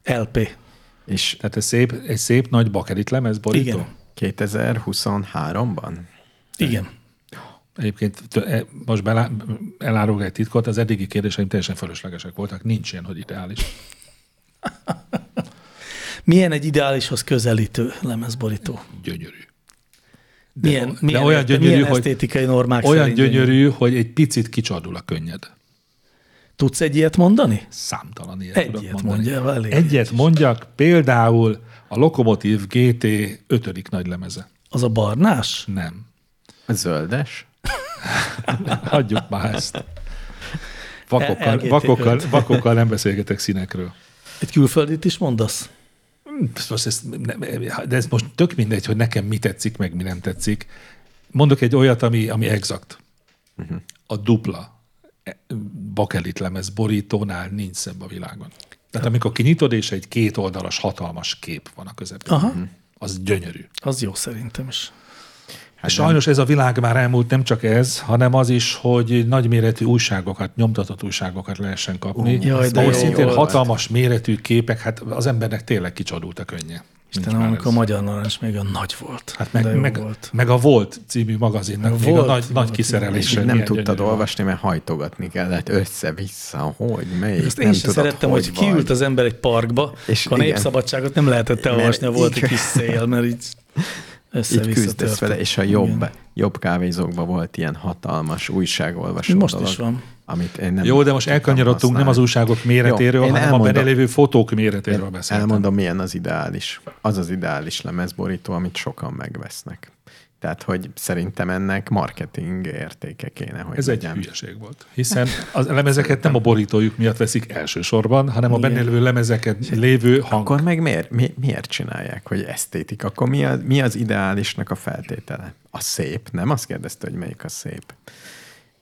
LP. És Tehát egy szép, egy szép nagy bakelit lemez borító? Igen. 2023-ban? Igen. Egyébként tö- e- most belá- elárulok egy titkot, az eddigi kérdéseim teljesen fölöslegesek voltak. Nincs ilyen, hogy ideális. Milyen egy ideálishoz közelítő lemezborító? Gyönyörű. De, milyen, milyen, olyan érte- gyönyörű, milyen hogy- esztétikai normák Olyan szerint gyönyörű, hogy egy picit kicsordul a könnyed. Tudsz egy ilyet mondani? Számtalan ilyet Egyet tudok mondani. mondjál, elég. Egyet mondjak, például a Lokomotív GT 5. nagy lemeze. Az a barnás? Nem. Zöldes? Hagyjuk már ezt. Vakokkal, LGT5. vakokkal, vakokkal nem beszélgetek színekről. Egy külföldit is mondasz? Most ez, de ez most tök mindegy, hogy nekem mi tetszik, meg mi nem tetszik. Mondok egy olyat, ami, ami exakt. Uh-huh. A dupla e, bakelit lemez borítónál nincs szebb a világon. Tehát amikor kinyitod, és egy két oldalas hatalmas kép van a közepén, Aha. az gyönyörű. Az jó szerintem is. Hát Sajnos ez a világ már elmúlt nem csak ez, hanem az is, hogy nagyméretű újságokat, nyomtatott újságokat lehessen kapni. Ú, jaj, de ahol jó szintén volt. hatalmas méretű képek, hát az embernek tényleg kicsodult a könnye. Istenem, amikor a Magyar Narancs még a nagy volt. Hát meg, De jó meg, volt. meg a Volt című magazinnak Meg a még Volt a nagy, című nagy magazin. És kiszerelése. így nem milyen tudtad gyönyörű volt. olvasni, mert hajtogatni kellett össze-vissza, hogy melyik, Ezt nem Hát én sem tudod, szerettem, hogy vagy. kiült az ember egy parkba, és És akkor a igen. népszabadságot nem lehetett elolvasni, ha Mert volt így- egy kis szél, mert így így össze-vissza küzdesz vele, és a jobb, jobb kávézókban volt ilyen hatalmas újságolvasó Most dolog, is van. Amit én nem Jó, de most tudtam elkanyarodtunk nem az használni. újságok méretéről, Jó, én hanem a elmondom. benne lévő fotók méretéről beszéltem. Elmondom, milyen az ideális. Az az ideális lemezborító, amit sokan megvesznek. Tehát, hogy szerintem ennek marketing értéke kéne, hogy Ez egy legyen. hülyeség volt. Hiszen az lemezeket nem a borítójuk miatt veszik elsősorban, hanem a benne Igen. lévő lemezeket lévő hang. Akkor meg miért, mi, miért csinálják, hogy esztétik? Akkor mi az, mi az ideálisnak a feltétele? A szép, nem? Azt kérdezte, hogy melyik a szép.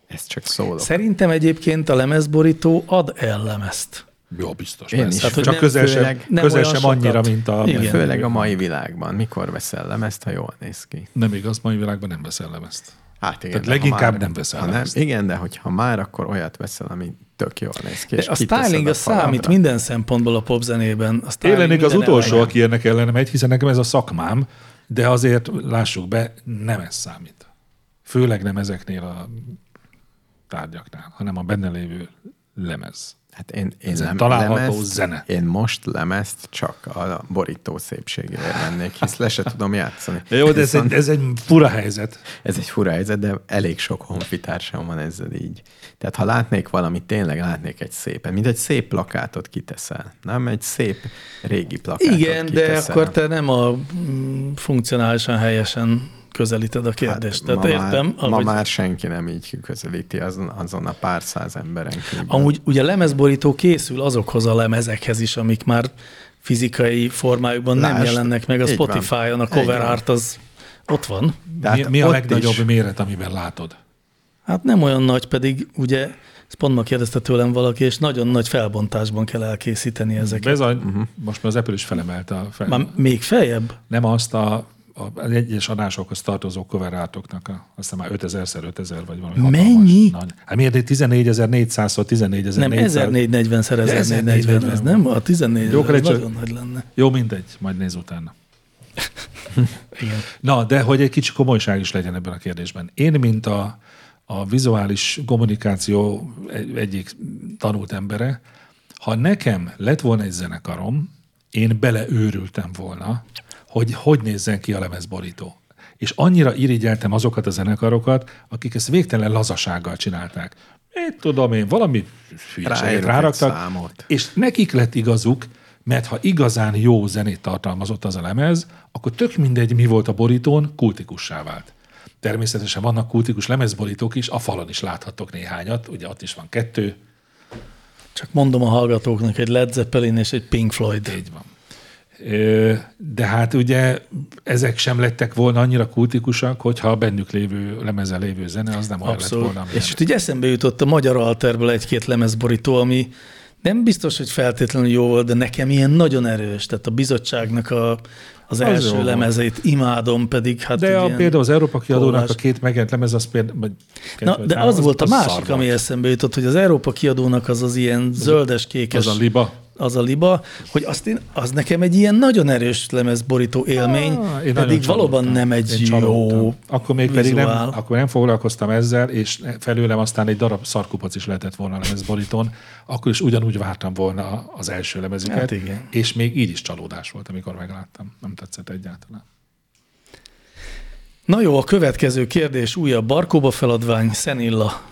Ez csak szólok. Szerintem egyébként a lemezborító ad el lemezt. Jó, biztos. Én persze. is. Tehát, hogy Csak nem- közel sem, főleg nem közel olyan sem annyira, sokat. mint a... Igen. Főleg a mai világban. Mikor veszel lemezt, ha jól néz ki? Nem igaz, mai világban nem veszel lemezt. Hát igen. Tehát de ha leginkább nem veszel ha nem, lemezt. Igen, de hogyha már, akkor olyat veszel, ami tök jól néz ki. De és a kiteszed styling a faladra. számít minden szempontból a popzenében. A styling Én az minden utolsó, elején. aki ennek ellen megy, hiszen nekem ez a szakmám, de azért lássuk be, nem ez számít. Főleg nem ezeknél a tárgyaknál, hanem a benne lévő lemez. Hát én, én Ezen lem, található lemezt, zene. Én most lemezt csak a borító szépségére vennék, hisz le se tudom játszani. De jó, de ez Viszont- egy, ez egy fura helyzet. Ez egy fura helyzet, de elég sok honfitársam van ezzel így. Tehát ha látnék valamit, tényleg látnék egy szépen, mint egy szép plakátot kiteszel, nem? Egy szép régi plakátot Igen, de kiteszel. akkor te nem a mm, funkcionálisan helyesen közelíted a kérdést. Hát ma Tehát értem, Már, ma ahogy már senki nem így közelíti azon, azon a pár száz emberen kívül. Amúgy ugye lemezborító készül azokhoz a lemezekhez is, amik már fizikai formájukban nem Lásd, jelennek meg a így van. Spotify-on, a Így cover van. art az ott van. De mi, hát mi a ott legnagyobb is- is. méret, amiben látod? Hát nem olyan nagy, pedig ugye, ezt pont ma kérdezte tőlem valaki, és nagyon nagy felbontásban kell elkészíteni ezeket. Bizony, uh-huh. most már az Apple is felemelte a fel. Már még feljebb? nem azt a, a az egyes adásokhoz tartozó coverátoknak, a, aztán már 5000-szer 5000 vagy valami. hatalmas. Mennyi? Na, Hát miért de 14400-szor 14400? Nem, 1440 szer 1440, ez 1440. nem? A 14 Jók ez legyen. nagyon nagy lenne. Jó, mindegy, majd néz utána. Igen. Na, de hogy egy kicsi komolyság is legyen ebben a kérdésben. Én, mint a, a vizuális kommunikáció egy- egyik tanult embere, ha nekem lett volna egy zenekarom, én beleőrültem volna, hogy hogy nézzen ki a lemezborító. És annyira irigyeltem azokat a zenekarokat, akik ezt végtelen lazasággal csinálták. Én tudom én, valami Ráírtak hülyeséget egy ráraktak, számot. és nekik lett igazuk, mert ha igazán jó zenét tartalmazott az a lemez, akkor tök mindegy, mi volt a borítón, kultikussá vált. Természetesen vannak kultikus lemezborítók is, a falon is láthatok néhányat, ugye ott is van kettő, Csak mondom a hallgatóknak, egy Led Zeppelin és egy Pink Floyd. így van. Ö, De hát ugye ezek sem lettek volna annyira kultikusak, hogyha a bennük lévő, lemezen lévő zene, az nem olyan Abszolút. lett Abszolút. volna. amilyen. És itt így eszembe jutott a magyar alterből egy-két lemezborító, ami nem biztos, hogy feltétlenül jó volt, de nekem ilyen nagyon erős. Tehát a bizottságnak a, az első jó volt. lemezeit imádom, pedig hát De egy a, ilyen- például az Európa kiadónak tolás. a két megjelent lemez, az például... vagy két Na, vagy de három, az, volt a másik, szar ami volt. eszembe jutott, hogy az Európa kiadónak az az ilyen zöldes-kékes, Az a liba. az a liba, hogy azt én, az nekem egy ilyen nagyon erős lemezborító élmény, Ah, én ah, nagyon pedig valóban csalódtam. nem egy Én jó csalódtam. Akkor még pedig nem, vizuál. akkor nem foglalkoztam ezzel, és felőlem aztán egy darab szarkupac is lehetett volna a lemezborítón, akkor is ugyanúgy vártam volna a- az első lemezüket, Hát igen. és még így is csalódás volt, amikor megláttam. Nem tetszett egyáltalán. Na jó, a következő kérdés újabb Barkóba feladvány, Szenilla,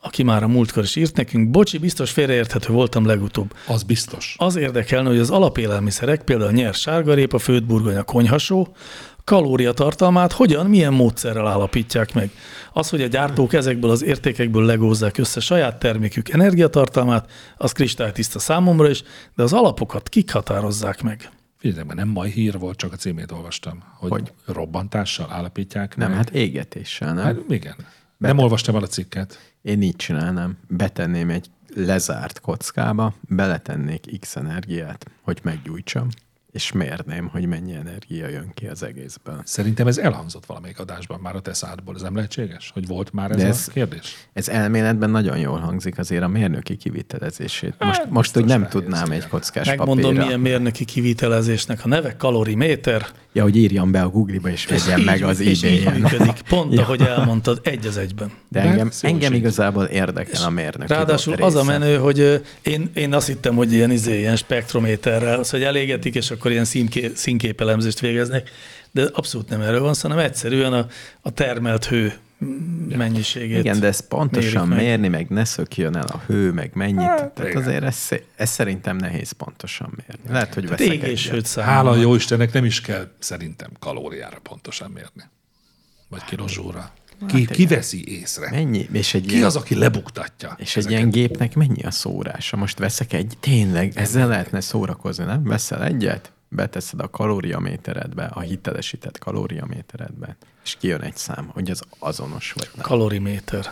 aki már a múltkor is írt nekünk. Bocsi, biztos félreérthető voltam legutóbb. Az biztos. Az érdekelne, hogy az alapélelmiszerek, például a nyers sárgarépa, főtt burgonya, konyhasó, kalóriatartalmát hogyan, milyen módszerrel állapítják meg. Az, hogy a gyártók ezekből az értékekből legózzák össze saját termékük energiatartalmát, az kristálytiszta számomra is, de az alapokat kik határozzák meg. Figyeljetek, mert nem mai hír volt, csak a címét olvastam, hogy, Hogy? hogy? robbantással állapítják Nem, meg. hát égetéssel, nem? Hát igen. Nem olvastam el a cikket. Én így csinálnám. Betenném egy lezárt kockába, beletennék X energiát, hogy meggyújtsam, és mérném, hogy mennyi energia jön ki az egészből. Szerintem ez elhangzott valamelyik adásban már a te szádból. Ez nem lehetséges? Hogy volt már ez, De ez ez- a kérdés? Ez elméletben nagyon jól hangzik azért a mérnöki kivitelezését. Most, most hogy nem nehéz, tudnám igen. egy kockás Megmondom, papírra. milyen mérnöki kivitelezésnek a neve, kaloriméter, Ja, hogy írjam be a Google-ba, és vegyem meg az és így idén. működik, pont ahogy elmondtad, egy az egyben. De De engem, ez jó engem is így. igazából érdekel a mérnöki Ráadásul része. az a menő, hogy ö, én, én azt hittem, hogy ilyen, izé, ilyen spektrométerrel, az, hogy elégetik, és akkor ilyen színké, színképelemzést végeznek, de abszolút nem erről van, szó, hanem egyszerűen a, a termelt hő m- mennyiségét. Igen, de ezt pontosan mérik meg. Hát, mérni, meg ne szökjön el a hő, meg mennyit. Tehát azért ez, szé- ez szerintem nehéz pontosan mérni. Lehet, hogy Hát veszek Égés egyet. hőt számol. Hála jó Istennek nem is kell szerintem kalóriára pontosan mérni. Vagy kilozsóra. Ki, ki veszi észre? Hát Mennyi? És egy Ki ilyen- az, aki lebuktatja? És egy ezeket? ilyen gépnek mennyi a szórása? Most veszek egy, tényleg, ezzel lehetne szórakozni, nem? Veszel egyet, beteszed a kalóriaméteredbe, a hitelesített kalóriaméteredbe, és kijön egy szám, hogy az azonos vagy nem. Kaloriméter.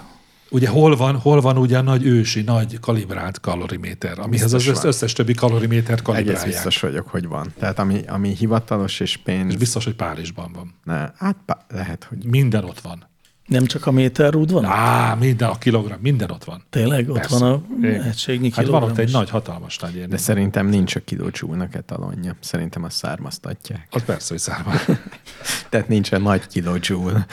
Ugye hol van, hol van ugye a nagy ősi, nagy kalibrált kaloriméter, amihez az Biztos össz- van. összes többi kalorimétert Egész kalibrálják. biztos vagyok, hogy van. Tehát ami, ami hivatalos és pénz, És biztos, hogy Párizsban van. ne, hát pá- lehet, hogy Minden ott van. Nem csak a méterrúd van? Á, minden a kilogram, minden ott van. Tényleg? Ott Persze. van a Igen. egységnyi Hát van ott kilogramm egy is. nagy, hatalmas nagy érni. de szerintem nincs a kilocsúnak etalonja. Szerintem azt származtatják. Az persze, hogy szárma. Tehát nincsen nagy kilocsúl. Ja,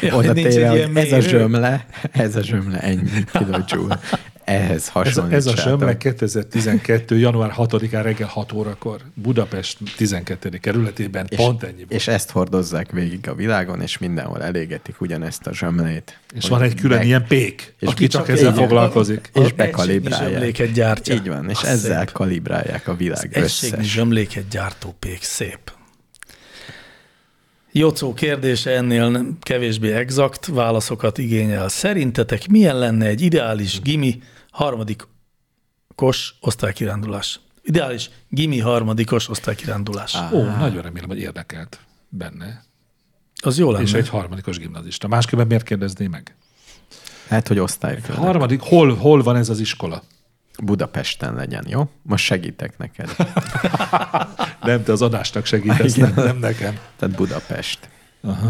Ja, Oda hogy nincs egy téve, ilyen hogy ez a mérő. zsömle, ez a zsömle ennyi kilocsúl. Ehhez Ez, a- hasonlítsátok. ez a zsömmel 2012. január 6-án reggel 6 órakor Budapest 12. kerületében És, pont ennyi volt. és ezt hordozzák végig a világon, és mindenhol elégetik ugyanezt a zsömlét. És Hogy van egy külön meg- ilyen pék, és aki ki csak csak ezzel így- foglalkozik. Az És egységnyi bekalibrálják. zsömléket gyártja. Így van, és Az ezzel szép. kalibrálják a világ Egységnyi összes. zsömléket gyártópék, szép. Jocó kérdése ennél nem- kevésbé exakt válaszokat igényel. Szerintetek milyen lenne egy ideális gimi harmadik kos osztálykirándulás? Ideális gimi harmadikos osztálykirándulás. Ó, nagyon remélem, hogy érdekelt benne. Az jó lenne. És egy harmadikos gimnazista. Másképpen miért kérdezné meg? Lehet, Hát, hogy osztály Harmadik, hol, hol van ez az iskola? Budapesten legyen, jó? Most segítek neked. Hát- Nem, te az adásnak segítesz, nem, nem nekem. Tehát Budapest. Aha.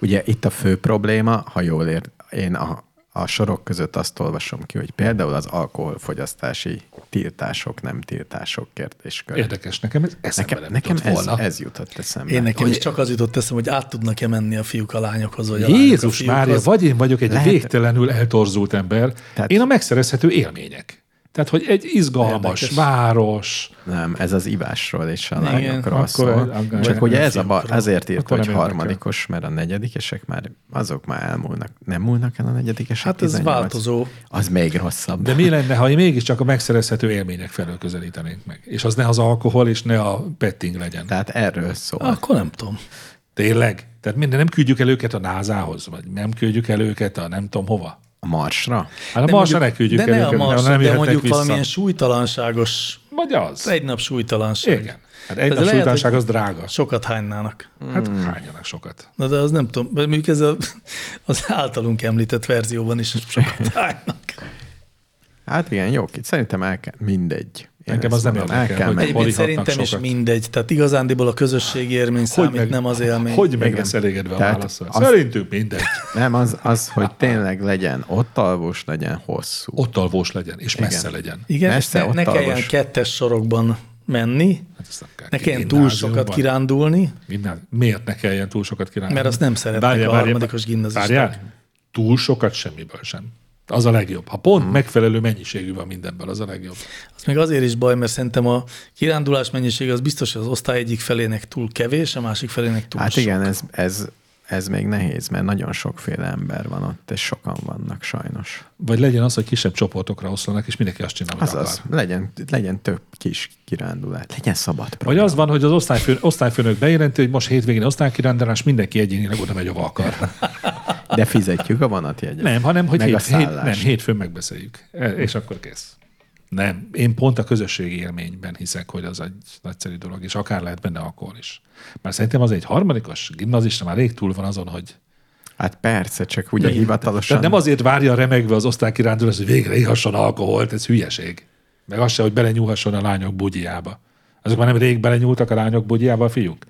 Ugye itt a fő probléma, ha jól ért, én a, a sorok között azt olvasom ki, hogy például az alkoholfogyasztási tiltások, nem tiltások kérdéskör. Érdekes, nekem ez eszembe Nekem, nem nekem jutott ez, volna. ez jutott eszembe. Én nekem is Hogy csak az jutott eszem, hogy át tudnak-e menni a fiúk a lányokhoz, vagy a lányok a Jézus fiúkhoz. Mária, vagy én vagyok egy Lehet- Lehet. végtelenül eltorzult ember, Tehát- Tehát... én a megszerezhető élmények. Tehát, hogy egy izgalmas Érdekes. Érdekes. város, Nem, ez az ivásról és a lányokról akkor- szól. akkor- Csak akkor- ugye ez a ba, azért írt, akkor hogy nem érdekel. harmadikos, mert a negyedikesek már, azok már elmúlnak. Nem múlnak el a negyedikesek? Hát ez 18? változó. Az még rosszabb. de mi lenne, ha mégiscsak a megszerezhető élmények felől közelítenénk meg? És az ne az alkohol, és ne a petting legyen. Tehát erről szól. Akkor nem tudom. Tényleg? Tehát minden, nem küldjük el őket a názához, vagy nem küldjük el őket a nem tudom hova? A Marsra? Hát a De Marsra ne mondjuk- küldjük de el ne a őket, mert Marsra, nem de jöhetnek mondjuk vissza. valamilyen súlytalanságos Vagy az. Egy nap súlytalanság. Igen. Hát egy Ez nap lehet, súlytalanság hogy Hmm. az drága. Sokat hánynának. Hát hányanak sokat. Na de az nem tudom, de mondjuk ez a, az általunk említett verzióban is sokat hánynak. Hát igen, jó. ki- Szerintem el kell, mindegy. Én Nekem ezt az nem mondom, érdekel, El kell hogy menni. hol Egyébként is szerintem hatnak is sokat. mindegy. Tehát igazándiból a közösségi élmény számít, nem az élmény. Hogy meg Igen. lesz elégedve a Tehát válaszol? az- Szerintünk mindegy. Nem, az, az, hogy tényleg legyen ott alvos, legyen hosszú. Ott alvós legyen, és messze legyen. Igen, Messze, ne, ne ott kelljen alvos. kettes sorokban menni, Hát ezt nem kell. ne kelljen túl sokat Gimnáziumban. kirándulni, Minden, miért ne kelljen túl sokat kirándulni? Mert azt nem szeretnek a harmadikos gimnazisták. Várjál, túl sokat semmiből sem. Az a legjobb. Ha Hmm. pont megfelelő mennyiségű van mindenből, az a legjobb. Az még azért is baj, mert szerintem a kirándulás mennyisége az biztos, hogy az osztály egyik felének túl kevés, a másik felének túl Hát sok. igen, ez, ez ez még nehéz, mert nagyon sokféle ember van ott, és sokan vannak sajnos. Vagy legyen az, hogy kisebb csoportokra oszlanak, és mindenki azt csinál, amit Azaz, akar. legyen, legyen több kis kirándulás, legyen szabad Vagy program. az van, hogy az osztályfő, osztályfőnök bejelenti, hogy most hétvégén osztálykirándulás, mindenki egyénileg oda megy, ahova akar. De fizetjük a vonatjegyet. Nem, hanem, hogy Meg a hét, hét, szállást. nem, hétfőn megbeszéljük. E- És akkor kész. Nem, én pont a közösségi élményben hiszek, hogy az egy nagyszerű dolog, és akár lehet benne akkor is. Mert szerintem az egy harmadikos gimnazista már rég túl van azon, hogy Hát persze, csak ugye hivatalosan. Tehát nem azért várja remegve az osztálykirándulást, hogy végre ihasson alkoholt, ez hülyeség. Meg az se, hogy belenyúlhasson a lányok bugyjába. Azok már nem rég belenyúltak a lányok bugyjába a fiúk?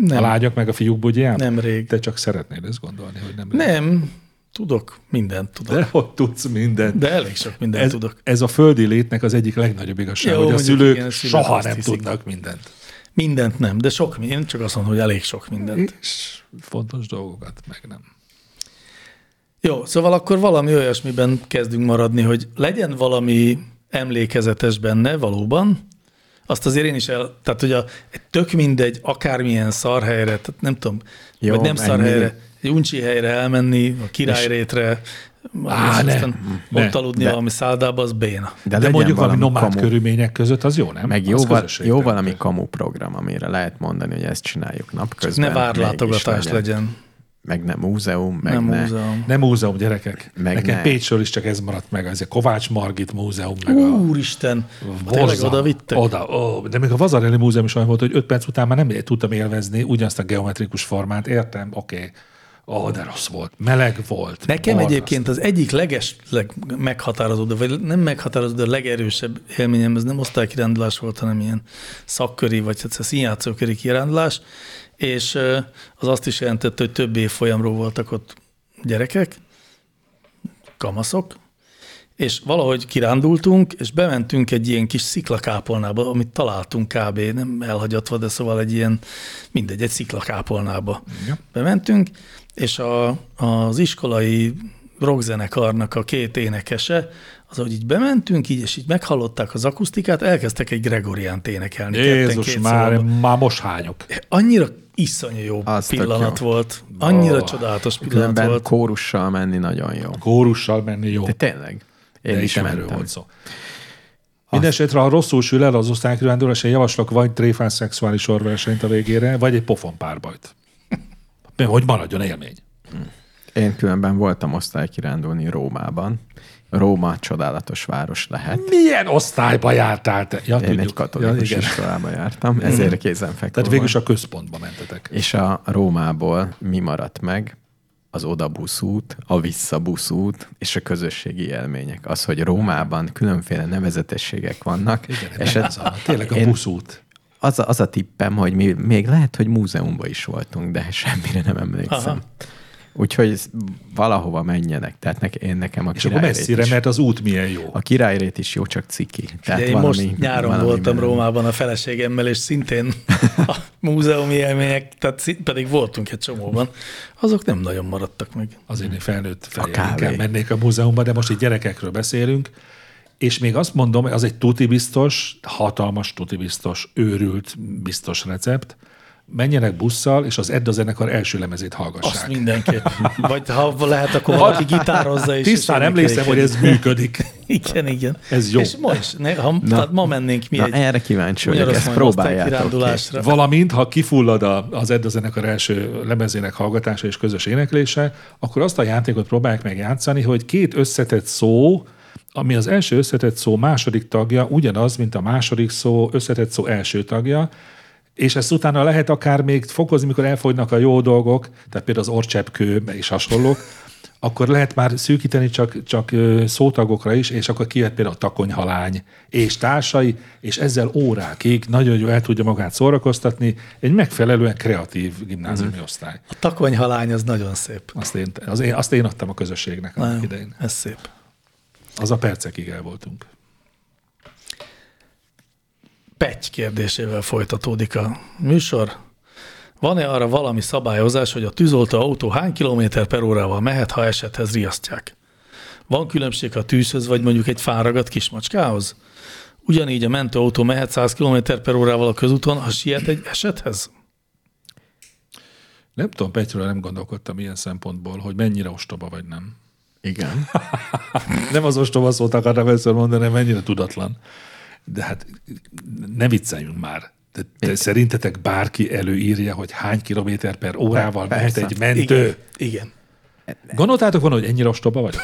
Nem. A lányok meg a fiúk bugyjába? Nem rég. Te csak szeretnéd ezt gondolni, hogy nem. rég. Nem, tudok, mindent tudok. De hogy tudsz mindent. De elég sok mindent ez, tudok. ez a földi létnek az egyik legnagyobb igazság, Jó, hogy a mondjuk szülők igen, a szülők soha azt nem hiszik. tudnak mindent. Mindent nem, de sok mindent, csak azt mondom, hogy elég sok mindent. És fontos dolgokat meg nem. Jó, szóval akkor valami olyasmiben kezdünk maradni, hogy legyen valami emlékezetes benne valóban, azt azért én is el, tehát ugye a- egy tök mindegy, akármilyen szarhelyre, tehát nem tudom, Jó, Jó, vagy nem ennyi. szarhelyre, egy uncsi helyre elmenni, a királyrétre, Á, és ne, aztán ne, ott aludni de- valami száldába, az béna. De, de mondjuk valami nomád komu- körülmények között az jó, nem? Meg Az jó, val- közösség jó teremtő. valami kamu program, amire lehet mondani, hogy ezt csináljuk napközben. Ne várlátogatás mégis legyen, legyen Meg nem múzeum, meg nem ne. múzeum. Nem múzeum, gyerekek. Meg Meg Nekem ne. Pécsről is csak ez maradt meg, ez a Kovács Margit múzeum, meg a Úristen, Hát tényleg Borza. oda vittek? Oda, ó, de még a Vazarelli múzeum is olyan volt, hogy 5 perc után már nem tudtam élvezni ugyanazt a geometrikus formát, értem, oké. Okay. Ó, de rossz volt, meleg volt. Nekem borzasztó. egyébként az egyik leges, leg, meghatározó, de vagy nem meghatározó, de a legerősebb élményem, ez nem osztálykirándulás volt, hanem ilyen szakköri, vagy hát színjátszóköri kirándulás, és ö, az azt is jelentette, hogy több évfolyamról voltak ott gyerekek, kamaszok, és valahogy kirándultunk, és bementünk egy ilyen kis sziklakápolnába, amit találtunk kb. nem elhagyatva, de szóval egy ilyen, mindegy, egy sziklakápolnába. Ja. Bementünk, és a, az iskolai rockzenekarnak a két énekese, az, ahogy így bementünk, így, és így meghallották az akusztikát, elkezdtek egy Gregoriánt énekelni. ketten Jézus, két már, szólamban. már most hányok. Annyira iszonyú jó Az tök pillanat jó. volt. Annyira Ó. csodálatos pillanat Különben volt. kórussal menni nagyon jó. Kórussal menni jó. De tényleg. Én De is itt nem erről mentem. volt szó. Mindenesetre, ha rosszul sül el az osztálykirándulás, én javaslok vagy tréfás szexuális sorversenyt a végére, vagy egy pofon párbajt. Mert Hogy maradjon élmény. Én különben voltam osztálykirándulni Rómában. Róma csodálatos város lehet. Milyen osztályba jártál te? Ja, Én tudjuk. egy katolikus ja, ja, igen. Mhm. iskolába jártam, ezért kézenfekvő Tehát végül is voltam. a központba mentetek. És a Rómából mi maradt meg? Az odabuszút, a visszabuszút és a közösségi élmények. Az, hogy Rómában különféle nevezetességek vannak. Igen, és nem ez, az a- Tényleg a én- buszút. az, a, az a tippem, hogy mi még lehet, hogy múzeumban is voltunk, de semmire nem emlékszem. Aha. Aha. Úgyhogy ez- valahova menjenek. Tehát nek, én nekem a És akkor királyrét messzire, is, mert az út milyen jó. a királyrét is jó, csak ciki. Tehát De én Hát valami, most nyáron valami voltam menő. Rómában a feleségemmel, és szintén a múzeumi élmények, tehát szint, pedig voltunk egy csomóban, azok nem nagyon maradtak meg. Azért én felnőtt fejjel kávé. inkább mennék a múzeumba, de most itt gyerekekről beszélünk, és még azt mondom, az egy tuti biztos, hatalmas tuti biztos, őrült biztos recept, menjenek busszal, és az Edda zenekar első lemezét hallgassák. Azt mindenképp. Vagy ha lehet, akkor valaki gitározza is. és Tisztán énekelik emlékszem, hogy egy- ez működik. Igen, igen. Ez jó. És ma is, ne, ha, tehát ma mennénk mi Na, egy erre kíváncsi vagyok, ugyanazt ezt majd próbáljátok ki. osztálykirándulásra. Valamint, ha kifullad a, az Edda zenekar első lemezének hallgatása és közös éneklése, akkor azt a játékot próbálják meg játszani, hogy két összetett szó, ami az első összetett szó második tagja, ugyanaz, mint a második szó összetett szó első tagja, és ezt utána lehet akár még fokozni, mikor elfogynak a jó dolgok, tehát például az orcsepkő és hasonlók, akkor lehet már szűkíteni csak, csak ö, szótagokra is, és akkor kijött például a takonyhalány és társai, és ezzel órákig nagyon jól el tudja magát szórakoztatni. Egy megfelelően kreatív gimnáziumi osztály. A takonyhalány az nagyon szép. Azt én, az én, azt én adtam a közösségnek annak idején. Ez szép. Az a percekig el voltunk. Pegy kérdésével folytatódik a műsor. Van-e arra valami szabályozás, hogy a tűzoltó autó hány kilométer per órával mehet, ha esethez riasztják? Van különbség a tűzhöz, vagy mondjuk egy fáragadt kismacskához? Ugyanígy a mentőautó mehet 100 km per órával a közúton, ha siet egy esethez? Nem tudom, Petyről nem gondolkodtam ilyen szempontból, hogy mennyire ostoba vagy nem. Igen. Nem az ostoba szót akartam először mondani, hanem mennyire tudatlan. De hát ne vicceljünk már. De, de szerintetek bárki előírja, hogy hány kilométer per órával mehet Persze. egy mentő? Igen. Igen. Gondoltátok volna, hogy ennyire ostoba vagyok?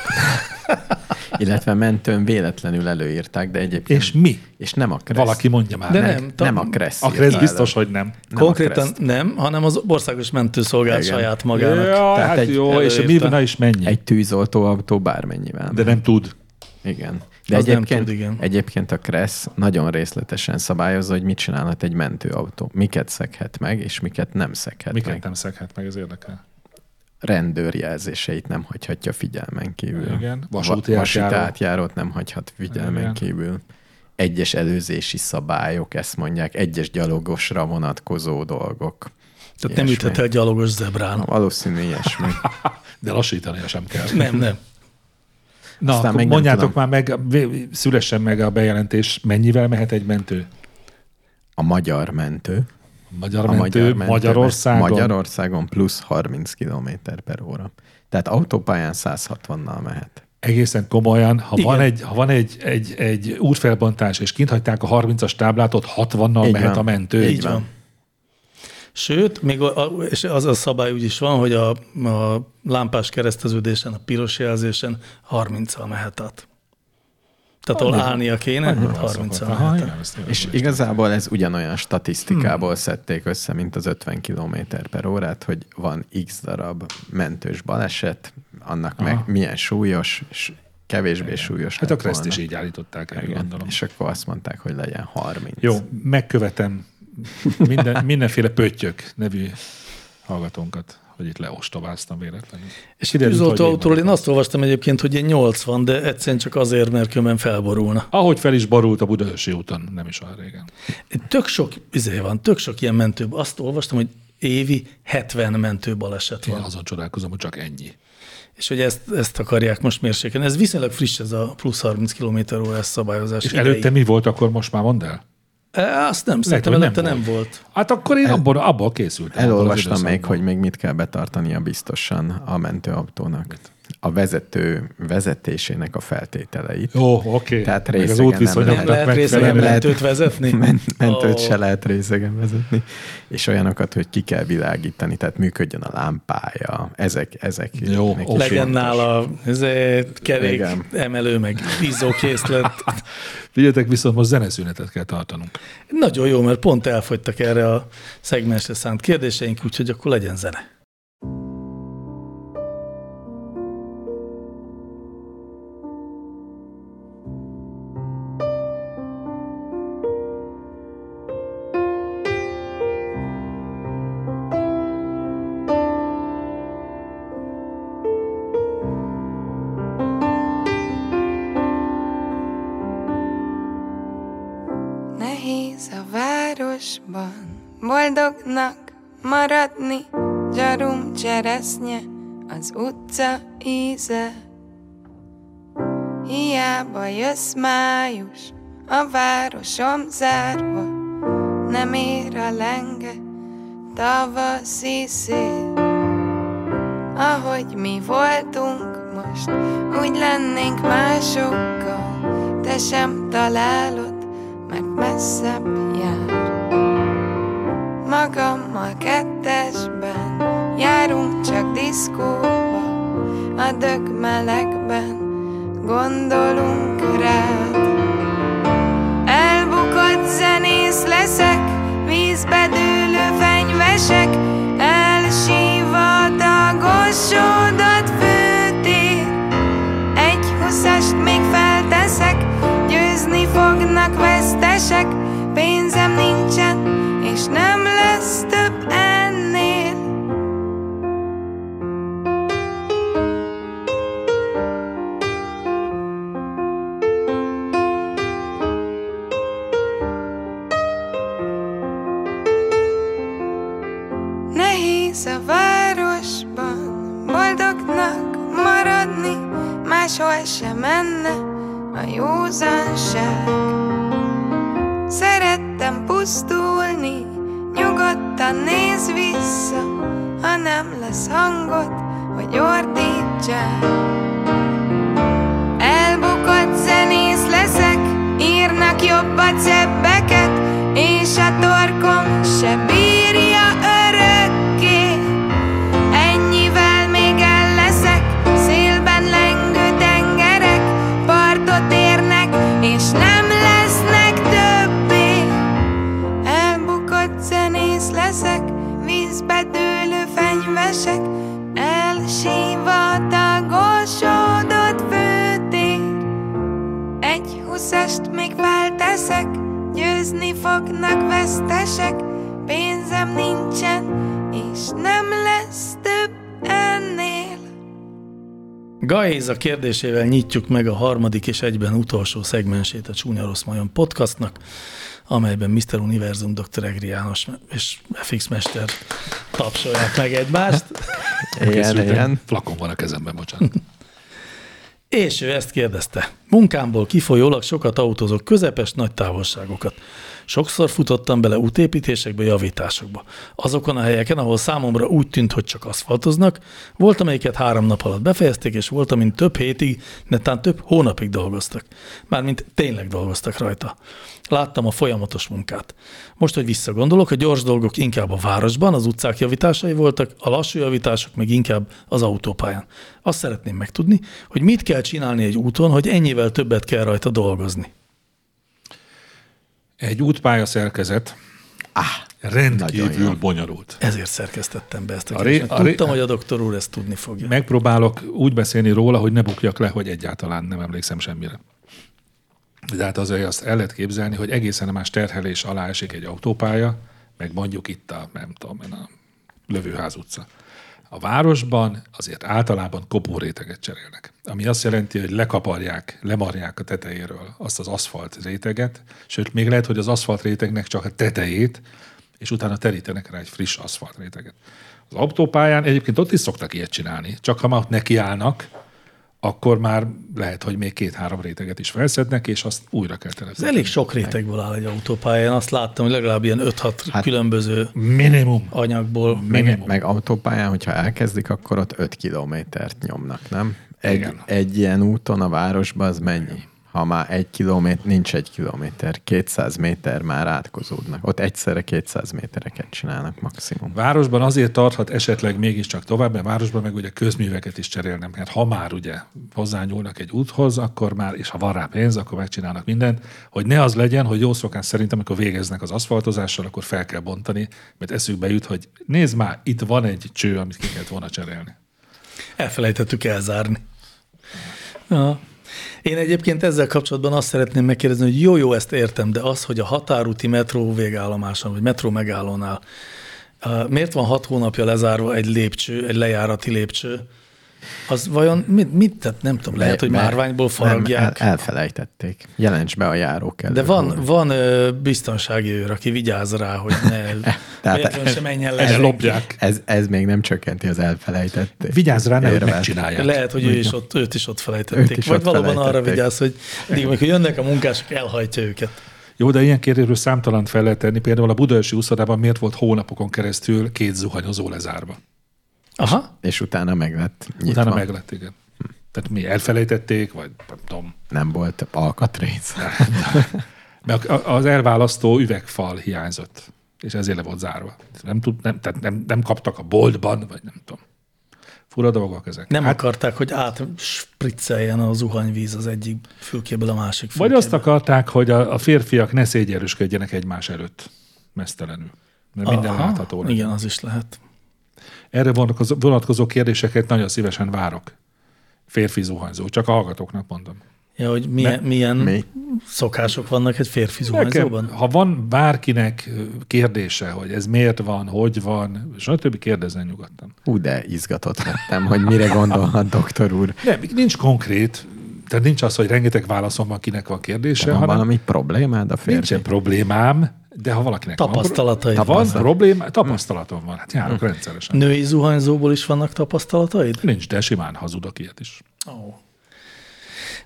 Illetve mentőn véletlenül előírták, de egyébként... És mi? És nem a kressz. Valaki mondja már. De meg. nem. Nem a kressz. A írta Kressz elő. biztos, hogy nem. a Konkrétan Kreszt. nem, hanem az országos mentőszolgálat Igen. saját magának. Ja, Tehát hát egy jó, és mi előírta. na is mennyi? Egy tűzoltóautó bármennyivel. De nem tud. Igen. De Az nem egyébként, tud, igen. egyébként a Kressz nagyon részletesen szabályozza, hogy mit csinálhat egy mentőautó. Miket szekhet meg, és miket nem szekhet Miket meg. nem szeghet meg, ez érdekel. Rendőrjelzéseit nem hagyhatja figyelmen kívül. Igen. Vasúti Vasúti, vasúti átjáró. átjárót nem hagyhat figyelmen Igen. Igen. kívül. Egyes előzési szabályok, ezt mondják, egyes gyalogosra vonatkozó dolgok. Tehát nem Ilyesmi. üthet el gyalogos zebrán. Valószínű ilyesmi. De lassítania sem kell. Nem, nem. Na, Aztán akkor még nem mondjátok tudom. már meg, vé- szülessen meg a bejelentés, mennyivel mehet egy mentő? A magyar mentő. Magyar A mentő, magyar mentőben- Magyarországon. Magyarországon plusz 30 km per óra. Tehát autópályán 160-nal mehet. Egészen komolyan, ha Igen. van, egy, ha van egy, egy, egy útfelbontás, és kint hagyták a 30-as táblát, ott 60-nal Így mehet van. a mentő. Így Így van. Sőt, még a, a, és az a szabály úgy is van, hogy a, a lámpás kereszteződésen, a piros jelzésen 30-al mehet át. Tehát ahol állnia kéne, ott 30-al Aha, mehet át. igen, ezt És tudom. igazából ez ugyanolyan statisztikából szedték össze, mint az 50 km per órát, hogy van x darab mentős baleset, annak meg milyen súlyos, és kevésbé súlyos. Hát a lett Kreszt is volna. így állították el, Igen. gondolom. És akkor azt mondták, hogy legyen 30. Jó, megkövetem minden, mindenféle pöttyök nevű hallgatónkat, hogy itt leostobáztam véletlenül. És itt Kiderült, hogy tűzoltó autóról én maradtam. azt olvastam egyébként, hogy ilyen 80, de egyszerűen csak azért, mert különben felborulna. Ahogy fel is borult a Budaörsi úton, nem is olyan régen. Tök sok izé van, tök sok ilyen mentőbb. Azt olvastam, hogy évi 70 mentőbaleset Én van. azon csodálkozom, hogy csak ennyi. És hogy ezt, ezt akarják most mérsékelni. Ez viszonylag friss ez a plusz 30 km órás szabályozás. És idei. előtte mi volt, akkor most már mondd el? E, Azt nem, szerintem hogy nem előtte nem volt. volt. volt. Hát akkor én abból, abból készültem. abból az Elolvastam még, időszakból. hogy még mit kell betartania biztosan a mentőautónak. A vezető vezetésének a feltételeit. Jó, oké. Tehát Meg az részegen nem Nem útviszonyoknak lehet. lehet részegen megfelelően. nem lehet. mentőt vezetni? Men- mentőt Ó. se lehet részegen vezetni, és olyanokat, hogy ki kell világítani, tehát működjön a lámpája, ezek, ezek. Jó, neki oké. Legyen fontos. nála ezért kerék Igen. emelő, meg izzókészlet. Figyeljetek, viszont most zeneszünetet kell tartanunk. Nagyon jó, mert pont elfogytak erre a szegmensre szánt kérdéseink, úgyhogy akkor legyen zene. Nehéz a városban boldognak maradni, gyarum cseresznye az utca íze. Hiába jössz május, a városom zárva, nem ér a lenge tavaszi szél. Ahogy mi voltunk most, úgy lennénk másokkal, te sem találod, mert messzebb jár. Magammal kettesben járunk csak diszkóba, a dög melegben gondolunk rád. Elbukott zenész leszek, vízbe dőlő fenyvesek, elsívva a dagosodott főtér. Egy huszast még felteszek, győzni fognak vesztesek, pénzem nincsen, és nem lesz több ennél. Nehéz a városban boldognak maradni, máshol sem menne a józanság. Szerettem pusztulni, nyugodtan néz vissza, ha nem lesz hangot, hogy ordítsál. Elbukott zenész leszek, írnak jobbat szebbeket, és a torkom se bírja örökké. Ennyivel még el leszek, szélben lengő tengerek, partot érnek, és nem lesznek többé. Elbukott zenész leszek, vízbe dőlő fenyvesek, elsivatagosodott főtér. Egy huszast még felteszek, győzni fognak vesztesek, pénzem nincsen, és nem lesz több ennél. Gaéza kérdésével nyitjuk meg a harmadik és egyben utolsó szegmensét a Csúnya Rossz Majon podcastnak, amelyben Mr. Univerzum dr. Egri János és FX Mester tapsolják meg egymást, Igen, Készültem. igen. Flakon van a kezemben, bocsánat. és ő ezt kérdezte. Munkámból kifolyólag sokat autózok közepes nagy távolságokat. Sokszor futottam bele útépítésekbe, javításokba. Azokon a helyeken, ahol számomra úgy tűnt, hogy csak aszfaltoznak, volt, amelyiket három nap alatt befejezték, és volt, amin több hétig, netán több hónapig dolgoztak. Mármint tényleg dolgoztak rajta. Láttam a folyamatos munkát. Most, hogy visszagondolok, a gyors dolgok inkább a városban, az utcák javításai voltak, a lassú javítások meg inkább az autópályán. Azt szeretném megtudni, hogy mit kell csinálni egy úton, hogy ennyivel többet kell rajta dolgozni. Egy útpálya szerkezet ah, rendkívül bonyolult. Ezért szerkesztettem be ezt a A ré- kérdést. mert a ré- Tudtam, hogy a doktor úr ezt tudni fogja. Megpróbálok úgy beszélni róla, hogy ne bukjak le, hogy egyáltalán nem emlékszem semmire. De hát azért azt el lehet képzelni, hogy egészen más terhelés alá esik egy autópálya, meg mondjuk itt a, nem tudom, én a Lövőház utca. A városban azért általában kopóréteget cserélnek, ami azt jelenti, hogy lekaparják, lemarják a tetejéről azt az aszfalt réteget, sőt, még lehet, hogy az aszfalt rétegnek csak a tetejét, és utána terítenek rá egy friss aszfalt réteget. Az autópályán egyébként ott is szoktak ilyet csinálni, csak ha már ott nekiállnak, akkor már lehet, hogy még két-három réteget is felszednek, és azt újra kell Ez telepíteni. elég sok rétegből áll egy autópályán. Azt láttam, hogy legalább ilyen 5-6 hát, különböző Minimum. anyagból. Meg, Minimum. meg autópályán, hogyha elkezdik, akkor ott 5 kilométert nyomnak, nem? Egy, Igen. egy ilyen úton a városba az mennyi? Ha már egy kilométer, nincs egy kilométer, 200 méter már átkozódnak. Ott egyszerre 200 métereket csinálnak maximum. Városban azért tarthat esetleg mégiscsak tovább, mert városban meg ugye közműveket is cserélnek, mert ha már ugye hozzányúlnak egy úthoz, akkor már, és ha van rá pénz, akkor megcsinálnak mindent, hogy ne az legyen, hogy jó szokás szerint, amikor végeznek az aszfaltozással, akkor fel kell bontani, mert eszükbe jut, hogy nézd már, itt van egy cső, amit ki kellett volna cserélni. Elfelejtettük elzárni. Ja. Én egyébként ezzel kapcsolatban azt szeretném megkérdezni, hogy jó-jó, ezt értem, de az, hogy a határúti metró végállomáson, vagy metró megállónál, eh, miért van hat hónapja lezárva egy lépcső, egy lejárati lépcső, az vajon mit, mit tett? Nem tudom, lehet, hogy Mert- márványból Nem, faragják. el, elfelejtették. Jelents be a járók De van, van ö, biztonsági őr, aki vigyáz rá, hogy ne Tehát véletlenül se menjen Ezt le. lopják. Ez, ez még nem csökkenti az elfelejtették. Vigyázz rá, nehogy Érvelt. megcsinálják. Lehet, hogy ő is ott, őt is ott Őt felejtették. is Vagy ott valóban arra felejtették. vigyáz, hogy mindig, amikor jönnek a munkások, elhajtja őket. Jó, de ilyen kérdésről számtalan fel lehet tenni. Például a budaörsi úszodában miért volt hónapokon keresztül két zuhanyozó lezárva? Aha. És utána meg lett nyitva. Utána meg lett, igen. Tehát mi elfelejtették, vagy nem tudom. Nem volt alkatrész. Mert a- az elválasztó üvegfal hiányzott, és ezért le volt zárva. Nem, tud, nem, tehát nem, nem kaptak a boltban, vagy nem tudom. Fura dolgok ezek. Nem hát, hát, akarták, hogy átspricceljen a zuhanyvíz az egyik fülkéből a másik Hát, vagy fülkébe. azt akarták, hogy a, a férfiak ne szégyelősködjenek egymás előtt, mesztelenül. Mert minden Aha, látható. legyen. Igen, az is lehet. Erre vonatkozó, vonatkozó kérdéseket nagyon szívesen várok. Férfi zuhanyzó, csak a hallgatóknak mondom. Ja, hogy milyen, milyen Mi? szokások vannak egy férfi Nekem, zuhanyzóban? ha van bárkinek ö, kérdése, hogy ez miért van, hogy van, és a többi kérdezzen nyugodtan. Hú, de izgatott lettem, hogy mire gondolhat doktor úr. Nem, nincs konkrét, tehát nincs az, hogy rengeteg válaszom van, kinek van kérdése, Te van hanem valami problémád a férfi? nincsen problémám, de ha valakinek Tapasztalataid van, pro- ha van vannak. problém, tapasztalatom van, hát járok Hm. rendszeresen. Női zuhanyzóból is vannak tapasztalataid? Nincs, de simán hazudok ilyet is. Ó.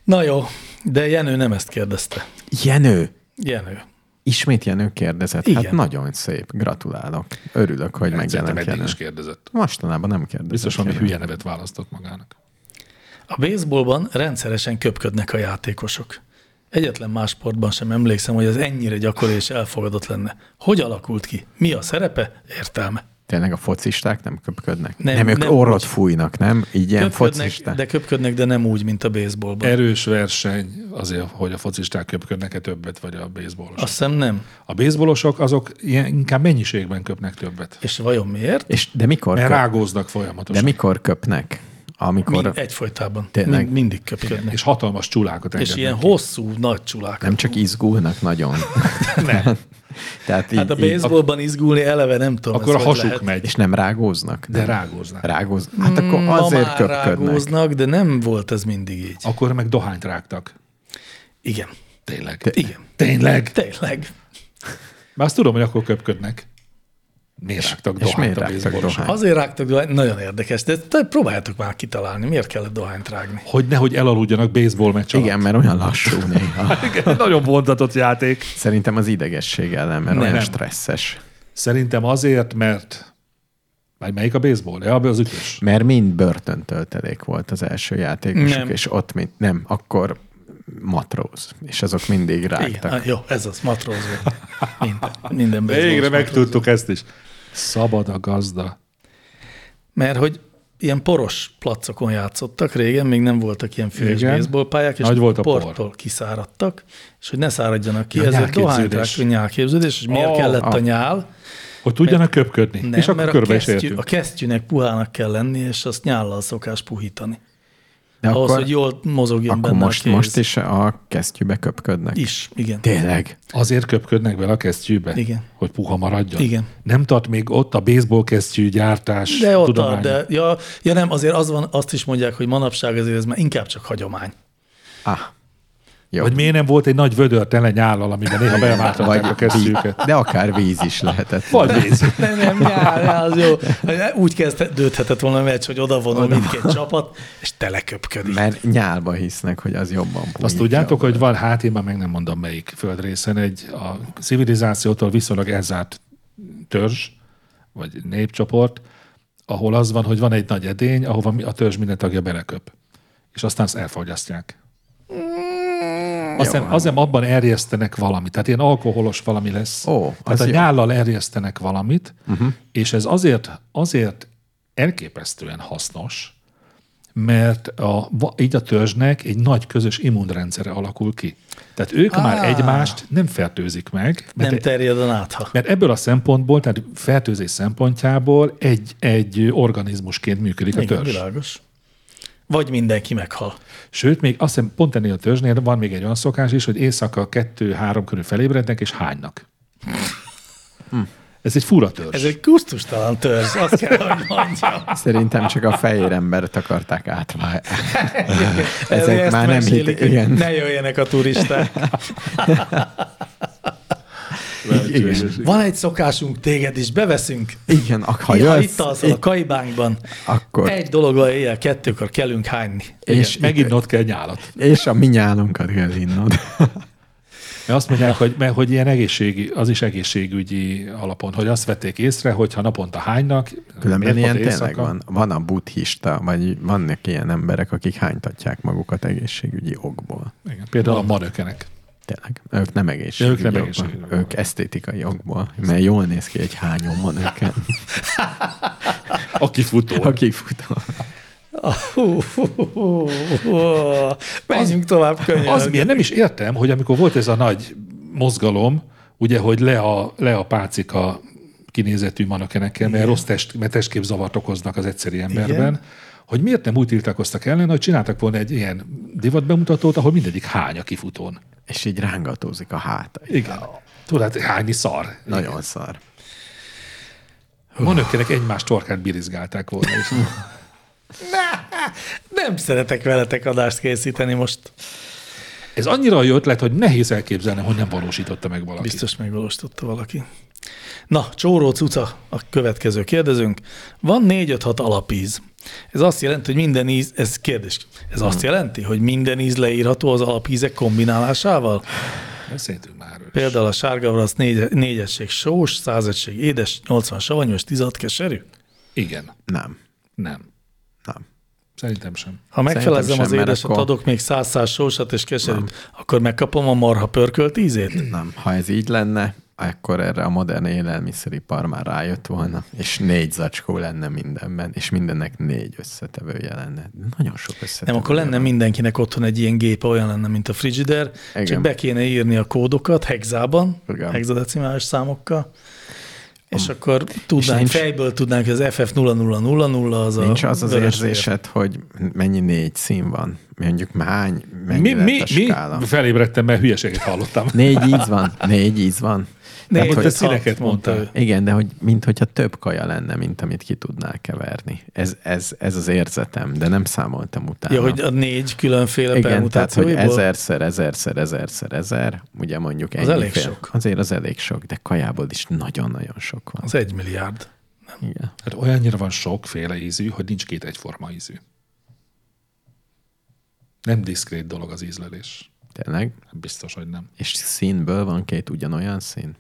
Na jó, de Jenő nem ezt kérdezte. Jenő, Jenő. Ismét Jenő kérdezett. Igen. Hát Igen. nagyon szép. Gratulálok. Örülök, hogy Szerintem megjelent eddig Jenő. is kérdezett. Mostanában nem kérdezett. Biztos valami Jenő. hülye nevet választott magának. A baseballban rendszeresen köpködnek a játékosok. Egyetlen más sportban sem emlékszem, hogy ez ennyire gyakori és elfogadott lenne. Hogy alakult ki? Mi a szerepe? Értelme. Tényleg a focisták nem köpködnek? Nem, Nem, nem ők nem orrot úgy. fújnak, nem? Így ilyen Köpködnek, focisták. de köpködnek, de nem úgy, mint a baseballban. Erős verseny azért, hogy a focisták köpködnek-e többet, vagy a baseballos. Azt hiszem nem. A baseballosok azok ilyen, inkább mennyiségben köpnek többet. És vajon miért? És de mikor, Mert köp, rágóznak de folyamatosan. mikor köpnek? Amikor Mind, egyfolytában. Tényleg. Mind, mindig köpködnek. És hatalmas csulákat És engednek. ilyen ki. hosszú, nagy csulák. nem csak izgulnak nagyon. Nem. Tehát így, Hát a így, baseballban izgulni eleve nem tudom. Akkor a ez hogy hasuk lehet. megy, és nem rágóznak? de nem? rágóznak. Rágóz... Hát akkor Ma azért már köpködnek. rágóznak, de nem volt ez mindig így. Akkor meg dohányt rágtak. Igen. Tényleg. Igen. Tényleg. Tényleg. Már azt tudom, hogy akkor köpködnek. Miért rágtak és dohányt miért a rágtak baseballosok? dohányt? Azért rágtak dohányt, nagyon érdekes, de te próbáljátok már kitalálni, miért kellett dohányt rágni. Hogy nehogy elaludjanak baseball meccs alatt. Igen, mert olyan lassú néha. Igen, nagyon vontatott játék. Szerintem az idegesség ellen, mert Nem. olyan Nem. stresszes. Szerintem azért, mert vagy melyik a baseball? Ja, az ütés. Mert mind börtöntöltelék volt az első játékosok, Nem. és ott mind, nem, akkor matróz, és azok mindig Igen, rágtak. ah, jó, ez az, matróz volt. Minden, minden Végre baseball matróz. megtudtuk ezt is. Szabad a gazda. Mert hogy ilyen poros placokon játszottak régen, még nem voltak ilyen fűs Igen. baseballpályák, és Nagy volt a por. portól kiszáradtak, és hogy ne száradjanak ki, Ja, ja, ezért nyálképződés. dohányt rágtak, nyálképződés, és miért Ó, kellett ah. a nyál, Hogy tudjanak köpködni. Nem, és akkor mert a, körbe is kesztyű, értünk. a kesztyűnek puhának kell lenni, és azt nyállal szokás puhítani. De Ahhoz, akkor, hogy jól mozogjon akkor benne a most, kéz. most is a kesztyűbe köpködnek. Is, igen. Tényleg. Azért köpködnek bele a kesztyűbe? Igen. Hogy puha maradjon? Igen. Nem tart még ott a baseball kesztyű gyártás De ott tudománya? tart, de ja, ja nem, azért az van, azt is mondják, hogy manapság azért ez már inkább csak hagyomány. Ah. Jó. Vagy miért nem volt egy nagy vödör tele nyállal, amiben néha beváltották a kesztyűket? De akár víz is lehetett. Vagy víz. Nem, nem, já, já, az jó. Úgy kezdődhetett volna a meccs, hogy odavonul mindkét csapat, és teleköpködik. Mert nyálba hisznek, hogy az jobban pújítja. Azt tudjátok, hogy van, hát én már meg nem mondom melyik földrészen, egy a civilizációtól viszonylag elzárt törzs, vagy népcsoport, ahol az van, hogy van egy nagy edény, ahova mi- a törzs minden tagja beleköp. És aztán azt elfogyasztják. Mm. Aztán, aztán abban erjesztenek valamit, tehát ilyen alkoholos valami lesz. Ó, az tehát a jó. Mhm. nyállal erjesztenek valamit, uh-huh. és ez azért, azért elképesztően hasznos, mert a, va- így a törzsnek egy nagy közös immunrendszere alakul ki. Tehát ők ah. már egymást nem fertőzik meg, mert, Nem terjed a nátha. mert ebből a szempontból, tehát fertőzés szempontjából egy, egy organizmusként működik a Igen, törzs. világos. Vagy mindenki meghal. Sőt, még azt hiszem pont ennél a törzsnél van még egy olyan szokás is, hogy éjszaka kettő-három körül felébrednek és hánynak. Ez egy fura törzs. Hm. Ez egy kusztustalan törzs, azt kell, hogy mondjam. Szerintem csak a fehér embert akarták átválni. Ezek Ezt már nem mesélik, hit, hogy igen. Ne jöjjenek a turisták. Igen, Van egy szokásunk, téged is beveszünk. igen ak- ha Ha ja, jössz, itt alszol a kaibánkban, akkor, egy dologgal éjjel kettőkor kellünk hányni. és, Meginnod kell nyálat. és a mi nyálunkat kell innod. Mert azt mondják, hogy, mert, hogy ilyen egészségi, az is egészségügyi alapon, hogy azt vették észre, hogy ha naponta hánynak, miért Különben pont ilyen tényleg éjszaka? van. Van a buddhista, vagy vannak ilyen emberek, akik hánytatják magukat egészségügyi okból. Igen, például a manökenek. Tényleg. Ők nem egészségügyi Ők nem okból. egészségügyi okból. Ők esztétikai okból, mert jól néz ki egy hányom van őken, Aki futó. akik futnak. Hú, hú, hú, hú. Menjünk tovább könnyen. Az miért nem is értem, hogy amikor volt ez a nagy mozgalom, ugye, hogy le a, le a pácika kinézetű manökenekkel, mert rossz test, mert testképzavart okoznak az egyszerű emberben, Igen. hogy miért nem úgy tiltakoztak ellen, hogy csináltak volna egy ilyen divatbemutatót, ahol mindegyik hány a kifutón. És így rángatózik a háta. Igen. Tudod, hát hányi szar. Nagyon szar. Manökenek Öh. egymás torkát birizgálták volna. És Nem szeretek veletek adást készíteni most. ez annyira jó ötlet, hogy nehéz elképzelni, hogy nem valósította meg valaki. Biztos megvalósította valaki. Na, Csóró Cuca a következő kérdezünk. Van 4-5-6 alapíz. Ez azt jelenti, hogy minden íz, Hmm. ez kérdés, ez azt jelenti, hogy minden íz leírható az alapízek kombinálásával? Beszéltünk már erről. is. Például a sárga vrasz négy, négyesség sós, százegység édes, 80 savanyú és 16 keserű. Igen, Nem, nem. nem. Szerintem sem. Ha megfelezzem sem, az mert édeset, akkor- adok még száz száz sósat és keserűt, akkor megkapom a marha pörkölt ízét? Nem, ha ez így lenne, akkor erre a modern élelmiszeripar már rájött volna, és négy zacskó lenne mindenben, és mindennek négy összetevője lenne. Nagyon sok összetevője Nem, akkor lenne van. mindenkinek otthon egy ilyen gép, olyan lenne, mint a Frigider, Igen. Igen. csak be kéne írni a kódokat hexában, Igen. Mm. hexadecimális számokkal, és akkor tudnánk, nincs- fejből tudnánk, hogy az FF 0000 az a Nincs az az vörös érzésed, hogy mennyi négy szín van? Mondjuk hány, mennyi Mi, mi, lett a mi? skála? Felébredtem, mert hülyeséget hallottam. Négy íz van, négy íz van. Négy, Tehát, öt, hogy, te színeket hat, mondta mondtál. ő. igen, de hogy mint hogyha több kaja lenne, mint amit ki tudnál keverni. Ez, ez, ez az érzetem, de nem számoltam utána. Ja, hogy a négy különféle igen, tehát, hogy permutációiból? ezerszer, ezerszer, ezerszer, ezer, ugye mondjuk ennyi elég fél. sok. Azért az elég sok, de kajából is nagyon-nagyon sok van. Az egy milliárd. Igen. Hát olyannyira van sokféle ízű, hogy nincs két egyforma ízű. Nem diszkrét dolog az ízlelés. Hát Tényleg? Biztos, hogy nem. És színből van két ugyanolyan szín?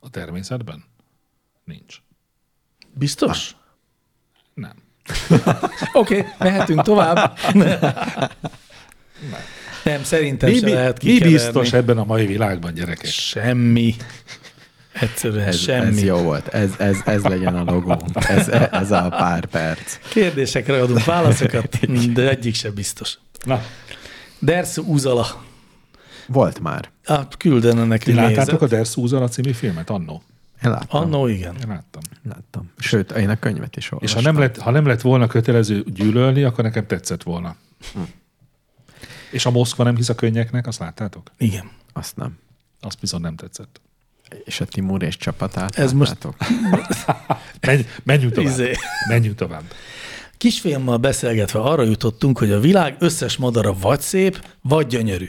A természetben? Nincs. Ah. Biztos? Nem. Oké, okay, mehetünk tovább. Nem, szerintem Mi, se bi- lehet mi kikeverni. biztos ebben a mai világban, gyerekek? Semmi. Egyszerűen Ez, semmi. ez jó volt, ez, ez, ez legyen a logónk, ez, ez a pár perc. Kérdésekre adunk válaszokat, de egyik sem biztos. Na, Dersu Uzala. Volt már. Á, küldene ti neki láttátok nézet. a Der Susan a című filmet annó? Elláttam. Annó, igen. Én láttam. Láttam. Sőt, én a könyvet is És olvastam. ha nem, lett, ha nem lett volna kötelező gyűlölni, akkor nekem tetszett volna. Hm. És a Moszkva nem hisz a könnyeknek, azt láttátok? Igen. Azt nem. Azt bizony nem tetszett. És a Timur és csapatát Ez most- láttátok? Menj, menjünk tovább. Izé. Menjünk tovább. Kisfiammal beszélgetve arra jutottunk, hogy a világ összes madara vagy szép, vagy gyönyörű.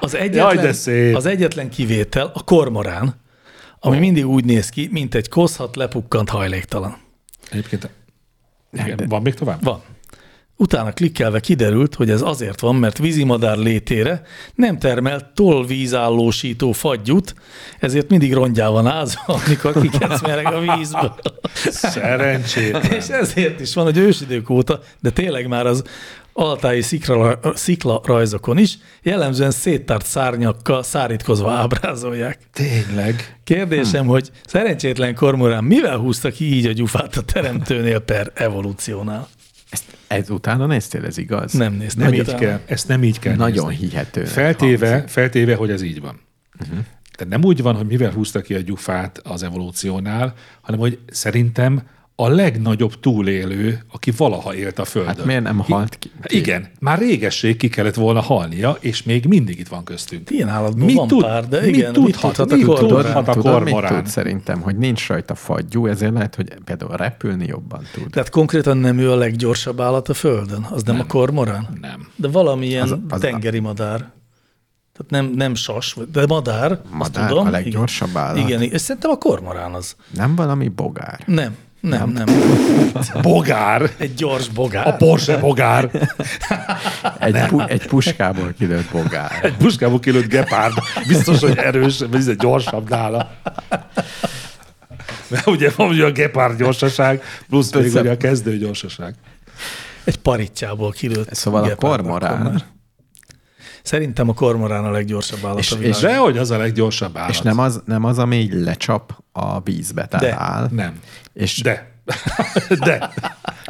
Az egyetlen, de szép. az egyetlen kivétel a kormorán, ami mindig úgy néz ki, mint egy koszhat, lepukkant hajléktalan. Egyébként igen, van még tovább? Van. Utána klikkelve kiderült, hogy ez azért van, mert vízimadár létére nem termel tollvízállósító fagyút, ezért mindig rongyában áz, amikor kikecmereg a vízből. Szerencsét. És ezért is van, hogy ősidők óta, de tényleg már az altái szikla, szikla rajzokon is jellemzően széttárt szárnyakkal szárítkozva ábrázolják. Tényleg. Kérdésem, Hm. hmm. hogy szerencsétlen kormorán mivel húzta ki így a gyufát a teremtőnél per evolúciónál? Ezt, ez utána néztél, ez igaz? Nem néztem. Nem így utána. kell, ezt nem így kell Nagyon nézni. hihető. Feltéve, feltéve, hogy ez így van. Mhm. Tehát nem úgy van, hogy mivel húzta ki a gyufát az evolúciónál, hanem hogy szerintem a legnagyobb túlélő, aki valaha élt a Földön. Hát miért nem halt ki? Hát Igen, már régesség ki kellett volna halnia, és még mindig itt van köztünk. Ilyen állatban van pár, de igen, mit mit tudhat, tudhat mit a kormorán? tudhat a Tudod, mit kormorán? tud szerintem, hogy nincs rajta fagyú, ezért lehet, hogy például repülni jobban tud. Tehát konkrétan nem ő a leggyorsabb állat a Földön? Az nem, nem a kormorán? Nem. De valamilyen az, az az- tengeri madár. Tehát nem, nem sas, vagy- de madár, azt Madár tudom. a leggyorsabb igen. állat. Igen, és szerintem a kormorán az. Nem valami bogár. Nem, nem, nem. nem. Bogár! Egy gyors bogár. A Porsche bogár! Egy, pu- egy puskából kilőtt bogár. Egy puskából kilőtt gepárd. Biztos, hogy erős, vagy ez egy gyorsabb nála. Mert ugye van ugye a gepárd gyorsaság, plusz még Persze. ugye a kezdő gyorsaság. Egy paritjából kilőtt. Szóval a gepárd akkor kormorán, már. Szerintem a kormorán a leggyorsabb állat És- a világon. és- De hogy az a leggyorsabb állat. és nem az, nem az, ami így lecsap a vízbe, tehát De. áll. Nem. És, De. De.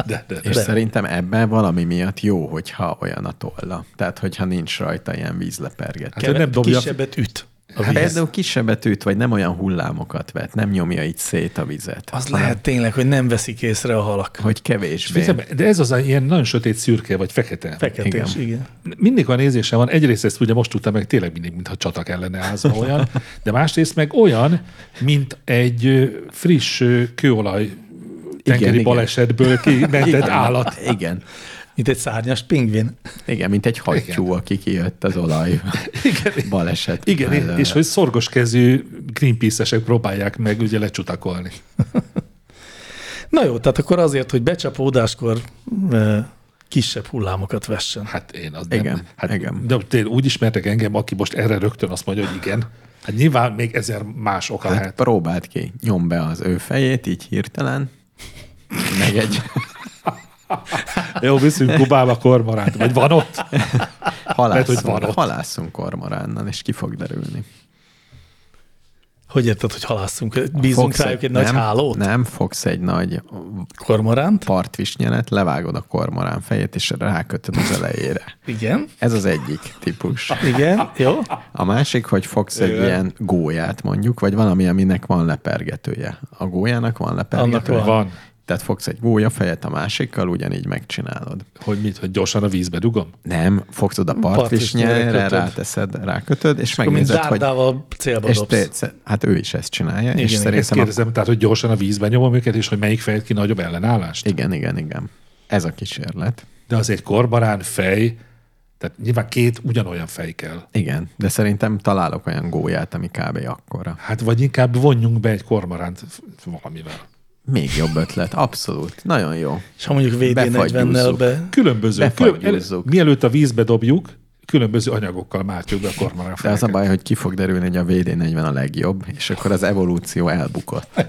De. De. és De. szerintem ebben valami miatt jó, hogyha olyan a tolla. Tehát, hogyha nincs rajta ilyen vízleperget. Hát, hogy nem dobja. Kisebbet üt. A Hát víz. például kisebbet üt, vagy nem olyan hullámokat vet, nem nyomja így szét a vizet. Az lehet tényleg, hogy nem veszik észre a halak. Hogy kevésbé. Figyelj, de ez az a ilyen nagyon sötét szürke, vagy fekete. Feketés, igen. igen. mindig a nézése van, egyrészt ezt ugye most tudtam meg tényleg mindig, mintha csatak ellene állna olyan, de másrészt meg olyan, mint egy ö, friss ö, kőolaj tengeri igen. balesetből kimentett Igen. állat. Igen. Mint egy szárnyas pingvin. Igen, mint egy hattyú, aki kijött az olaj Igen. baleset. Igen, mellől. és hogy szorgos kezű Greenpeace-esek próbálják meg ugye lecsutakolni. Na jó, tehát akkor azért, hogy becsapódáskor ö, e, kisebb hullámokat vessen. Hát én az Igen, nem. Hát, igen. De tényleg úgy ismertek engem, aki most erre rögtön azt mondja, hogy igen. Hát nyilván még ezer más oka hát, Hát lehet. próbáld ki, nyom be az ő fejét, így hirtelen, meg egy Jó, viszünk Kubába kormoránt, vagy van ott? halászunk, van ott. halászunk kormoránnal, és ki fog derülni. Hogy érted, hogy halászunk? Bízunk rájuk egy nagy nem, hálót? Nem, fogsz egy nagy Kormoránt? partvisnyelet, levágod a kormorán fejét, és rákötöd az elejére. Igen. Ez az egyik típus. Igen, jó. A másik, hogy fogsz egy ilyen gólyát mondjuk, vagy valami, aminek van lepergetője. A gólyának van lepergetője. van. Van. Tehát fogsz egy gólya fejet a másikkal, ugyanígy megcsinálod. Hogy mit, hogy gyorsan a vízbe dugom? Nem, fogtod a partvisnyelre, Partvisnyelre kötöd. ráteszed, rákötöd, és Akkor mint megnézed, hogy... dárdával célba És dobsz. te, hát ő is ezt csinálja, Igen, és igen. Ezt szerintem... a- kérdezem, tehát hogy gyorsan a vízbe nyomom őket, és hogy melyik fejt ki nagyobb ellenállást? Igen, igen, igen. Ez a kísérlet. De az egy kormorán fej, tehát nyilván két ugyanolyan fej kell. Igen, de szerintem találok olyan gólyát, ami kb. akkora. Hát vagy inkább vonjunk be egy kormoránt f- valamivel. Még jobb ötlet, abszolút. Nagyon jó. És ha mondjuk VD40-nel Befagyúzzuk. be... Különböző. Külön, el, Befagyúzzuk. mielőtt a vízbe dobjuk, különböző anyagokkal mártjuk be a kormorán De az a fejeket. baj, hogy ki fog derülni, hogy a VD40 a legjobb, és akkor az evolúció elbukott,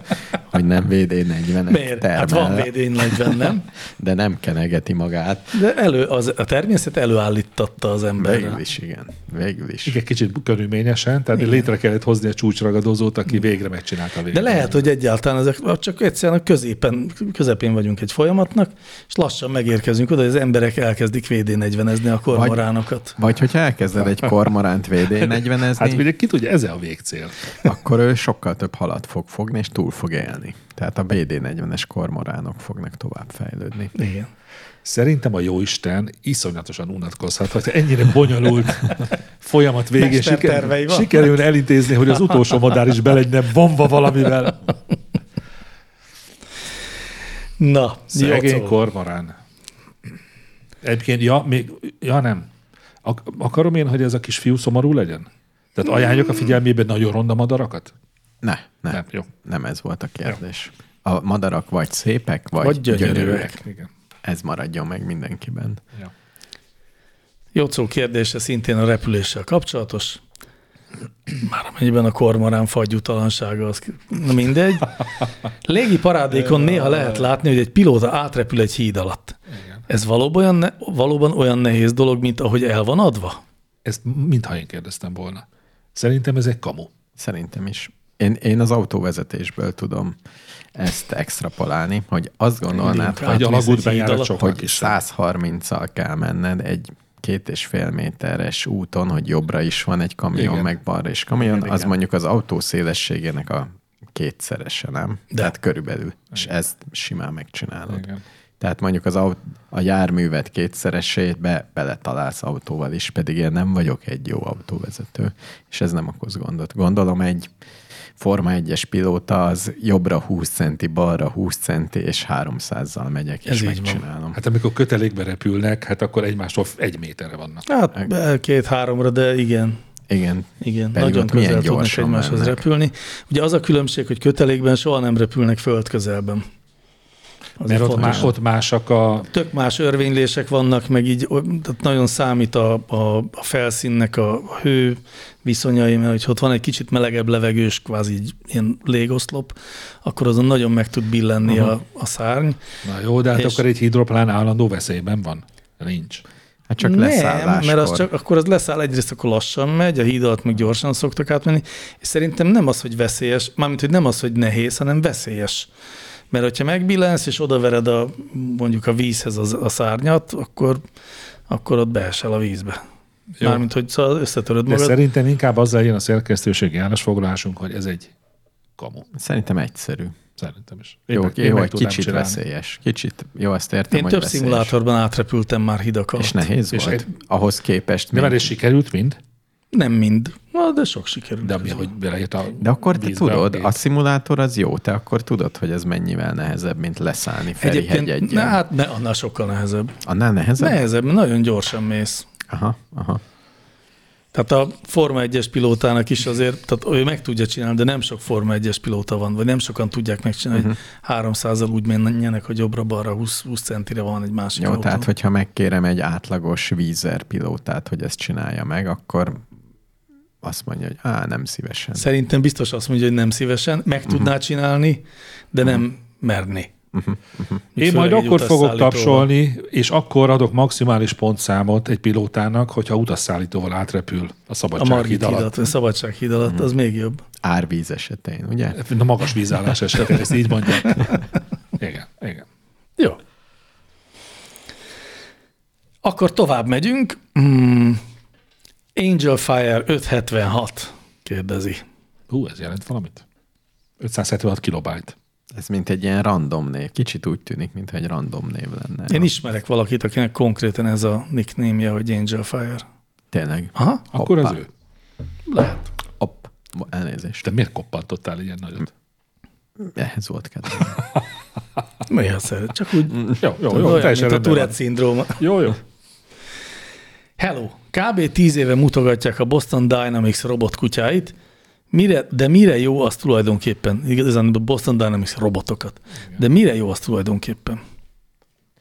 hogy nem VD40 Miért? termel, Hát van VD40, nem? de nem kenegeti magát. De elő, az, a természet előállítatta az Végül emberre. is, igen. Végül is. Igen, kicsit körülményesen, tehát Igen. létre kellett hozni a csúcsragadozót, aki végre megcsinálta a Mm. De végét. lehet, hogy egyáltalán ezek csak egyszerűen a középen, közepén vagyunk egy folyamatnak, és lassan megérkezünk oda, hogy az emberek elkezdik VD40-ezni a kormoránokat. Vagy hogyha elkezded egy kormoránt VD40-ezni, Hát ugye ki tudja, ez a végcél. akkor ő sokkal több halat fog fogni, és túl fog élni. Tehát a VD40-es kormoránok fognak tovább fejlődni. Igen. Szerintem a jóisten iszonyatosan unatkozhat, hogy ennyire bonyolult folyamat végén Mestertervei sikerül, van. sikerül elintézni, hogy az utolsó madár is belegyen bomba valamivel. Na, Szegény jó kormorán. Egyébként, ja, még, ja nem. Ak- akarom én, hogy ez a kis fiú szomorú legyen? Tehát ajánljuk a figyelmébe nagyon ronda madarakat? Ne, ne, Nem, nem, jó. nem ez volt a kérdés. A madarak vagy szépek, vagy, Vagy gyönyörűek. gyönyörűek. Igen. Ez maradjon meg mindenkiben. Ja. Jocó kérdése szintén a repüléssel kapcsolatos. Már amennyiben a kormorán fagyutalansága, az na mindegy. Légi parádékon néha lehet látni, hogy egy pilóta átrepül egy híd alatt. Ez valóban olyan, ne, valóban olyan nehéz dolog, mint ahogy el van adva? Ezt mintha én kérdeztem volna. Szerintem ez egy kamu. Szerintem is. Én, én az autóvezetésből tudom ezt extrapolálni, hogy azt gondolnád, Egy Egy hogy, mész alagút híd bejárat alatt, sokkal hogy kisebb. 130-al kell menned egy két és fél méteres úton, hogy jobbra is van egy kamion, Igen. igen. meg balra is kamion, Igen, igen, az igen. mondjuk az autó szélességének a kétszerese, nem? De. Tehát körülbelül. Igen. És ezt simán megcsinálod. Igen. Igen. Tehát mondjuk az aut- a járművet kétszeresét be- beletalálsz autóval is, pedig én nem vagyok egy jó autóvezető, és ez nem okoz gondot. Gondolom egy Forma 1-es pilóta az jobbra 20 centi, balra 20 centi, és 300-zal megyek, Ez és így van. megcsinálom. Hát amikor kötelékbe repülnek, hát akkor egymástól egy méterre vannak. Hát be- két-háromra, de igen. Igen. Igen, Pedig nagyon ott milyen közel tudnak gyorsan egymáshoz mennek. repülni. Ugye az a különbség, hogy kötelékben soha nem repülnek föld közelben. Az Mert egy ott, fontos má, ott másak a... tök más örvénylések vannak, meg így o- tehát nagyon számít a, a, a felszínnek a hő viszonyai, mert hogyha ott van egy kicsit melegebb levegős, kvázi így ilyen légoszlop, akkor azon nagyon meg tud billenni a, a szárny. Na jó, de hát És- akkor egy hidroplán állandó veszélyben van. Nincs. Hát csak Nem, leszálláskor. mert az csak, akkor az leszáll, egyrészt akkor lassan megy, a híd alatt meg gyorsan szoktak átmenni, és szerintem nem az, hogy veszélyes, mármint, hogy nem az, hogy nehéz, hanem veszélyes. Mert hogyha megbillensz, és odavered a, mondjuk a vízhez az, a szárnyat, akkor, akkor ott beesel a vízbe. Jó. Jó. Mármint, hogy szóval összetöröd De magad. Szerint... szerintem inkább azzal jön a szerkesztőségi állásfoglalásunk, hogy ez egy kamu. Szerintem egyszerű. Szerintem is. Én Jó, meg- én jó meg hogy tudnám kicsit csinálni. veszélyes. Kicsit, jó, azt értem, Én hogy több veszélyes. szimulátorban átrepültem már hidak alatt. És nehéz És és volt? egy- Ahhoz képest De még. már ez sikerült mind, Nem mind, Na, de sok sikerült. de ami, hogy beleért a De akkor te vízbe tudod, két- a szimulátor az jó, te akkor tudod, hogy ez mennyivel nehezebb, mint leszállni Ferihegy Egyébként, egy ne, hát ne, annál sokkal nehezebb. Annál nehezebb? Nehezebb, mert nagyon gyorsan mész. Aha, aha. Tehát a Forma 1-es pilótának is azért, tehát ő meg tudja csinálni, de nem sok Forma 1-es pilóta van, vagy nem sokan tudják megcsinálni, uh-huh. hogy 300-al úgy menjenek, hogy jobbra-balra 20, 20 centire van egy másik Jó, autó. tehát hogyha megkérem egy átlagos vízer pilótát, hogy ezt csinálja meg, akkor azt mondja, hogy á, nem szívesen. Szerintem biztos azt mondja, hogy nem szívesen, meg tudná csinálni, de nem merni. Én Főleg majd egy akkor fogok utasszállítóval. tapsolni, és akkor adok maximális pontszámot egy pilótának, hogyha utasszállítóval átrepül a A szabadsághíd Margit alatt. hidat, a szabadsághíd alatt, az még jobb. Árvíz esetén, ugye? A magas vízállás esetén, ezt így mondják. Igen, igen. Jó. Akkor tovább megyünk. Mm. Angel Fire 576 kérdezi. Hú, ez jelent valamit? 576 kilobájt. Ez mint egy ilyen random név. Kicsit úgy tűnik, mintha egy random név lenne. Én ismerek valakit, akinek konkrétan ez a nicknémje, hogy Angel Fire. Tényleg. Aha, Akkor Hoppá. az ő. lehet. Hopp. Bo- Elnézést. De miért koppantottál ilyen nagyot? Ehhez volt kedvem. Milyen szeret? Csak úgy Jó, jó, Jó, jó. Mm. olyan, Teljesen mint rendben van. a Tourette szindróma. Jó, jó. Hello! Kb. 10 éve mutogatják a Boston Dynamics robotkutyáit, mire, de mire jó az tulajdonképpen? Igazán a Boston Dynamics robotokat. De mire jó az tulajdonképpen?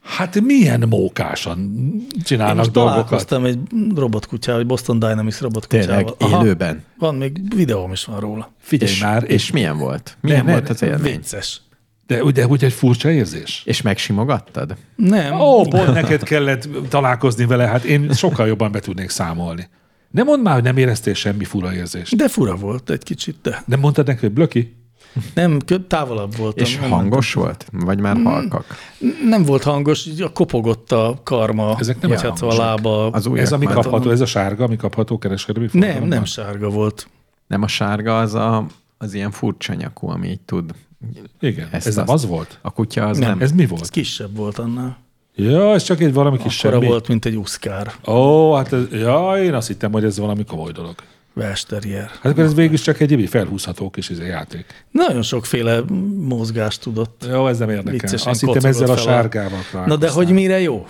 Hát milyen mókásan Én csinálnak most dolgokat. találkoztam egy robotkutyával, egy Boston Dynamics Tényleg, robotkutyával. élőben. Van még videóm is van róla. Figyelj És, már, és és, milyen volt? Milyen ne, volt az élmény? Vicces. de ugye, ugye egy furcsa érzés. És megsimogattad? Nem. Ó, pont neked kellett találkozni vele, hát én sokkal jobban be tudnék számolni. Nem mondd már, hogy nem éreztél semmi fura érzést. De fura volt egy kicsit, de Nem mondtad neki, hogy blöki? nem, kö- távolabb voltam. És Nem- hangos volt? Vagy már Hmm. halkak? Nem volt hangos, így a kopogott a karma, Ezek nem vagy olyan hát a hangosak. lába. Az ujjak Ez, ami már- kapható, ez a sárga, ami kapható kereskedelmi nem, forgalomban? nem sárga volt. Nem a sárga, az a, az ilyen furcsa nyakú, ami így tud. Igen, Ezt ez nem azt- az volt? A kutya az Nem, nem. nem. Ez mi Ez volt? kisebb volt annál. Ja, ez csak egy valami kis Sora semmi. volt, mint egy uszkár Ó, hát ez, ja, én azt hittem, hogy ez valami komoly dolog. Westerrier. Hát akkor ez végül is csak egy ilyen felhúzható kis izé játék. Nagyon sokféle mozgást tudott. Jó, ez nem érdekel. Viccesen azt hittem kocogott ezzel a fel a- sárgával Na de hogy mire jó?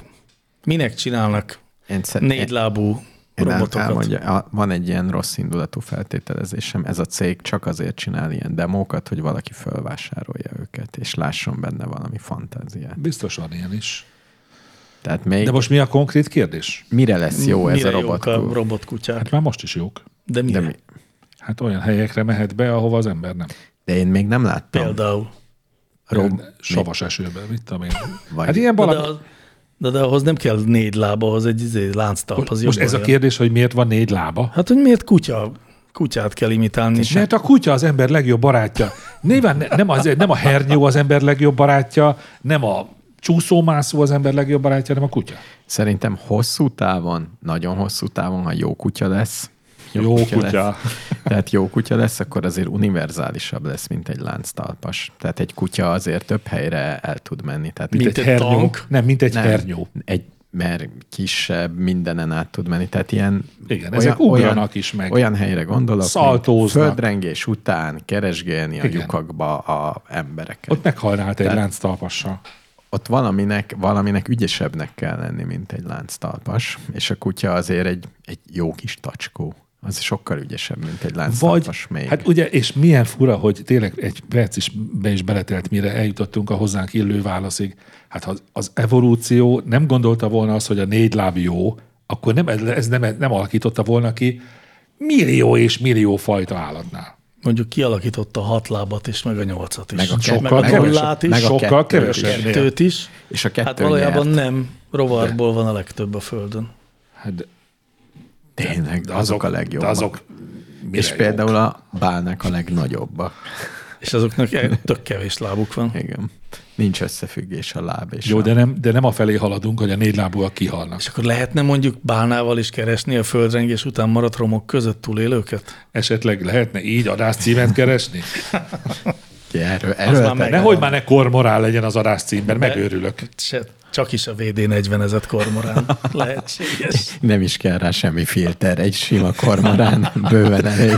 Minek csinálnak Én szerintem- négylábú Én el- robotokat? elmondja, a- van egy ilyen rossz indulatú feltételezésem, ez a cég csak azért csinál ilyen demókat, hogy valaki fölvásárolja őket, és lásson benne valami fantáziát. Biztos van ilyen is. Tehát még De most mi a konkrét kérdés? mire lesz jó ez mire a jók robot? a Rob- robotkutyák? Hát már most is jók. De mire? de, De mi? mi- Hát olyan helyekre mehet be, ahova az ember nem. de én még nem láttam. Például. Rob- Ilyen Savas esőben, mit tudom én. Hát, Vagy- Hát ilyen Na de, valami... az, de, de ahhoz nem kell négy lába, ahhoz egy izé, lánctalp. Az Most jobban ez a jön. kérdés, hogy miért van négy lába? Hát, hogy miért kutya? Kutyát kell imitálni. Mert a kutya az ember legjobb barátja. Nyilván ne- nem, az, nem a hernyó az ember legjobb barátja, nem a csúszómászó az ember legjobb barátja, hanem a kutya. Szerintem hosszú távon, nagyon hosszú távon, ha jó kutya lesz, Jó kutya. Lesz, tehát jó kutya lesz, akkor azért univerzálisabb lesz, mint egy lánctalpas. Tehát egy kutya azért több helyre el tud menni. Tehát Mint, Mint egy, egy hernyó. tank? Nem, mint egy Nem. hernyó. Egy, mert kisebb, mindenen át tud menni. Tehát ilyen... Igen, ezek ugranak is meg. Olyan helyre gondolok, mint Szaltóznak. földrengés után keresgélni a Igen. lyukakba a embereket. Ott Ott, meghalnál te egy lánctalpassal. Ott valaminek, valaminek ügyesebbnek kell lenni, mint egy lánctalpas, és a kutya azért egy, egy jó kis tacskó. Az sokkal ügyesebb, mint egy lánctalpas Vagy, még. hát ugye, és milyen fura, hogy tényleg egy perc is be is beletelt, mire eljutottunk a hozzánk illő válaszig. Hát ha az- az evolúció nem gondolta volna azt, hogy a négy láb jó, akkor nem, ez nem, nem alakította volna ki millió és millió fajta állatnál. mondjuk kialakította a hat lábat is, meg a nyolcat is. Meg a meg sokkal a kevesebb- nullát is, meg a sokkal kettőt is. kevesebbnél. kettőt is. És a kettő hát valójában nyert. nem, rovarból van a legtöbb a Földön. Hát de- Tényleg, de de azok, azok a legjobbak. de Azok mire és jók? például a bálnák a legnagyobbak. És azoknak e- tök kevés lábuk van. Igen. Nincs összefüggés a láb és Jó, a... de nem, de nem afelé haladunk, hogy a négy lábúak kihalnak. És akkor lehetne mondjuk bálnával is keresni a földrengés után maradt romok között túlélőket? Esetleg lehetne így adáscímet keresni? Erről, erről már te- meg- Nehogy már ne kormorál legyen az adáscímben, megőrülök. Se, csak is a VD40 ezett kormorán lehetséges. Nem is kell rá semmi filter, egy sima kormorán bőven elég.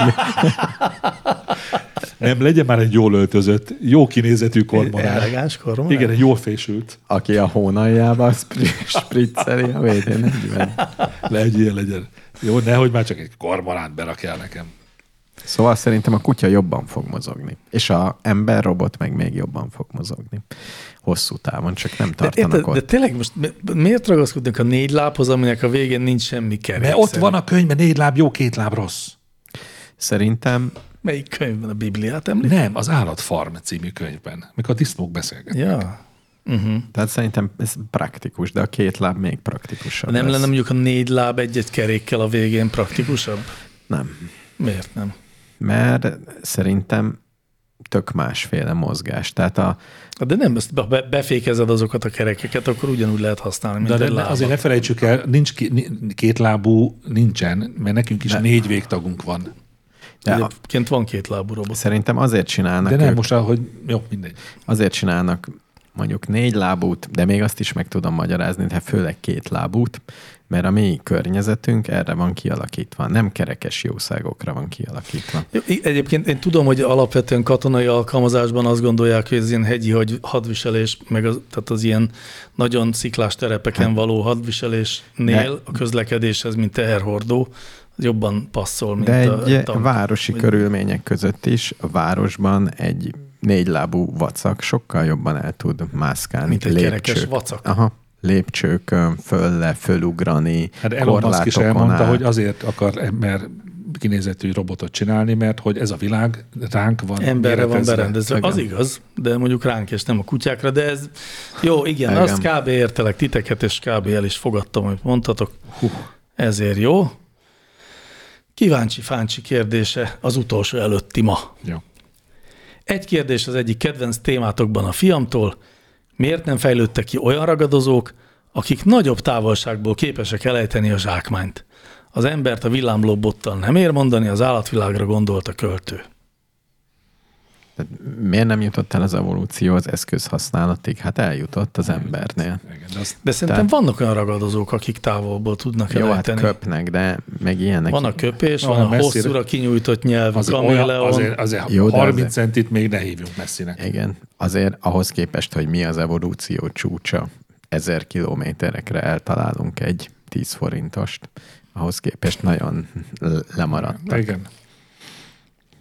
Nem, legyen már egy jól öltözött, jó kinézetű kormorán. Elegáns kormorán? Igen, egy jól fésült. Aki a hónaljába spri- spricceli a védén. Le egy ilyen legyen. Jó, nehogy már csak egy kormoránt berakjál nekem. Szóval szerintem a kutya jobban fog mozogni. És a ember robot meg még jobban fog mozogni. Hosszú távon, csak nem De, tartanak érted, ott. de tényleg most mi- miért ragaszkodunk a négy lábhoz, aminek a végén nincs semmi kerék? Mert ott Szerintem. van a könyvben négy láb jó, két láb rossz. Szerintem Melyik könyvben a Bibliát említ? Nem, az Állatfarm című könyvben, mikor a disznók beszélgetnek. Ja. Hát Tehát szerintem ez praktikus, de a két láb még praktikusabb. Nem lesz. lenne mondjuk a négy láb egy-egy kerékkel a végén praktikusabb? Nem. Miért nem? Mert szerintem tök másféle mozgás. Tehát a, Hát De nem, ezt be- be- befékezed azokat a kerekeket, akkor ugyanúgy lehet használni, mint De egy ne, lábat. azért ne felejtsük el, nincs ki, ni- kétlábú nincsen, mert nekünk is négy végtagunk van. de a, Egyébként van két lábú robot. szerintem azért csinálnak De nem ők, most, hogy jó, mindegy. azért csinálnak mondjuk négy lábút, de még azt is meg tudom magyarázni, de főleg két lábút, mert a mi környezetünk erre van kialakítva. Nem kerekes jószágokra van kialakítva. Jó, i- Egyébként én tudom, hogy alapvetően katonai alkalmazásban azt gondolják, hogy ez ilyen hegyi hogy hadviselés, meg az, tehát az ilyen nagyon sziklás terepeken való hadviselésnél Hát. De- a közlekedés ez, mint teherhordó, az jobban passzol, mint De a egy tank. városi Vagy- körülmények között is, a városban egy négylábú vacak sokkal jobban el tud mászkálni. Mint egy kerekes Lépcsők. vacak. Aha, lépcsőkön, föl le, fölugrani, Hát Elon Musk is korlátokon elmondta, át. hogy azért akar ember kinézetű robotot csinálni, mert hogy ez a világ ránk van Emberre van méretezve. berendezve. Igen. Az igaz, de mondjuk ránk és nem a kutyákra, de ez jó, igen, Igen. igen. azt kb. értelek titeket, és kb. el is fogadtam, amit mondtatok. Hú. Ezért jó. Kíváncsi fáncsi kérdése az utolsó előtti ma. Jó. Egy kérdés az egyik kedvenc témátokban a fiamtól. Miért nem fejlődtek ki olyan ragadozók, akik nagyobb távolságból képesek elejteni a zsákmányt? Az embert a villámló bottal nem ér mondani, az állatvilágra gondolt a költő. Tehát miért nem jutott el az evolúció az eszközhasználatig? Hát eljutott az embernél. Igen, de azt De szerintem vannak olyan ragadozók, akik távolból tudnak Jó, hát elejteni. köpnek, de meg ilyenek. van a köpés, Olyan van a messzire- hosszúra kinyújtott nyelv, a az olyan, kameleon. azért, azért Jó, Jó, de 30 azért- centit még ne hívjunk messzinek. Igen, azért ahhoz képest, hogy mi az evolúció csúcsa, ezer kilométerekre eltalálunk egy 10 forintost, ahhoz képest nagyon l- lemaradt. Igen.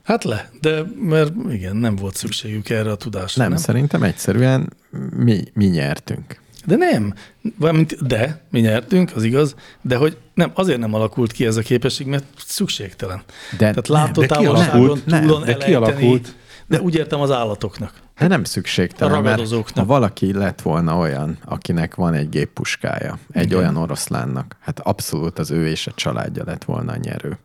Hát le, de mert igen, nem volt szükségük erre a tudásra. Nem, nem, szerintem egyszerűen mi, mi nyertünk. De nem. Valamint, de, mi nyertünk, az igaz, de hogy nem, azért nem alakult ki ez a képesség, mert szükségtelen. De Tehát nem, látó de távolságon kialakult, nem, túlon de elejteni, kialakult. de úgy értem az állatoknak. De nem szükségtelen, A mert ha ragadozóknak. valaki lett volna olyan, akinek van egy géppuskája, egy Igen. olyan oroszlánnak, hát abszolút az ő és a családja lett volna a nyerő.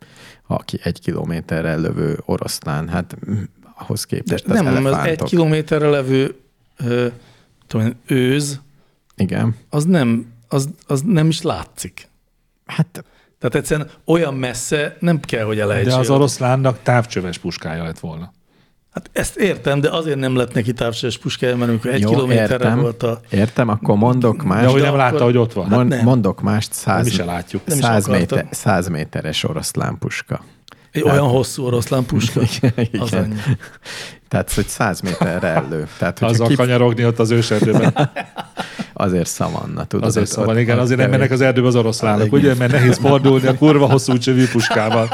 Aki egy kilométerre lövő oroszlán, hát mm, ahhoz De képest az nem, nem, az egy elefántok. kilométerre levő ö, tudom én, őz, Igen. az nem, az, az nem is látszik. Hát Tehát egyszerűen olyan messze nem kell, hogy elejtsél. De az oroszlánnak távcsöves puskája lett volna. Hát ezt értem, de azért nem lett neki távcsöves puskája, mert amikor egy Jó, kilométerre értem, volt a... Értem, akkor mondok De mást. hogy de nem látta, akkor- hogy ott van. Mond, nem. Mondok mást száz, Nem is se látjuk. Nem is száz, akartam. méter, száz méteres oroszlán puska. Egy olyan hosszú oroszlán puska. Az Igen. annyi. Tehát, hogy száz méterre elő. Tehát, hogyha Azzal kif- kanyarogni ott az őserdőben. Azért szavanna, tudod? Azért ott- szóval, ott- igen, ott azért nem kevés. mennek az erdőbe az oroszlánok, Igen. ugye? Mert nehéz fordulni a kurva hosszú csövű puskával.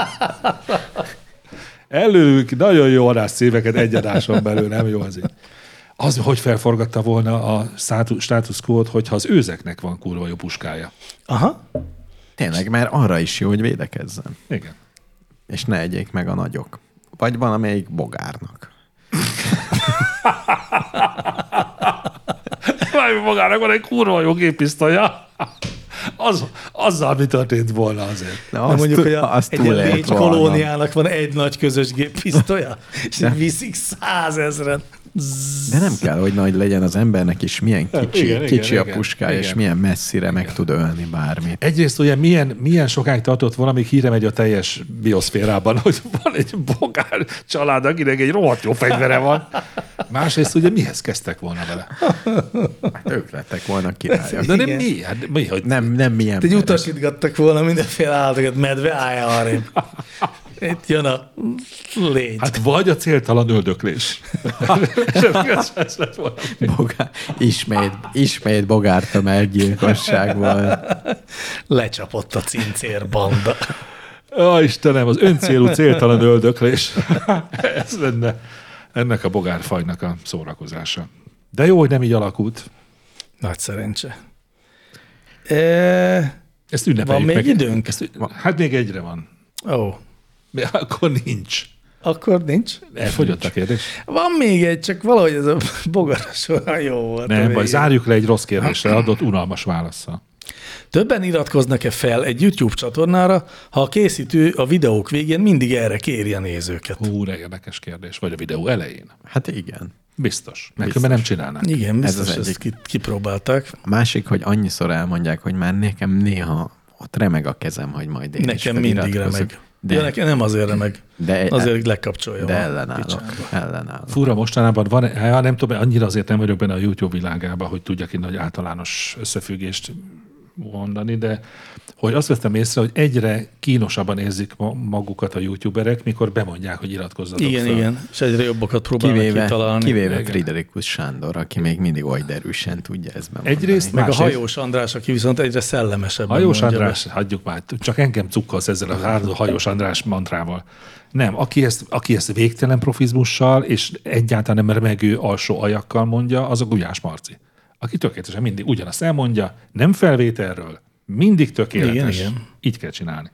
Előlük nagyon jó adás szíveket egy adáson belül, nem jó az így. Az, hogy felforgatta volna a státu- status quo-t, hogyha az őzeknek van kurva jó puskája. Aha. Tényleg, mert arra is jó, hogy védekezzen. Igen. És ne egyék meg a nagyok. Vagy valamelyik bogárnak. Valami magának van egy kurva jó géppisztolya. Az, azzal mi történt volna azért? De Azt, mondjuk, hogy a, azt egy ilyen túlélt négy volna. kolóniának van egy nagy közös géppisztolya, és így viszik százezren. De nem kell, hogy nagy legyen az embernek is, milyen kicsi, Igen, igen, igen, kicsi igen, a igen, puskája, igen. és igen. milyen messzire igen. meg tud ölni bármit. Egyrészt ugye milyen, milyen sokáig tartott volna, amíg híre megy a teljes bioszférában, hogy van egy bogár család, akinek egy rohadt jó fegyvere van. Másrészt ugye mihez kezdtek volna vele? Hát ők lettek volna királyok. De nem Igen. mi? Hát mi, hogy Nem, nem milyen. Egy utasítgattak volna mindenféle állatokat, medve, állj arrébb. Itt jön a légy. Hát vagy a céltalan öldöklés. Ez- ez lett volna. Bogár, ismét, ismét bogárta meg gyilkosságban. Lecsapott a cincér banda. Ó, Istenem, az öncélú céltalan öldöklés. Ez lenne ennek a bogárfajnak a szórakozása. De jó, hogy nem így alakult. Nagy szerencse. E... Ezt ünnepeljük Van még meg. időnk? Ezt, ü- hát még egyre van. Ó, Mi- Akkor nincs. akkor nincs? Elfogyott a kérdés? Van még egy, csak valahogy ez a bogaras olyan jó volt. a Nem, baj, végén. zárjuk le egy rossz kérdésre adott unalmas válaszsal. Többen iratkoznak-e fel egy YouTube csatornára, ha a készítő a videók végén mindig erre kéri a nézőket? Hú, de érdekes kérdés. Vagy a videó elején. Hát igen. Biztos. Mert különben nem csinálnák. Igen, Ez biztos az ezt egyik. ki- kipróbálták. A másik, hogy annyiszor elmondják, hogy már nekem néha ott remeg a kezem, hogy majd én is Nekem mindig feliratkozok. remeg. De, De ja, nekem nem azért remeg. De- azért lekapcsolja. de a ellenállok. picsába. ellenállok. Fura mostanában van, hát nem tudom, annyira azért nem vagyok benne a YouTube világában, hogy tudjak egy nagy általános összefüggést mondani, de hogy azt vettem észre, hogy egyre kínosabban érzik ma- magukat a youtuberek, mikor bemondják, hogy iratkozzatok Igen, fel. igen. És egyre jobbakat próbálnak Kivéve, kitalálni. kivéve Igen. Friderikus Sándor, aki még mindig oly derűsen tudja ezt bemondani. Egyrészt Meg a Másrészt- hajós András, aki viszont egyre szellemesebben Hajós mondja András, hagyjuk már, csak engem cukkolsz ezzel a hárdó hajós András mantrával. Nem, aki ezt, aki ezt végtelen profizmussal és egyáltalán nem remegő alsó ajakkal mondja, az a Gulyás Marci. Aki tökéletesen mindig ugyanazt elmondja, nem felvételről, mindig tökéletes. Igen, igen. Így kell csinálni.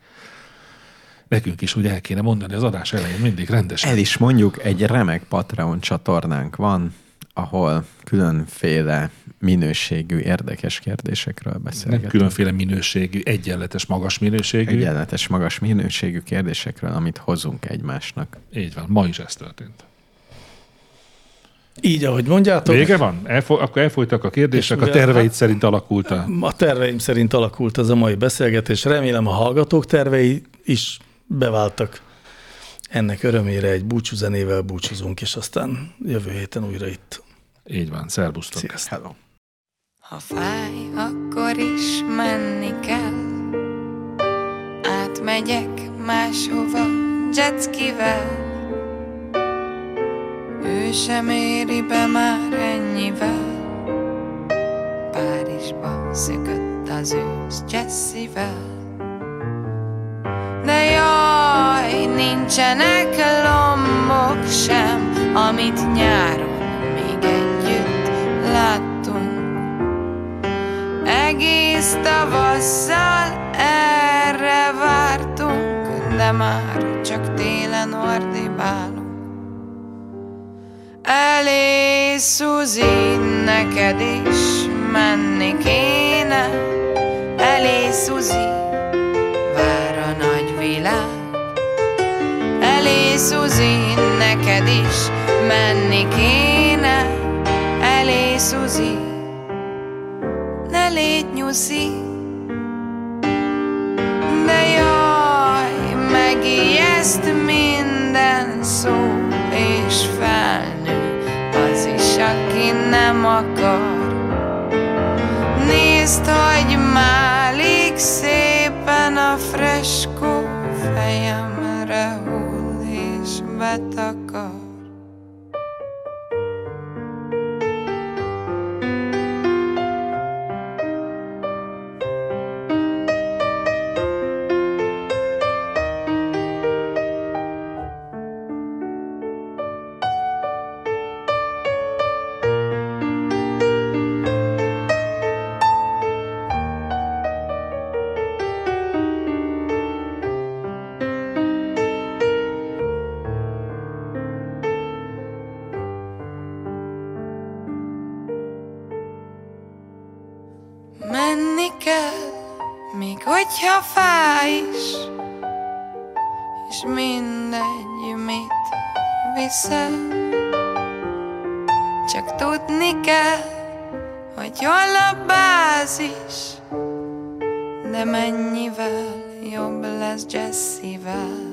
Nekünk is ugye el kéne mondani az adás elején mindig rendesen. El is mondjuk, egy remek Patreon csatornánk van, ahol különféle minőségű, érdekes kérdésekről nem beszélgetünk. különféle minőségű, egyenletes, magas minőségű. Egyenletes, magas minőségű kérdésekről, amit hozunk egymásnak. Így van, ma is ez történt. Rá. Így, ahogy mondjátok, Vége van? Elfo- akkor elfolytak a kérdések, És a ugye- terveid szerint alakult a a terveim szerint alakult ez a mai beszélgetés. Remélem a hallgatók tervei is beváltak. Ennek örömére egy búcsúzenével búcsúzunk, és aztán jövő héten újra itt. Így van, szervusztok. Sziasztok! Hello. Ha fáj, akkor is menni kell Átmegyek máshova jetskivel Ő sem éri be már ennyivel Párizsba szökött az ősz Jessivel de jaj, nincsenek lombok sem, amit nyáron még együtt láttunk. Egész tavasszal erre vártunk, de már csak télen ordibálunk. Elé, Suzi, neked is menni kéne. Elé, Suzi, vár a nagy világ. Elé, Suzi, neked is menni kéne. Elé, Suzi, ne légy nyuszi. De jaj, megijeszt minden szó, és felnő az is, aki nem akar. Nézd, hogy málik szépen a freskó, fejemre hull és betakar. Menni kell, még hogyha fáj is, és mindegy, mit viszel. Csak tudni kell, hogy hol a bázis, de mennyivel jobb lesz Jessivel.